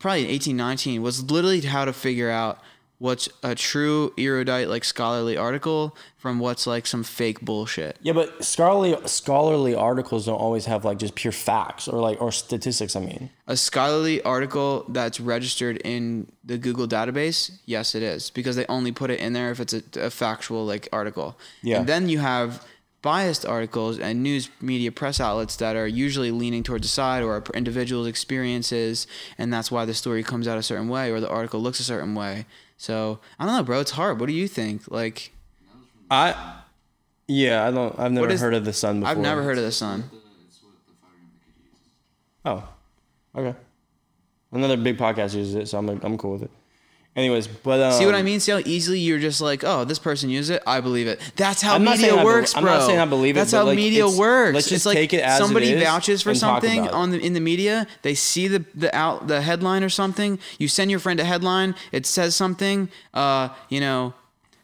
B: probably 18 19 was literally how to figure out what's a true erudite like scholarly article from what's like some fake bullshit.
A: Yeah, but scholarly scholarly articles don't always have like just pure facts or like or statistics. I mean,
B: a scholarly article that's registered in the Google database? Yes, it is because they only put it in there if it's a, a factual like article.
A: Yeah.
B: And then you have biased articles and news media press outlets that are usually leaning towards a side or a individual's experiences, and that's why the story comes out a certain way or the article looks a certain way. So I don't know, bro. It's hard. What do you think? Like,
A: I yeah, I don't. I've never
B: is-
A: heard of the sun before.
B: I've never heard of the sun.
A: Oh, okay. Another big podcast uses it, so I'm I'm cool with it. Anyways, but um,
B: See what I mean? See how easily you're just like, oh, this person used it. I believe it. That's how
A: I'm not
B: media
A: saying I be-
B: works,
A: I'm
B: bro.
A: not saying I believe it,
B: That's
A: but,
B: how
A: like,
B: media
A: it's-
B: works.
A: let's just
B: it's like
A: take it as it
B: somebody
A: is
B: vouches for
A: and talk
B: something
A: about it.
B: on the in the media. They see the the out the headline or something. You send your friend a headline. It says something. Uh, you know,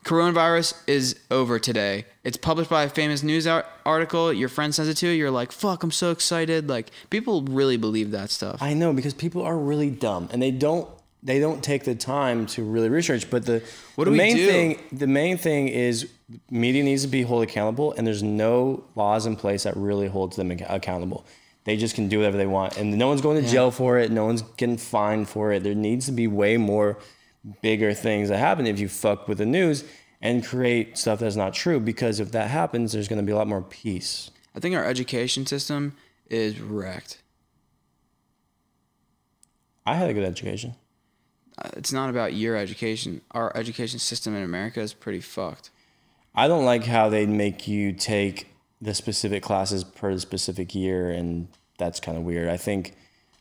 B: coronavirus is over today. It's published by a famous news ar- article. Your friend sends it to you. You're like, fuck, I'm so excited. Like people really believe that stuff.
A: I know because people are really dumb and they don't they don't take the time to really research. But the what
B: do
A: the
B: we
A: main
B: do?
A: thing the main thing is media needs to be held accountable, and there's no laws in place that really holds them ac- accountable. They just can do whatever they want, and no one's going to jail for it. No one's getting fined for it. There needs to be way more bigger things that happen if you fuck with the news and create stuff that's not true. Because if that happens, there's going to be a lot more peace.
B: I think our education system is wrecked.
A: I had a good education.
B: Uh, it's not about your education. Our education system in America is pretty fucked.
A: I don't like how they make you take the specific classes per the specific year, and that's kind of weird. I think,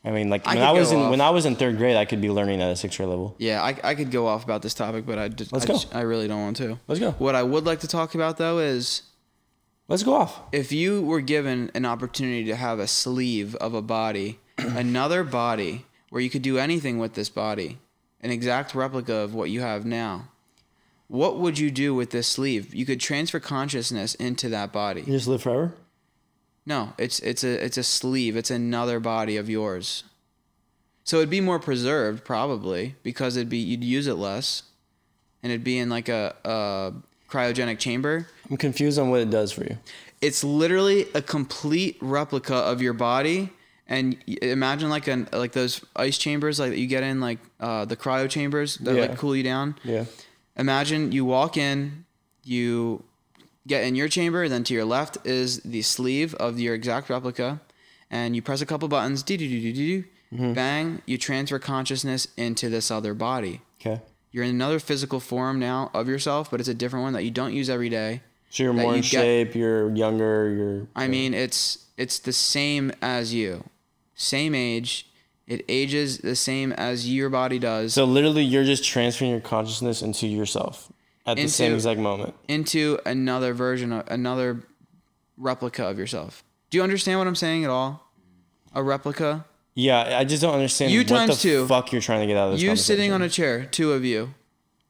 A: I mean, like
B: I
A: when
B: could
A: I was
B: go
A: in
B: off.
A: when I was in third grade, I could be learning at a sixth grade level.
B: Yeah, I, I could go off about this topic, but I just,
A: Let's
B: I,
A: go.
B: just- I really don't want to.
A: Let's go.
B: What I would like to talk about though is
A: Let's go off.
B: if you were given an opportunity to have a sleeve of a body, another body where you could do anything with this body, an exact replica of what you have now. What would you do with this sleeve? You could transfer consciousness into that body.
A: You just live forever.
B: No, it's it's a it's a sleeve. It's another body of yours. So it'd be more preserved probably because it'd be you'd use it less, and it'd be in like a, a cryogenic chamber.
A: I'm confused on what it does for you.
B: It's literally a complete replica of your body. And y- imagine like an like those ice chambers like that you get in like uh, the cryo chambers that
A: Yeah.
B: like cool you down
A: Yeah.
B: imagine you walk in, you get in your chamber, then to your left is the sleeve of your exact replica, and you press a couple buttons, do do do do do, bang, you transfer consciousness into this other body.
A: Okay.
B: You're in another physical form now of yourself, but it's a different one that you don't use every day.
A: So you're
B: That
A: more
B: you
A: in
B: get-
A: shape. You're younger. You're.
B: I mean, it's it's the same as you, same age. It ages the same as your body does.
A: so literally, you're just transferring your consciousness into yourself at the same
B: Into-
A: exact moment.
B: into another version of another replica of yourself. Do you understand what I'm saying at all? A replica?
A: Yeah, I just don't understand
B: You
A: what
B: times
A: the
B: two.
A: fuck you're trying to get out of this.
B: You sitting on
A: conversation.
B: a chair, two of you.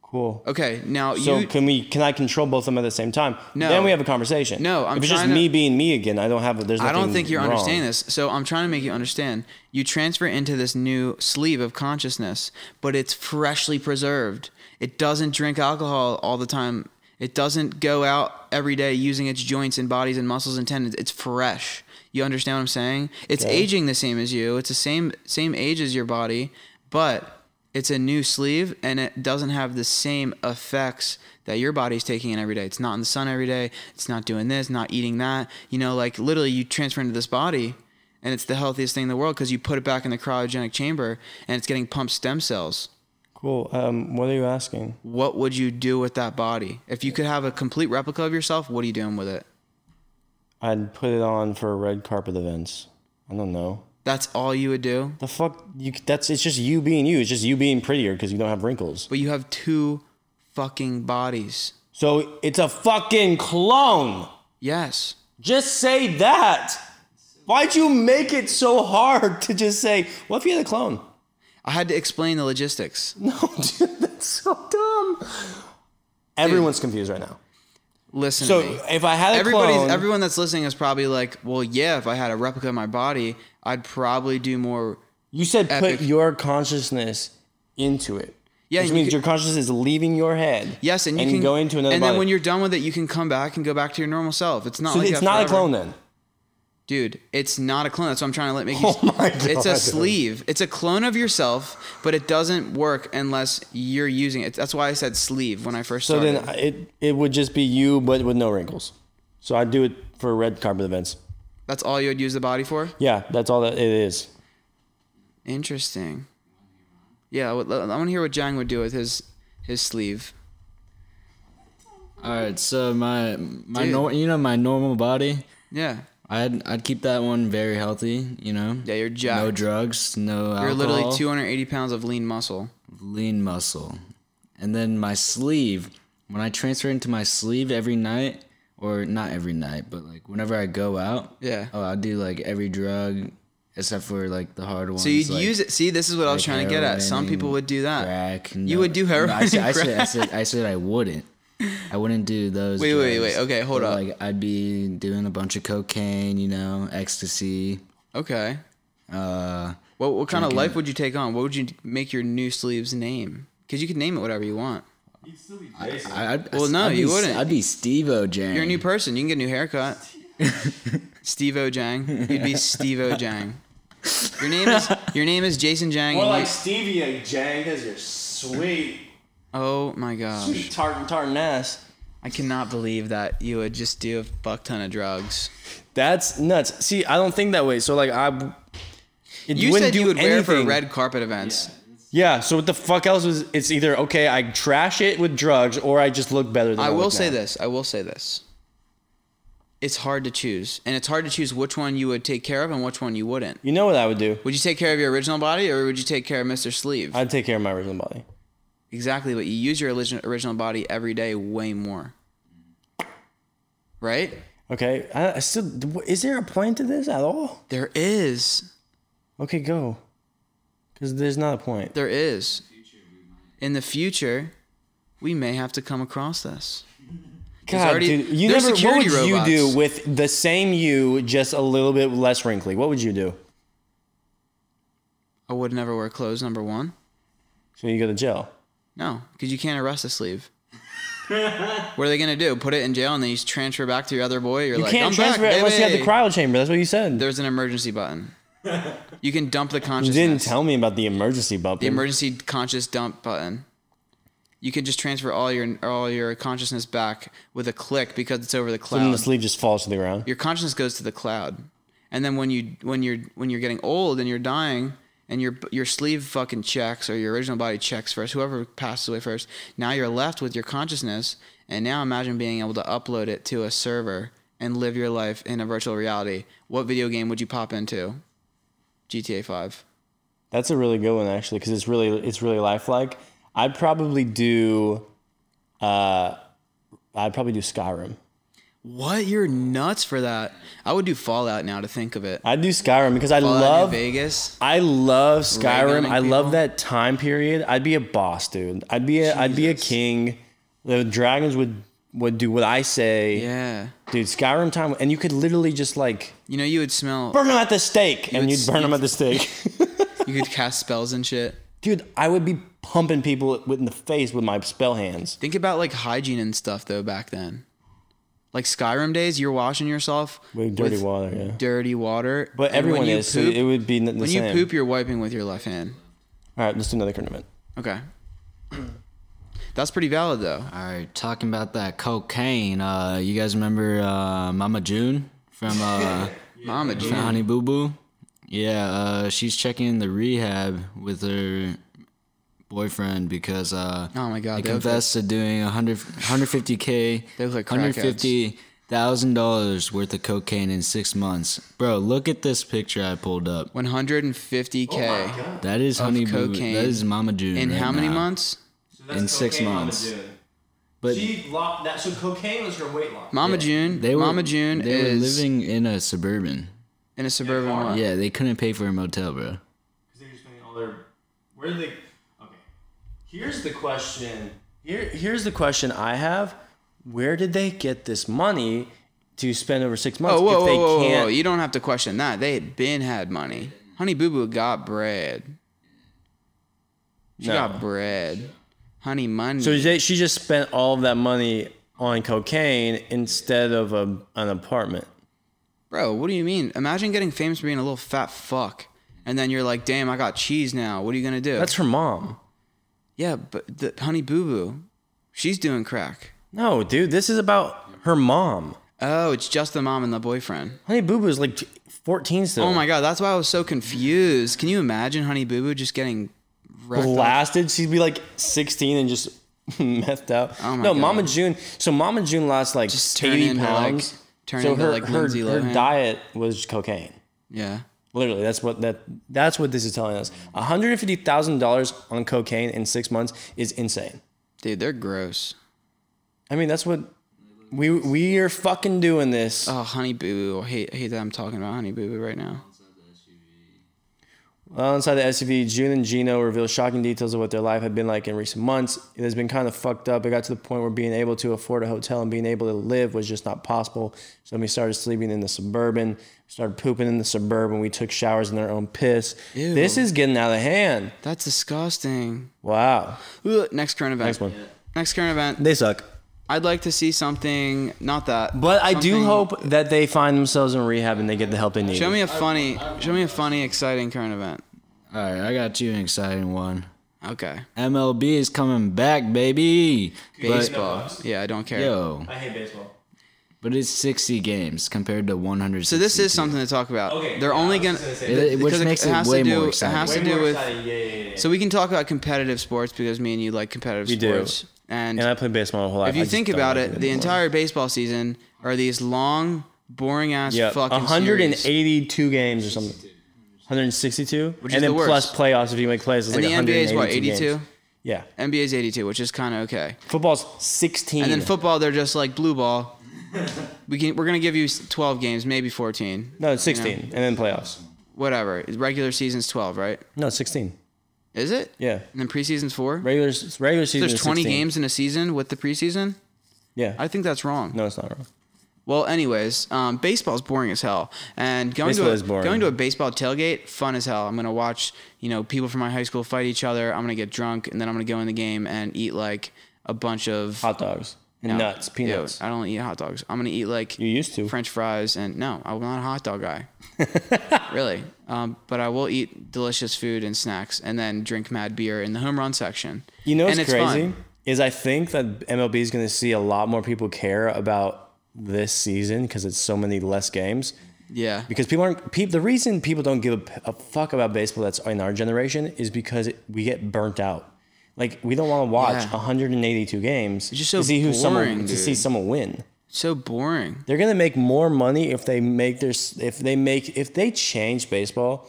A: Cool.
B: Okay, now
A: So
B: you
A: can we? Can I control both of them at the same time?
B: No.
A: Then we have a conversation.
B: No, I'm
A: If it's just
B: trying to-
A: me being me again, I don't have. There's.
B: I don't
A: nothing
B: think you're
A: wrong.
B: understanding this. So I'm trying to make you understand. You transfer into this new sleeve of consciousness, but it's freshly preserved. It doesn't drink alcohol all the time. It doesn't go out every day using its joints and bodies and muscles and tendons. It's fresh. You understand what I'm saying? It's aging the same as you. It's the same same age as your body, but it's a new sleeve and it doesn't have the same effects that your body's taking in every day. It's not in the sun every day. It's not doing this, not eating that. You know, like literally you transfer into this body and it's the healthiest thing in the world because you put it back in the cryogenic chamber and it's getting pumped stem cells.
A: Cool. Um, what are you asking?
B: What would you do with that body? If you could have a complete replica of yourself, what are you doing with it?
A: I'd put it on for red carpet events. I don't know.
B: That's all you would do.
A: The fuck? You. That's. It's just you being you. It's just you being prettier because you don't have wrinkles.
B: But you have two fucking bodies.
A: So it's a fucking clone.
B: Yes.
A: Just say that. Why'd you make it so hard to just say? What if you had a clone?
B: I had to explain the logistics.
A: No, dude, that's so dumb. Everyone's confused right now.
B: Listen.
A: So
B: to me.
A: if I had a
B: Everybody's
A: clone,
B: everyone that's listening is probably like, well, yeah, if I had a replica of my body, I'd probably do more.
A: you said
B: epic.
A: put your consciousness into it.
B: Yeah,
A: Yeah, which
B: you
A: means
B: could-
A: your consciousness is leaving your head.
B: Yes, and you can
A: go into another
B: And
A: body.
B: then when you're done with it, you can come back and go back to your normal self. It's not
A: so
B: like
A: it's
B: that
A: not a
B: forever.
A: clone then.
B: dude. It's not a clone. That's what I'm trying to let make you.
A: Oh my
B: It's a
A: God.
B: sleeve. It's a clone of yourself, but it doesn't work unless you're using it. That's why I said sleeve when I first
A: So
B: started.
A: then I- it it would just be you, but with no wrinkles. So I do it for red carpet events.
B: that's all you would use the body for.
A: Yeah, that's all that it is.
B: Interesting. Yeah, I would- I want to hear what Jang would do with his his sleeve.
C: All right, so my my
B: Dude.
C: nor- you know my normal body,
B: Yeah.
C: I'd I'd keep that one very healthy. You know.
B: Yeah, you're jacked.
C: No drugs, no alcohol.
B: You're literally 280 pounds of lean muscle.
C: lean muscle. And then my sleeve, when I transfer into my sleeve every night, or not every night, but like whenever I go out,
B: Yeah.
C: oh, I'll do like every drug except for like the hard ones.
B: So you'd
C: like
B: use it. See, this is what I was
C: like
B: trying to get at.
C: heroin
B: Some people
C: and
B: would do that.
C: crack.
B: You would do heroin
C: I, said, I,
B: and
C: said, I, said, I said I wouldn't. I wouldn't do those.
B: Wait, wait, wait,
C: drugs.
B: okay, hold
C: But,
B: up.
C: Like I'd be doing a bunch of cocaine, you know, ecstasy.
B: Okay.
C: Uh,
B: What what kind of life would you take on? What would you make your new sleeves name? Because you could name it whatever you want.
C: I, I'd,
B: Well, no,
C: I'd
B: you
C: be,
B: wouldn't.
C: I'd be Steve O.
B: You're a new person. You can get a new haircut. Steve O Jang. You'd be Steve O Jang. Your name is your name is Jason Jang. and you-
A: Stevia Jang, because you're sweet,
B: oh my gosh.
A: tartan tartan ass.
B: I cannot believe that you would just do a fuck ton of drugs.
A: That's nuts. See, I don't think that way. So like I, it
B: You
A: wouldn't
B: said you
A: do
B: would wear it for
A: anything.
B: red carpet events.
A: Yeah. So what the fuck else was? It's either okay, I trash it with drugs, or I just look better. than I,
B: I will
A: look
B: say
A: now.
B: this. I will say this. It's hard to choose, and it's hard to choose which one you would take care of and which one you wouldn't.
A: You know what I would do?
B: Would you take care of your original body, or would you take care of Mister Sleeve?
A: I'd take care of my original body.
B: exactly, but you use your origi- original body every day way more, right?
A: Okay. I, I still. Is there a point to this at all?
B: There is,
A: Okay, go. Because there's not a point.
B: there is. In the future, we may have to come across this.
A: God,
B: already-
A: dude, you
B: there's
A: never. What would
B: security
A: you
B: robots.
A: do with the same you, just a little bit less wrinkly? What would you do?
B: I would never wear clothes. Number one,
A: So you go to jail.
B: no, because you can't arrest a sleeve. what are they gonna do? Put it in jail and then you transfer back to your other boy? You're
A: You
B: like,
A: can't
B: I'm
A: transfer
B: back,
A: it unless you have the
B: baby."
A: cryo chamber. That's what you said.
B: There's an emergency button. You can dump the
A: you
B: consciousness.
A: didn't tell me about the emergency bump.
B: the emergency conscious dump button. You can just transfer all your all your consciousness back with a click because it's over the
A: And then the
B: cloud.
A: sleeve just falls to the ground.
B: your consciousness goes to the cloud, and then when you when you're when you're getting old and you're dying and your your sleeve fucking checks or your original body checks first, whoever passes away first. Now you're left with your consciousness, and now imagine being able to upload it to a server and live your life in a virtual reality. What video game would you pop into? GTA Five.
A: That's a really good one actually, because it's really it's really lifelike. I'd probably do, uh, I'd probably do Skyrim.
B: What? You're nuts for that. I would do Fallout now to think of it.
A: I do Skyrim because I
B: Fallout New
A: love
B: Vegas.
A: I love Skyrim.
B: Raggunning
A: I love
B: people.
A: that time period. I'd be a boss, dude. I'd be a would be a
B: Jesus.
A: king. The dragons would would do what I say.
B: Yeah.
A: Dude, Skyrim time and you could literally just like
B: You know, you would smell.
A: burn them at the stake and
B: would
A: you'd burn them
B: speak-
A: at the stake.
B: You could cast spells and shit.
A: dude, I would be pumping people in the face with my spell hands.
B: Think about like hygiene and stuff though back then. Like Skyrim days, you're washing yourself
A: With dirty water, yeah.
B: dirty water.
A: But
B: and when
A: everyone
B: you
A: is, so
B: poop-
A: it would be n- the
B: when
A: same.
B: you poop, you're wiping with your left hand.
A: All right, let's do another tournament.
B: Okay. That's pretty valid though.
C: All right, talking about that cocaine. Uh, you guys remember uh, Mama June from uh,
B: Mama June.
C: from Honey Boo Boo? Yeah, uh, she's checking in the rehab with her boyfriend because uh,
B: Oh my God,
C: they
B: they look
C: confessed to doing 100, 150k,
B: They look like crackheads.
C: 150 thousand dollars worth of cocaine in six months. Bro, look at this picture I pulled up.
B: 150k
C: That is Honey Boo Boo.
B: cocaine
C: That is Mama June.
B: in
C: right
B: how many
C: now.
B: months?
C: In six months. But
A: locked that. So cocaine was her weight loss.
B: Mama June.
C: they were
B: Mama June
C: They
B: is
C: were living in a suburban.
B: in a suburban
A: Yeah,
B: lot.
C: Yeah, they couldn't pay for a motel, bro.
A: Because they're just spending all their. Where did they? Okay. Here's the question. Here, here's the question I have. Where did they get this money to spend over six months
B: Oh, whoa,
A: if they
B: whoa, whoa, whoa,
A: can't?
B: whoa. You don't have to question that. They had been had money. Honey Boo Boo got bread. She
A: No.
B: got bread. Honey money.
A: So they, she just spent all of that money on cocaine instead of a, an apartment.
B: Bro, what do you mean? Imagine getting famous for being a little fat fuck. And then you're like, damn, I got cheese now. What are you going to do?
A: That's her mom.
B: yeah, but the, Honey Boo Boo, she's doing crack.
A: No, dude, this is about her mom.
B: Oh, it's just the mom and the boyfriend.
A: Honey Boo Boo is like 14 still.
B: Oh my God, that's why I was so confused. Can you imagine Honey Boo Boo just getting wrecked? off-
A: blasted. She'd be like 16 and just methed out.
B: Oh my
A: no,
B: God.
A: Mama June. So Mama June lost like
B: Just turn
A: 80
B: into, like-
A: pounds.
B: turn
A: so
B: into,
A: her,
B: like,
A: her,
B: Lindsay
A: her
B: Lohan.
A: diet was cocaine.
B: Yeah.
A: Literally, that's what that that's what this is telling us. One hundred fifty thousand dollars on cocaine in six months is insane.
B: Dude, they're gross.
A: I mean, that's what we we are fucking doing this.
B: Oh, Honey Boo Boo. I hate, I hate that I'm talking about Honey Boo Boo right now.
A: Well, inside the SUV, June and Gino reveal shocking details of what their life had been like in recent months. It has been kind of fucked up. It got to the point where being able to afford a hotel and being able to live was just not possible. So we started sleeping in the suburban, started pooping in the suburban. We took showers in their own piss.
B: Ew.
A: This is getting out of hand.
B: That's disgusting.
A: Wow.
B: Ugh, Next current event.
A: Next one.
B: Next current event.
A: They suck.
B: I'd like to see something, not that.
A: But I do
B: something-
A: hope that they find themselves in rehab and they get the help they need.
B: Show me a funny, show me a funny, exciting current event.
C: All right, I got you an exciting one.
B: Okay.
C: MLB is coming back, baby.
B: Baseball. yeah, I don't care.
C: But, yo,
A: I hate baseball.
C: but it's 60 games compared to 100.
B: So this is something to talk about.
A: Okay,
B: They're
A: yeah,
B: only
A: I was
B: gonna.
A: just gonna say
C: that. It- which
B: because
C: makes it
B: has to
C: way
B: do-
C: more
B: It has to
C: exciting.
B: do with. So we can talk about competitive sports because me and you like competitive
A: We do.
B: sports. And,
A: And I played baseball my whole life.
B: if you think about it, the entire baseball season are these long, boring ass
A: Yeah,
B: fucking
A: 182
B: series.
A: games or something. 162,
B: Which
A: and
B: is
A: then
B: the worst.
A: plus playoffs if you make playoffs. It's
B: And
A: like
B: the NBA is what
A: 182 games.
B: 82.
A: Yeah,
B: NBA's 82, which is kind of okay.
A: football's 16.
B: And then football, they're just like blue ball. We can, we're gonna give you 12 games, maybe 14,
A: no, it's 16, and then playoffs.
B: whatever. Regular season's 12, right?
A: No, it's 16.
B: Is it?
A: Yeah,
B: And then preseason's four.
A: regular regular season.
B: There's
A: is
B: 20
A: 16.
B: games in a season with the preseason.
A: Yeah,
B: I think that's wrong.
A: no, it's not wrong.
B: Well, anyways, um, baseball's boring as hell, and going
A: Baseball
B: to a,
A: is boring.
B: going to a baseball tailgate, fun as hell. I'm gonna watch you know people from my high school fight each other. I'm gonna get drunk, and then I'm gonna go in the game and eat like a bunch of
A: Hot dogs, and
B: No.
A: nuts,
B: Ew,
A: peanuts.
B: I don't eat hot dogs. I'm gonna eat like
A: you used to.
B: French fries, and no, I'm not a hot dog guy. really, um, but I will eat delicious food and snacks, and then drink mad beer in the home run section.
A: You know what's
B: and it's
A: crazy
B: fun.
A: is I think that MLB is going to see a lot more people care about this season because it's so many less games.
B: Yeah.
A: because people aren't people, the reason people don't give a, p- a fuck about baseball that's in our generation is because it, we get burnt out like we don't want to watch
B: Yeah.
A: 182 games
B: just so
A: to see who someone
B: boring,
A: to see
B: dude.
A: someone win
B: So boring.
A: they're gonna make more money if they make their s- if they make if they change baseball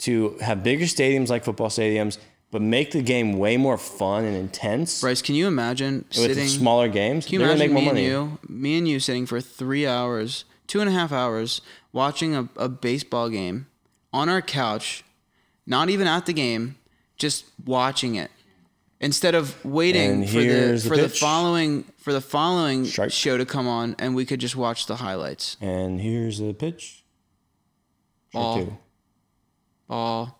A: to have bigger stadiums like football stadiums but make the game way more fun and intense
B: Bryce, can you imagine
A: with
B: sitting?
A: smaller games.
B: Can you
A: They're gonna
B: imagine
A: make
B: me
A: more
B: and
A: money.
B: you, me and you, sitting for three hours, two and a half hours, watching a, a baseball game on our couch, not even at the game, just watching it, instead of waiting
A: And
B: for the
A: here's the
B: for the
A: pitch.
B: following for the following
A: Strike.
B: show to come on, and we could just watch the highlights.
A: And here's the pitch. Strike
B: Ball.
A: two.
B: Ball.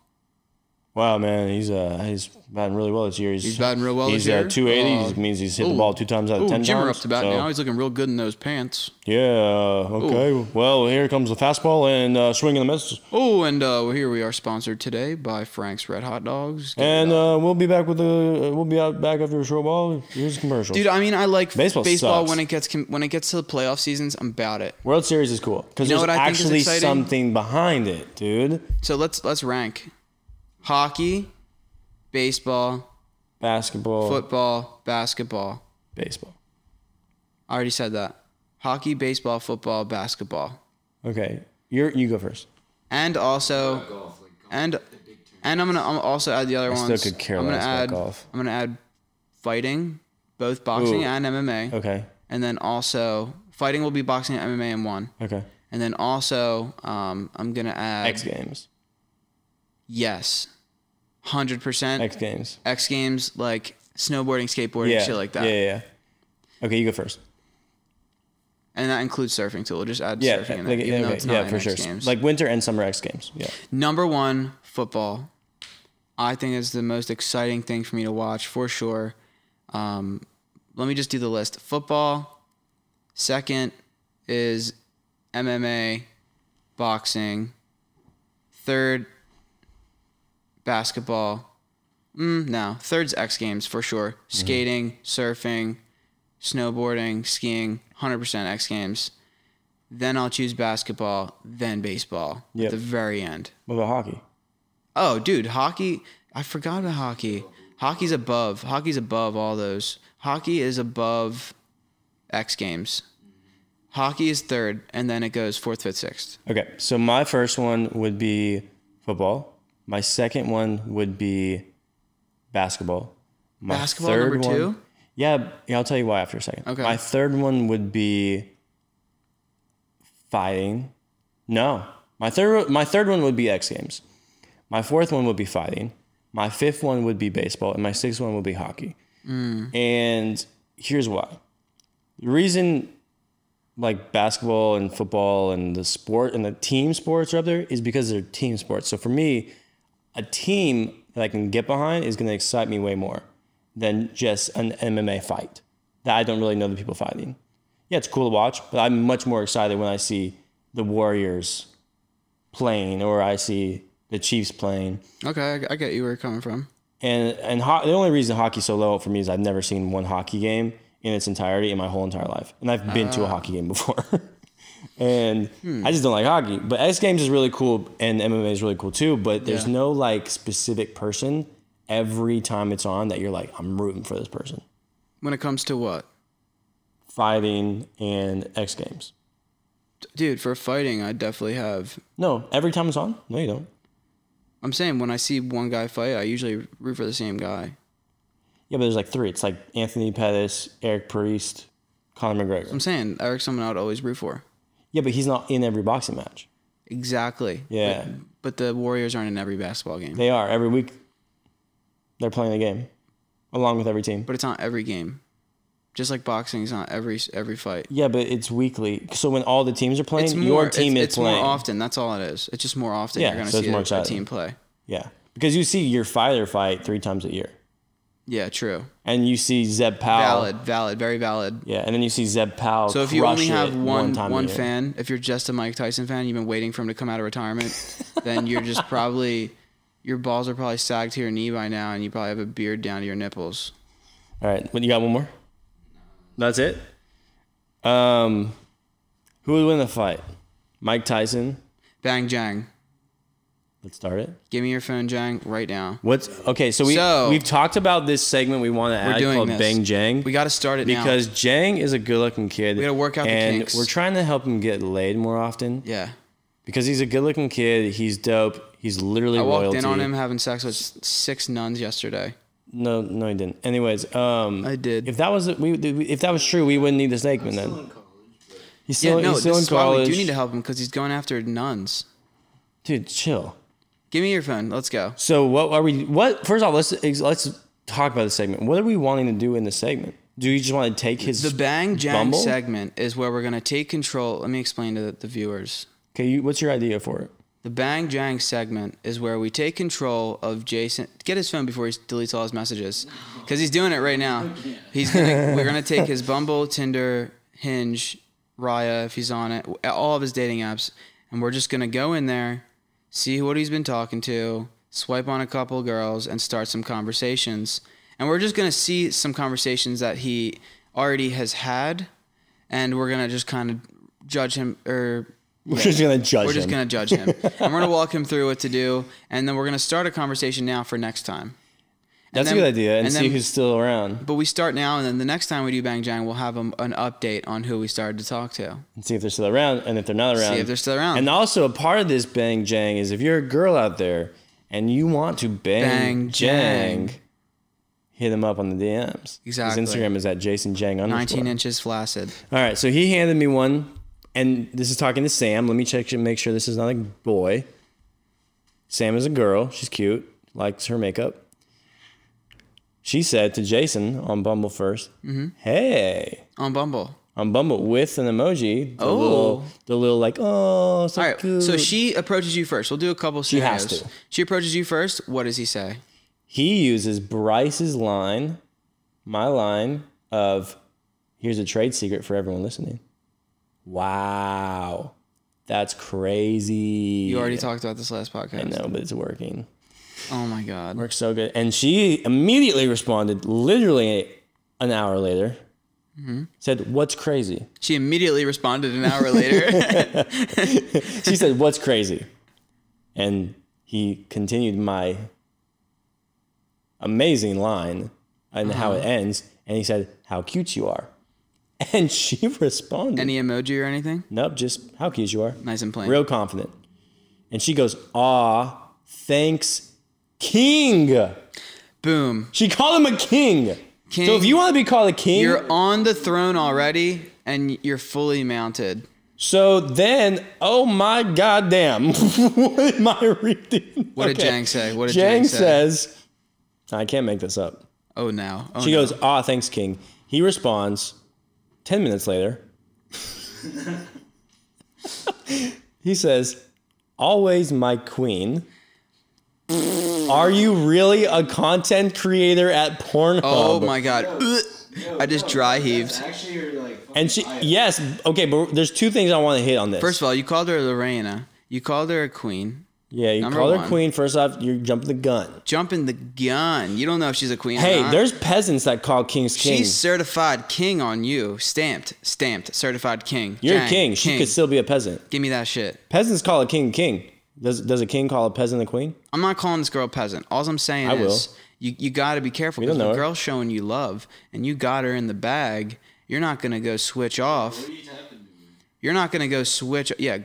A: Wow, man, he's uh he's batting really well this year. He's,
B: He's batting real well
A: He's
B: this year?
A: uh, 280.
B: Oh.
A: He means he's hit
B: Ooh.
A: the ball two times out of
B: Ooh,
A: ten
B: Jimmer
A: times.
B: up to bat
A: so-
B: now. He's looking real good in those pants.
A: Yeah. Okay. Well, here comes the fastball and uh, swing and a miss.
B: Oh, and uh, here we are sponsored today by Frank's Red Hot Dogs.
A: And uh, we'll be back with the uh, we'll be out back after a short while. Here's a commercial.
B: Dude, I mean, I like baseball,
A: Baseball sucks.
B: when it gets com- when it gets to the playoff seasons. I'm about it.
A: World Series is cool because
B: You know
A: there's
B: what I think is
A: actually
B: exciting?
A: something behind it, dude.
B: So let's let's rank: hockey, baseball,
A: Basketball,
B: football, basketball.
A: baseball.
B: I already said that. Hockey, baseball, football, basketball,
A: Okay, you you go first.
B: and also, and and I'm gonna I'm also add the other
A: still
B: ones.
A: could care
B: I'm gonna
A: less about
B: add.
A: golf.
B: I'm gonna add fighting, both boxing
A: Ooh.
B: and MMA,
A: Okay,
B: and then also fighting will be boxing and MMA in one.
A: okay.
B: And then also, um, I'm gonna add
A: X Games,
B: Yes. 100%. X,
A: X Games.
B: Games, like snowboarding, skateboarding,
A: Yeah,
B: shit like that.
A: Yeah, yeah. yeah. Okay, you go first.
B: And that includes surfing too. We'll just add
A: Yeah,
B: surfing in
A: like,
B: there, even though
A: okay,
B: it's not
A: yeah,
B: in
A: for
B: X
A: sure.
B: Games.
A: Like winter and summer X Games. Yeah.
B: Number one, football. I think is the most exciting thing for me to watch for sure. Um, let me just do the list. Football. Second is MMA, boxing. Third, basketball. Mm, no, third's X Games for sure. Skating, surfing, snowboarding, skiing, 100% X Games. Then I'll choose basketball, then baseball at
A: Yep.
B: the very end.
A: What about hockey?
B: Oh, dude, hockey. I forgot about hockey. Hockey's above. Hockey's above all those. Hockey is above X Games. Hockey is third, and then it goes fourth, fifth, sixth.
A: Okay, so my first one would be football. My second one would be basketball. My
B: Basketball number two?
A: Yeah, yeah, I'll tell you why after a second.
B: Okay.
A: My third one would be fighting. No, my third my third one would be X Games. My fourth one would be fighting. My fifth one would be baseball, and my sixth one would be hockey. And here's why. The reason like basketball and football and the sport and the team sports are up there is because they're team sports. So for me, a team that I can get behind is going to excite me way more than just an MMA fight that I don't really know the people fighting. Yeah, it's cool to watch, but I'm much more excited when I see the Warriors playing or I see the Chiefs playing.
B: Okay, I, I get you where you're coming from.
A: And and ho- the only reason hockey's so low for me is I've never seen one hockey game in its entirety in my whole entire life, and I've been to a hockey game before. and I just don't like hockey. But X Games is really cool, and MMA is really cool too. But there's
B: Yeah.
A: no like specific person every time it's on that you're like I'm rooting for this person.
B: When it comes to what?
A: Fighting and X Games.
B: D- Dude, for fighting, I definitely have.
A: No, every time it's on. No, you don't.
B: I'm saying when I see one guy fight, I usually root for the same guy.
A: Yeah, but there's like three. It's like Anthony Pettis, Eric Priest, Conor
B: I'm
A: McGregor.
B: saying Eric's someone I would always root for.
A: Yeah, but he's not in every boxing match.
B: Exactly.
A: Yeah.
B: But, but the Warriors aren't in every basketball game.
A: They are every week. They're playing a game, along with every team.
B: but it's not every game. Just like boxing is not every every fight.
A: Yeah, but it's weekly. So when all the teams are playing,
B: It's
A: your team
B: it's,
A: is
B: it's
A: playing.
B: more often. That's all it is. It's just more often
A: Yeah,
B: you're gonna
A: so it's
B: see
A: more
B: a- a,
A: exciting.
B: team play.
A: Yeah, because you see your fighter fight three times a year,
B: Yeah, true.
A: and you see Zeb Powell.
B: Valid, valid, very valid.
A: Yeah, and then you see Zeb Powell.
B: So if you only
A: crush
B: have
A: it
B: one
A: time
B: one,
A: a year.
B: fan, if you're just a Mike Tyson fan, you've been waiting for him to come out of retirement, then you're just probably your balls are probably sagged to your knee by now, and you probably have a beard down to your nipples.
A: All right, what you got? One more. That's it. Um, who would win the fight? Mike Tyson.
B: Bang Jang,
A: Let's start it.
B: give me your phone, Jang, right now.
A: What's okay? So we
B: So-
A: we've talked about this segment we want to add
B: doing
A: called
B: this.
A: Bang Jang.
B: We got to start it now.
A: because Jang is a good-looking kid. We
B: gotta work out the
A: and
B: kinks.
A: we're trying to help him get laid more often
B: yeah,
A: because he's a good-looking kid. He's dope. He's literally
B: I walked
A: royalty.
B: in on him having sex with s- six nuns yesterday.
A: No, no, he didn't. Anyways, um,
B: I did.
A: If that was we, if that was true, we wouldn't need the snake man then. He's still,
B: yeah, no,
A: he's still
B: this
A: in
B: is why we
A: college.
B: do need to help him because he's going after nuns.
A: Dude, chill.
B: Give me your phone. Let's go.
A: So what are we? What first off, let's ex- let's talk about the segment. What are we wanting to do in the segment? Do you just want to take his
B: The Bang Jang
A: Bumble?
B: segment is where we're going to take control. Let me explain to the, the viewers.
A: Okay, you, what's your idea for it?
B: The Bang Jang segment is where we take control of Jason. Get his phone before he deletes all his messages, because he's doing it right now. He's gonna, we're gonna take his Bumble, Tinder, Hinge, Raya if he's on it, all of his dating apps, and we're just gonna go in there, see what he's been talking to, swipe on a couple girls, and start some conversations. And we're just gonna see some conversations that he already has had, and we're gonna just kind of judge him or
A: We're just gonna judge
B: we're just
A: him.
B: going to judge him. and we're going to walk him through what to do. And then we're going to start a conversation now for next time.
A: That's
B: then-
A: a good idea, and,
B: and
A: see
B: then-
A: who's still around
B: But we start now. And then the next time we do Bang Jang, we'll have him an update on who we started to talk to.
A: and see if they're still around, and if they're not around,
B: if they're still around.
A: And also, a part of this bang jang is if you're a girl out there and you want to bang,
B: Bang
A: jang,
B: jang.
A: hit him up on the DMs.
B: Exactly.
A: His Instagram is at Jason Jang underscore.
B: 19 inches flaccid.
A: All right, so he handed me one, and this is talking to Sam. Let me check and make sure this is not a boy. Sam is a girl. She's cute, likes her makeup. She said to Jason on Bumble 1st
B: Mm-hmm.
A: "Hey,
B: On Bumble.
A: on Bumble with an emoji. The
B: Oh.
A: little, the little like oh, so
B: All right.
A: cute.
B: So she approaches you first. We'll do a couple
A: has
B: scenarios.
A: to.
B: She approaches you first. What does he say?
A: he uses Bryce's line, my line of here's a trade secret for everyone listening. Wow. That's crazy.
B: You already talked about this last podcast.
A: I know, but it's working.
B: Oh my God.
A: Works so good. And she immediately responded, literally an hour later, Mm-hmm. said, What's crazy?
B: She immediately responded an hour later.
A: She said, What's crazy? And he continued my amazing line and how it ends. And he said, How cute you are. And she responded,
B: Any emoji or anything?
A: Nope, just how cute you are.
B: Nice and plain.
A: Real confident. And she goes, Aw, thanks, King.
B: Boom.
A: She called him a king.
B: King.
A: So if you want to be called a king,
B: You're on the throne already and you're fully mounted.
A: so then, oh my goddamn, what am I reading?
B: What did Jang say? What did
A: Jang
B: Jang say?
A: says, I can't make this up.
B: Oh no. Oh,
A: She
B: no.
A: goes, ah, thanks, king. He responds, 10 minutes later, he says, always my queen. Are you really a content creator at Pornhub?
B: Oh my god. Ugh. I just dry heaved.
C: Actually, you're like.
A: And she, yes, okay, but there's two things I want to hit on this.
B: First of all, you called her Lorena. You called her a queen.
A: Yeah, you
B: Number
A: call her
B: one.
A: queen. First off, you're jumping the gun.
B: Jumping the gun. You don't know if she's a queen. or
A: Hey,
B: not.
A: there's peasants that call kings
B: She's
A: kings.
B: certified king on you. Stamped. Stamped. Certified king.
A: You're a
B: Dang,
A: king. She could still be a peasant.
B: Give me that shit.
A: Peasants call a king king. Does does a king call a peasant a queen?
B: I'm not calling this girl a peasant. All I'm saying
A: I will.
B: is you, you got to be careful
A: don't
B: because
A: know
B: the
A: her.
B: girl's showing you love and you got her in the bag. You're not going to go switch off. You're not going to go switch. Yeah,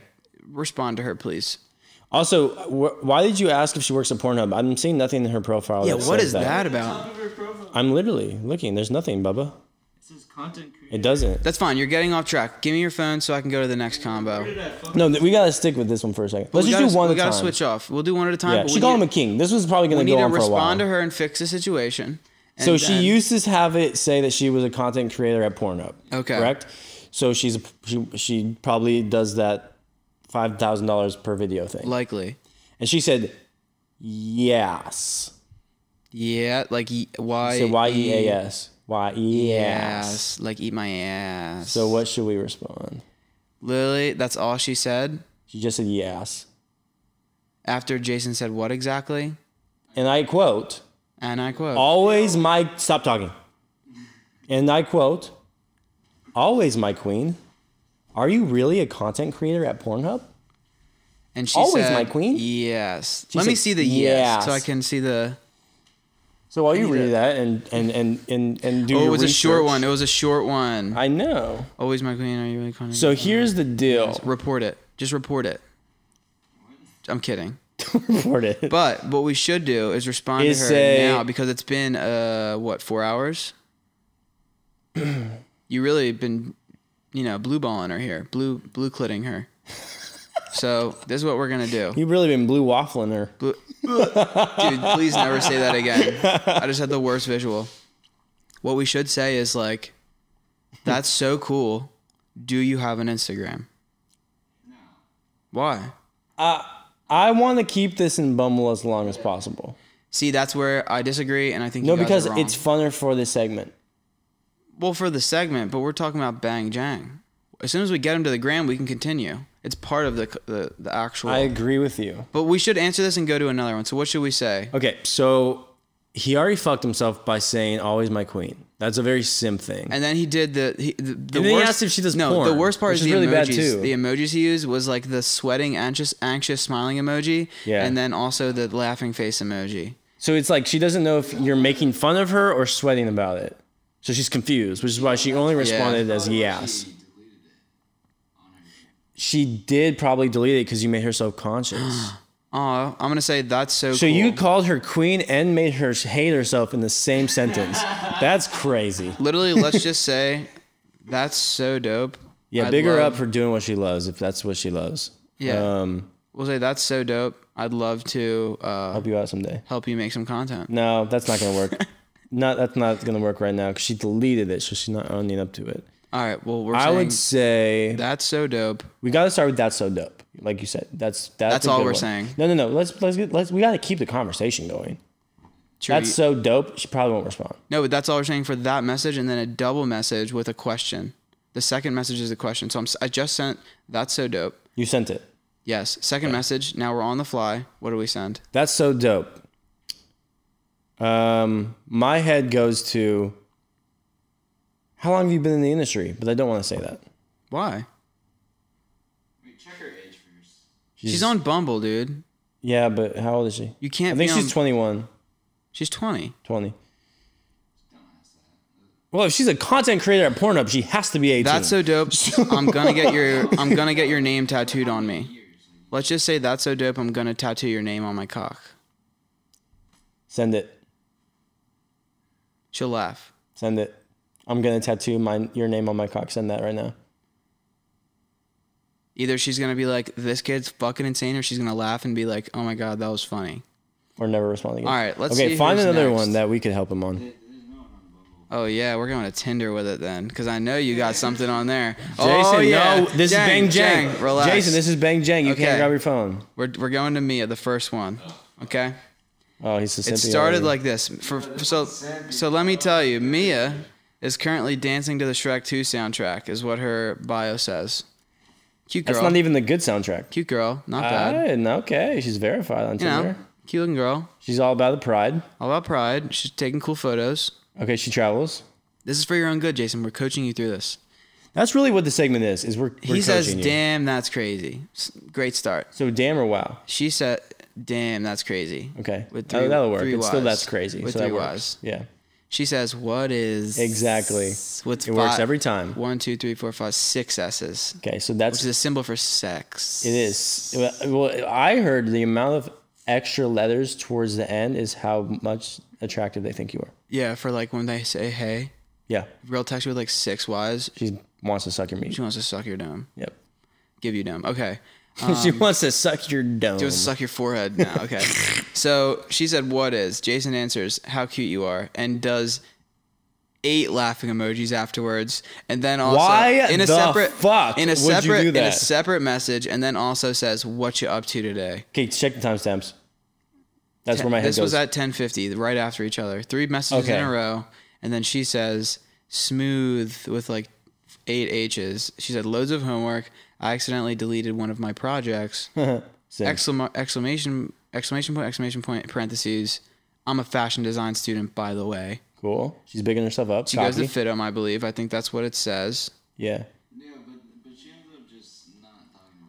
B: respond to her, please.
A: Also, wh- why did you ask if she works at Pornhub? I'm seeing nothing in her profile.
B: Yeah,
A: that
B: what
A: says
B: is that about?
A: I'm literally looking. There's nothing, Bubba.
C: content creator.
A: It doesn't.
B: That's fine. You're getting off track. Give me your phone so I can go to the next combo.
A: No, th- we gotta stick with this one for a second. Let's
B: we
A: just
B: gotta,
A: do one
B: We
A: at a
B: gotta
A: time.
B: switch off. We'll do one at a time.
A: yeah,
B: but
A: she
B: we
A: called him
B: need,
A: a king. This was probably gonna
B: We need
A: go
B: to
A: on for a while.
B: respond to her and fix the situation. And
A: so she
B: then-
A: used to have it say that she was a content creator at Pornhub.
B: Okay.
A: Correct. So she's a, she she probably does that five thousand dollars per video thing.
B: likely.
A: and she said, "Yes."
B: Yeah, like e- why?
A: So Y E A S. Y E yes.
B: Yes, like eat my ass.
A: So what should we respond?
B: Lily, that's all she said
A: She just said yes,
B: after Jason said what exactly?
A: and I quote.
B: And I quote.
A: Always my stop talking. And I quote, "Always my queen. Are you really a content creator at Pornhub?"
B: and she
A: always
B: said,
A: my queen?
B: Yes. Let me
A: said,
B: see the yes, so I
A: "Yes."
B: can see the.
A: So while you
B: need
A: read
B: to-
A: that and and and and and do
B: Oh,
A: your
B: it was a short
A: research-
B: one. It was a short one.
A: I know.
B: Always my queen. Are you really calling?
A: So here's the deal.
B: report it. Just report it. I'm kidding.
A: report it.
B: But what we should do is respond
A: Is
B: to her
A: say-
B: now because it's been uh what four hours. you really been, you know, blue balling her here, blue blue clitting her. so this is what we're gonna do.
A: You've really been blue waffling her.
B: Blue- Dude, please never say that again. I just had the worst visual. What we should say is like, that's so cool. Do you have an Instagram? No. Why?
A: I want to keep this in Bumble as long as possible.
B: See, that's where I disagree, and I think
A: No,
B: you guys
A: because
B: are wrong.
A: it's funner for this segment.
B: Well, for the segment, but we're talking about Bang Jang. As soon as we get him to the gram, we can continue. It's part of the the, the actual.
A: I agree with you.
B: but we should answer this and go to another one. So what should we say?
A: Okay, so he already fucked himself by saying "always my queen." That's a very sim thing.
B: And then he did the he, the, the
A: And then he
B: worst,
A: asked if she does
B: no.
A: porn,
B: the worst part
A: which
B: is, the
A: is really
B: emojis.
A: bad, too.
B: The emojis he used was like the sweating, anxious, anxious, smiling emoji,
A: Yeah.
B: and then also the laughing face emoji.
A: so it's like she doesn't know if you're making fun of her or sweating about it. So she's confused, which is why she only responded as yes. She did probably delete it because you made her so conscious.
B: Oh, I'm gonna say that's so.
A: So
B: cool.
A: you called her queen and made her hate herself in the same sentence. That's crazy.
B: literally let's just say that's so dope.
A: Yeah,
B: I'd
A: big her
B: love-
A: up for doing what she loves if that's what she loves.
B: Yeah.
A: Um,
B: We'll say that's so dope. I'd love to uh,
A: help you out someday.
B: help you make some content.
A: No, that's not gonna work. not that's not gonna work right now because she deleted it, so she's not owning up to it.
B: All right. Well, we're
A: I
B: saying
A: would say
B: that's so dope.
A: we gotta start with that's so dope. Like you said, that's that's,
B: That's
A: a
B: all
A: good
B: we're
A: one.
B: saying.
A: No, no, no. Let's let's get, let's we gotta keep the conversation going.
B: Should
A: That's
B: we-
A: so dope. She probably won't respond.
B: no, but that's all we're saying for that message, and then a double message with a question. The second message is a question. So I'm, si just sent that's so dope.
A: You sent it.
B: Yes. Second message. Now we're on the fly. What do we send?
A: That's so dope. Um, my head goes to how long have you been in the industry? But I don't want to say that.
B: Why?
C: Wait, check her age first.
B: She's on Bumble, dude.
A: Yeah, but how old is she?
B: You
A: I
B: can't.
A: think
B: be
A: she's
B: on-
A: 21,
B: She's 20.
A: 20. Well, if she's a content creator at Pornhub, she has to be 18.
B: That's so dope. I'm gonna get your I'm gonna get your name tattooed on me. Let's just say that's so dope. I'm gonna tattoo your name on my cock.
A: Send it.
B: She'll laugh.
A: Send it. I'm gonna tattoo my your name on my cock. Send that right now.
B: Either she's gonna be like, "This kid's fucking insane," or she's gonna laugh and be like, "Oh my god, that was funny."
A: Or never respond again.
B: All right, let's
A: okay,
B: see
A: find
B: who's
A: another
B: next.
A: one that we could help him on.
B: Oh yeah, we're going to Tinder with it then, because I know you got something on there. Oh Jason,
A: Jason, no, this is Bang Jang.
B: Relax.
A: Jason, this is Bang Jang. You
B: Okay.
A: can't grab your phone.
B: we're we're going to Mia, the first one. Okay.
A: Oh, he's a
B: It started like this. For so so let me tell you, Mia is currently dancing to the Shrek 2 soundtrack, is what her bio says. Cute
A: That's
B: girl.
A: not even the good soundtrack.
B: cute girl, not bad.
A: Ah, and okay, she's verified on
B: You
A: Tinder.
B: know, cute looking girl.
A: She's all about the pride.
B: All about pride. She's taking cool photos.
A: Okay, she travels.
B: This is for your own good, Jason. We're coaching you through this.
A: That's really what the segment is. Is we're, we're
B: he says,
A: coaching you.
B: "Damn, that's crazy." S- Great start.
A: So damn or wow.
B: She said, "Damn, that's crazy."
A: Okay,
B: With
A: That-
B: three-
A: that'll work.
B: three
A: It's still
B: Ys.
A: that's crazy.
B: With
A: so that
B: three
A: works.
B: Ys.
A: Yeah,
B: She says, "What is
A: exactly.
B: What's
A: it works
B: fi-
A: every time.
B: One, two, three, four, five, six S's.
A: Okay, so
B: which
A: that's
B: is a symbol for sex.
A: it is. Well, I heard the amount of extra letters towards the end is how much attractive they think you are.
B: Yeah, for like when they say hey,
A: Yeah,
B: real text with like six Y's,
A: she wants to suck your meat.
B: she wants to suck your dome,
A: Yep.
B: give you dome. Okay.
A: she
B: Um,
A: wants to suck your dome.
B: She wants to suck your forehead now. Okay. so she said, What is? Jason answers, How cute you are, and does eight laughing emojis afterwards. And then also
A: Why
B: in a
A: the
B: separate
A: fuck
B: in a
A: would you
B: separate
A: do
B: in a
A: that?
B: separate message, and then also says, What you up to today?
A: Okay, check the timestamps. That's where my head
B: this
A: goes.
B: was at 10:50, right after each other. Three messages
A: Okay.
B: in a row, and then she says smooth with like eight H's. She said loads of homework. I accidentally deleted one of my projects.
A: Same.
B: Exclam- exclamation exclamation point exclamation point parentheses. I'm a fashion design student, by the way.
A: Cool. She's bigging herself up.
B: She goes
A: Cocky.
B: to Fitum, I believe. I think that's what it says.
A: yeah.
C: Yeah, but, but she ended up just not talking to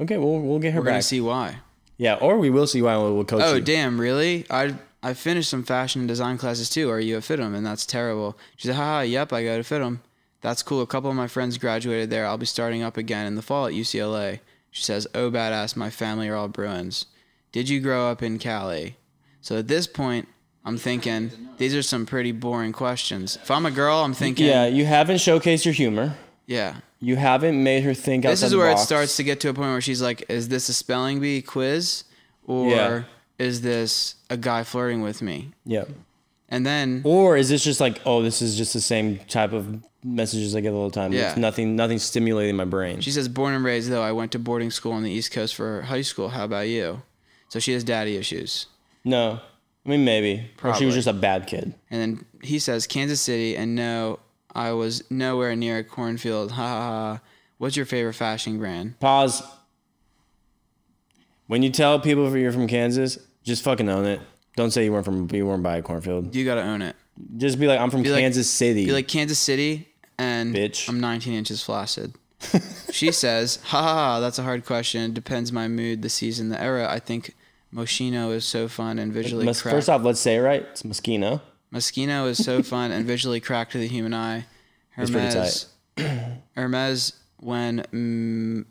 C: me.
A: Okay, we'll we'll get her
B: We're
A: back.
B: gonna see why.
A: yeah, or we will see why we'll we'll coach
B: Oh
A: you.
B: damn, really? I I finished some fashion and design classes too. Are you at Fitum? And that's terrible. She said, haha, yep, I go to Fitum. That's cool. A couple of my friends graduated there. I'll be starting up again in the fall at UCLA. She says, oh badass, my family are all Bruins. Did you grow up in Cali? So at this point, I'm thinking these are some pretty boring questions. If I'm a girl, I'm thinking,
A: Yeah,
B: yeah.
A: you haven't showcased your humor. You haven't made her think outside
B: This is
A: the
B: where it
A: box.
B: starts to get to a point where she's like, is this a spelling bee quiz? Or
A: Yeah.
B: is this a guy flirting with me?
A: Yeah.
B: And then
A: Or is this just like, oh, this is just the same type of messages I get all the time?
B: Yeah.
A: It's nothing, nothing stimulating my brain.
B: She says, born and raised, though, I went to boarding school on the East Coast for high school. How about you? So she has daddy issues.
A: no, I mean maybe. Or she
B: Probably.
A: was just a bad kid.
B: And then he says, Kansas City, and no, I was nowhere near a cornfield. Ha ha ha. What's your favorite fashion brand?
A: Pause. When you tell people you're from Kansas, just fucking own it. Don't say you weren't from you weren't by a cornfield.
B: You got to own it.
A: Just be like, I'm from
B: like-
A: Kansas City.
B: Be like Kansas City, and
A: Bitch.
B: I'm 19 inches flaccid. she says, ha ha ha, that's a hard question. Depends my mood, the season, the era. I think Moschino is so fun and visually
A: Mus-
B: cracked.
A: first off, let's say it right. It's Moschino.
B: Moschino is so fun and visually cracked to the human eye. Hermes,
A: pretty
B: Hermes, when mm,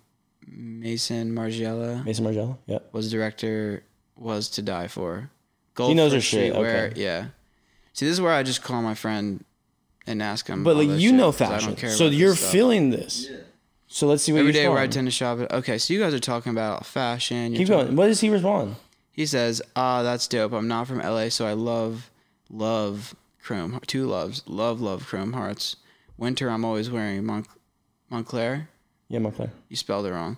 B: Mason Margiela
A: Mason Margiela. Yep.
B: was director, was to die for. Gold
A: He knows
B: for
A: her shit,
B: streetwear,
A: okay.
B: Yeah. See, this is where I just call my friend and ask him.
A: But
B: all
A: like
B: this
A: you
B: shit,
A: know
B: 'cause I don't
A: fashion,
B: care
A: so
B: about this
A: you're
B: stuff.
A: feeling this. So let's see what
B: every
A: you
B: day where I tend to shop. At, okay, so you guys are talking about fashion. you're
A: Keep
B: talking-
A: going. What does he respond?
B: He says, "Ah, that's dope. I'm not from LA, so I love, love Chrome. Two loves, love, love Chrome Hearts. Winter, I'm always wearing Mont- Montclair.
A: Yeah, Montclair.
B: You spelled it wrong.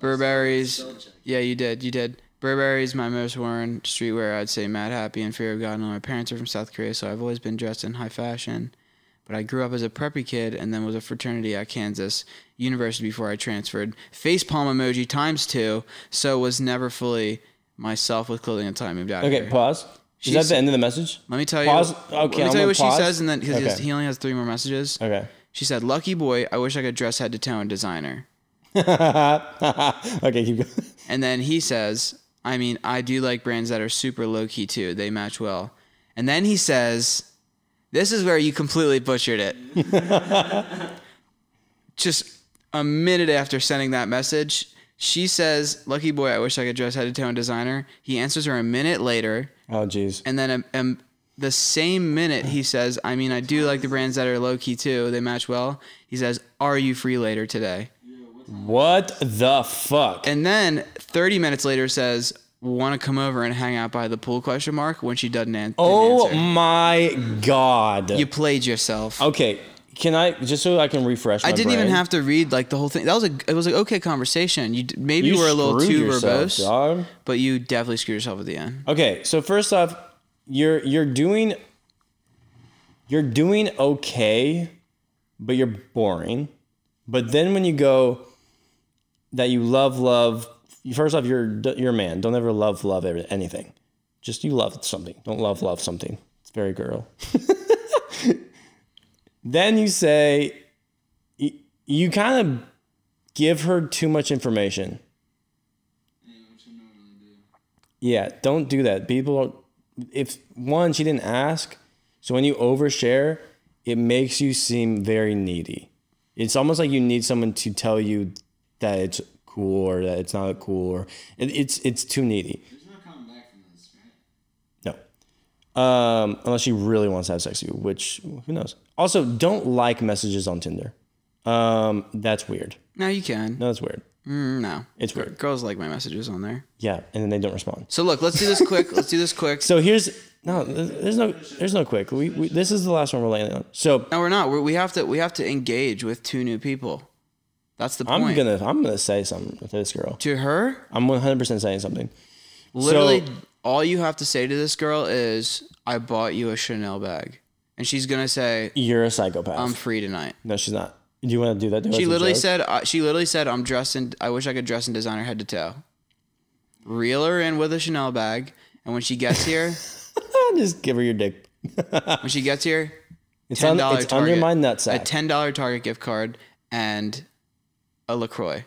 B: Burberry's. Yeah, you did. You did. Burberry's my most worn streetwear. I'd say Mad Happy and Fear of God. And my parents are from South Korea, so I've always been dressed in high fashion. But I grew up as a preppy kid and then was a fraternity at Kansas University before I transferred. Facepalm emoji times two, so was never fully myself with clothing until I moved out
A: Okay,
B: here.
A: pause. Is that
B: She's-
A: the end of the message?
B: Let me tell
A: Pause.
B: you. let
A: Okay,
B: me tell
A: I'm gonna
B: you what
A: pause.
B: she says, and then because
A: Okay.
B: he only has three more messages.
A: Okay.
B: She said, "Lucky boy, I wish I could dress head to toe in designer."
A: okay, keep going.
B: And then he says, I mean, I do like brands that are super low key too. They match well. And then he says, This is where you completely butchered it. Just a minute after sending that message, she says, Lucky boy, I wish I could dress head to toe in designer. He answers her a minute later.
A: Oh, jeez.
B: And then um, um, the same minute he says, I mean, I do like the brands that are low key too. They match well. He says, Are you free later today?
A: What the fuck?
B: And then 30 minutes later says, "Want to come over and hang out by the pool?" Question mark. When she doesn't an- didn't
A: Oh
B: answer,
A: my god.
B: you played yourself.
A: okay, can I just so I can refresh? My
B: I didn't even
A: brain,
B: have to read like the whole thing. That was a it was like okay conversation. You d- maybe
A: You
B: you were a little
A: screwed
B: too
A: yourself,
B: verbose,
A: dog.
B: but you definitely screwed yourself at the end.
A: Okay, so first off, you're you're doing you're doing okay, but you're boring. But then when you go that you love love, first off, you're you're a man. Don't ever love love every- anything. Just you love something. Don't love love something. It's very girl. then you say you, you kind of give her too much information. Yeah, don't do that. People, if one, she didn't ask. So when you overshare, it makes you seem very needy. It's almost like you need someone to tell you that it's cool or that it's not cool or it, it's it's too needy.
C: There's no coming back from this, right?
A: No. Um, unless she really wants to have sex with you, which who knows. Also, don't like messages on Tinder. Um, that's weird.
B: No, you can.
A: No, that's weird.
B: Mm, no,
A: It's weird.
B: girls like my messages on there.
A: Yeah, and then they don't respond.
B: So look, let's do this quick. let's do this quick.
A: So here's no, there's no, there's no quick. We, we this is the last one we're landing on. So
B: No, we're not. We're, we have to we have to engage with two new people. That's the
A: I'm
B: point.
A: gonna I'm gonna say something to this girl.
B: to her,
A: I'm 100 percent saying something.
B: Literally,
A: So-
B: all you have to say to this girl is, "I bought you a Chanel bag," and she's gonna say,
A: You're a psychopath.
B: "I'm free tonight."
A: no, she's not. Do you want to do that? to her as
B: Um, She
A: a
B: literally
A: joke?
B: said, I "She literally said, I'm dressed in. I wish I could dress in designer head to toe." Reel her in with a Chanel bag, and when she gets here,
A: Ah, "Just give her your dick."
B: when she gets here,
A: It's,
B: ten
A: on,
B: dollar
A: it's under my nutsack.
B: a ten dollar Target gift card, and a Lacroix.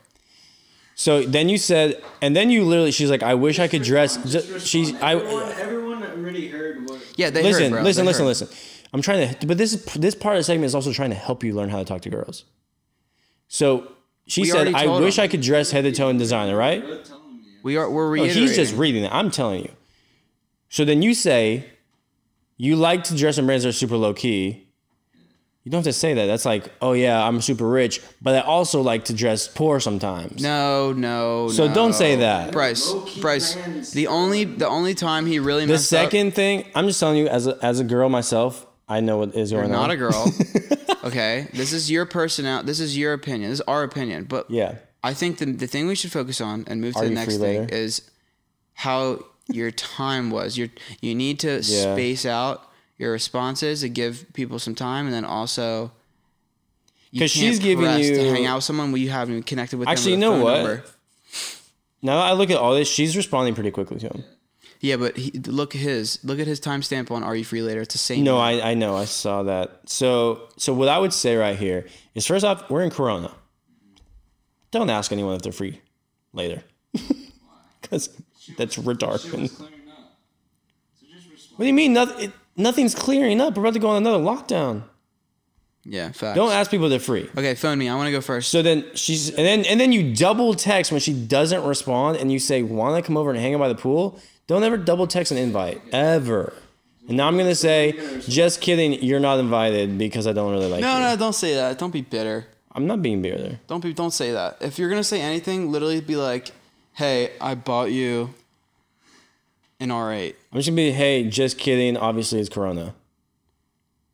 A: so then you said, and then you literally, she's like, "I wish I could dress." ju- She's
C: Everyone,
A: I
C: everyone already heard what.
B: Yeah, they
A: listen,
B: heard, bro.
A: listen,
B: They
A: listen,
B: heard.
A: listen. I'm trying to, but this is this part of the segment is also trying to help you learn how to talk to girls. So she
B: We
A: said,
B: already
A: "I
B: told
A: wish
B: him.
A: I could dress head to toe in designer." Right?
C: They're telling me.
B: We are we're
A: No,
B: reiterating.
A: Oh, he's just reading it. I'm telling you. So then you say you like to dress in brands that are super low key. You don't have to say that. That's like, oh yeah, I'm super rich, but I also like to dress poor sometimes.
B: no, no.
A: So
B: no.
A: don't say that.
B: Bryce.
C: Low-key
B: Bryce.
C: brands.
B: The only the only time he really
A: the
B: messed up-
A: second thing, I'm just telling you, as a, as a girl myself, I know what is going
B: You're
A: on.
B: not a girl. okay. This is your personal. This is your opinion. This is our opinion. But
A: yeah.
B: I think the, the thing we should focus on and move to
A: Are
B: the
A: you
B: next
A: free
B: thing
A: later?
B: is how your time was. You you need to
A: Yeah.
B: space out your responses to give people some time, and then also you
A: 'Cause she's
B: can't
A: giving
B: press to
A: you-
B: hang out with someone where you haven't even connected with. them
A: Actually,
B: with
A: you
B: a
A: know
B: phone
A: what?
B: number.
A: Now that I look at all this, she's responding pretty quickly to him.
B: Yeah, but he, look at his look at his timestamp on "Are You Free Later." It's the same.
A: No, I, I know. I saw that. So so what I would say right here is first off, we're in Corona. Don't ask anyone if they're free later. Because that's retarded. What do you mean? Noth- it, nothing's clearing up. We're about to go on another lockdown.
B: yeah, facts.
A: Don't ask people if they're free.
B: Okay, phone me. I want to go first.
A: So then she's and then and then you double text when she doesn't respond and you say, Wanna come over and hang out by the pool? Don't ever double text an invite. Ever. And now I'm gonna say, just kidding, you're not invited because I don't really like
B: no,
A: you.
B: no, don't say that. Don't be bitter.
A: I'm not being bitter.
B: Don't be. Don't say that. If you're gonna say anything, literally be like, "Hey, I bought you an R8."
A: I'm just gonna be, hey, just kidding. Obviously, it's Corona.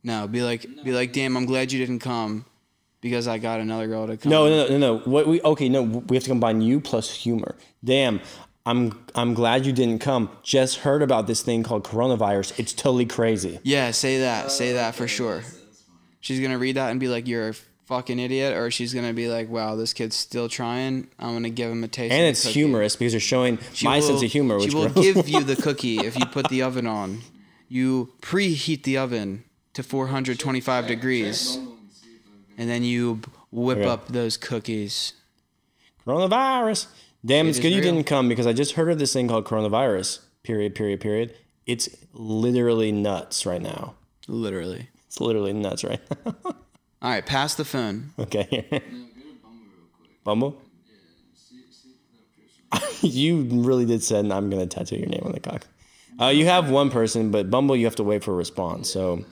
B: No, be like, be like, "Damn, I'm glad you didn't come, because I got another girl to come."
A: No, no, no, no. no. What we okay? No, we have to combine you plus humor. Damn, I'm I'm glad you didn't come. Just heard about this thing called coronavirus. It's totally crazy.
B: Yeah, say that. Say that for sure. She's gonna read that and be like, "You're a fucking idiot," or she's gonna be like, "Wow, this kid's still trying. I'm gonna give him a taste." of
A: And
B: the
A: it's
B: cookie."
A: humorous because you're showing
B: She
A: my
B: will-
A: sense of humor. Which
B: She will
A: grows-
B: give you the cookie if you put the oven on. You preheat the oven to 425 degrees, and then you b- whip
A: Okay.
B: up those cookies.
A: coronavirus. Damn, it's
B: is
A: good you
B: real.
A: didn't come because I just heard of this thing called coronavirus. Period. Period. Period. It's literally nuts right now.
B: Literally.
A: It's literally nuts right now.
B: All right, pass the phone.
A: Okay. Bumble? you really did said I'm gonna tattoo your name on the cock. Uh, you have one person, but Bumble you have to wait for a response. So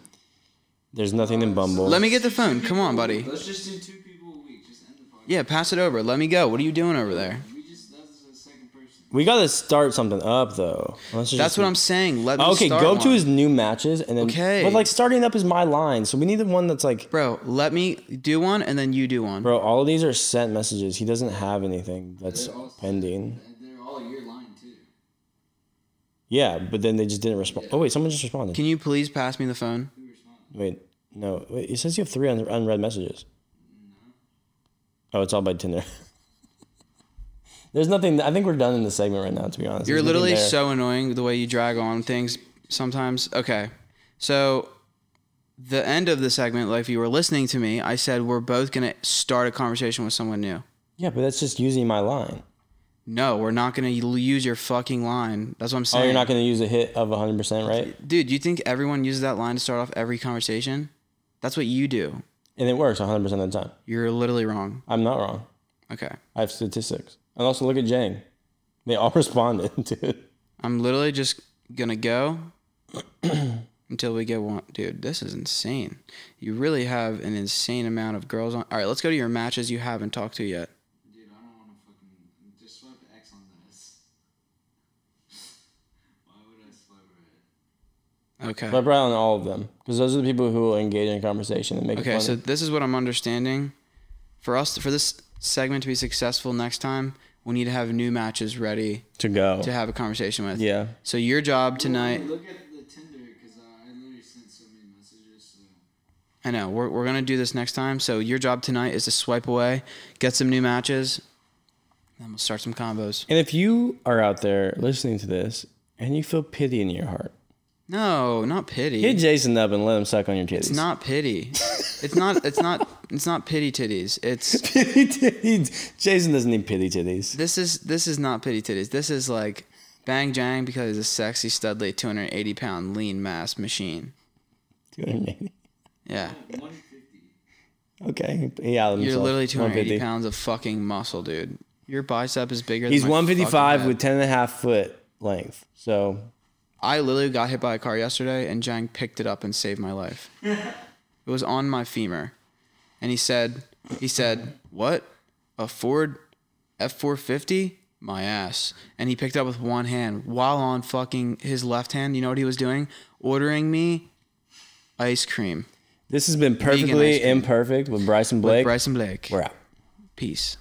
A: there's nothing in Bumble.
B: Let me get the phone. Come on, buddy.
C: Let's just do two people a week. Just end the podcast.
B: Yeah, pass it over. Let me go. What are you doing over there?
C: We just that's the second person.
A: we gotta start something up though. Let's just-
B: That's what I'm saying. Let me
A: Okay,
B: start
A: go to
B: one.
A: his new matches and then.
B: Okay.
A: But like starting up is my line, so we need the one that's like,
B: Bro, let me do one and then you do one.
A: bro. All of these are sent messages. He doesn't have anything that's pending.
C: And they're all your line too.
A: Yeah, but then they just didn't respond. Oh wait, someone just responded.
B: Can you please pass me the phone?
A: Wait, no. Wait, it says you have three un- unread messages. Oh, it's all by Tinder. There's nothing. I think we're done in the segment right now. To be honest,
B: You're
A: There's
B: literally
A: nothing there.
B: so annoying the way you drag on things sometimes. Okay. So the end of the segment, like if you were listening to me, I said we're both gonna start a conversation with someone new.
A: Yeah, but that's just using my line.
B: No, we're not gonna u- use your fucking line. That's what I'm
A: Oh,
B: saying.
A: you're not gonna use a hit of 100, percent right?
B: Dude, you think everyone uses that line to start off every conversation? That's what you do.
A: And it works 100 percent of the time.
B: You're literally wrong.
A: I'm not wrong.
B: Okay.
A: I have statistics. And also look at Jang. They all responded, dude.
B: I'm literally just gonna go until we get one. Dude, this is insane. You really have an insane amount of girls on. All right, let's go to your matches you haven't talked to yet.
C: Dude, I don't want to fucking just swipe X on this. Why would I swipe red?
B: Okay.
A: But probably on all of them, because those are the people who will engage in conversation and make it
B: Okay,
A: funny.
B: so this is what I'm understanding. For us, for this segment to be successful next time, we need to have new matches ready
A: to go.
B: to have a conversation with.
A: Yeah.
B: So your job tonight,
C: Look at the Tinder because I literally sent so many messages. So
B: I know we're we're gonna do this next time. So your job tonight is to swipe away, get some new matches, and we'll start some combos.
A: And if you are out there listening to this and you feel pity in your heart,
B: No, not pity.
A: Hit Jason up and let him suck on your titties.
B: It's not pity. It's not. It's not. It's not pity titties. It's
A: pity titties. Jason doesn't need pity titties.
B: this is this is not pity titties. This is like bang jang because he's a sexy studly 280 pound lean mass machine.
A: 280.
B: Yeah,
C: 150.
A: Okay. He out himself.
B: you're literally 280
A: 150.
B: pounds of fucking muscle, dude. Your bicep is bigger.
A: He's
B: than my fucking
A: 155
B: head.
A: with 10 and a half foot length. So
B: I literally got hit by a car yesterday, and Jang picked it up and saved my life. it was on my femur, and he said, he said, "What? A Ford F450? My ass!" And he picked it up with one hand while on fucking his left hand. You know what he was doing? Ordering me ice cream.
A: this has been
B: ice
A: perfectly
B: cream.
A: imperfect with Bryson Blake.
B: Bryson Blake.
A: We're out.
B: Peace.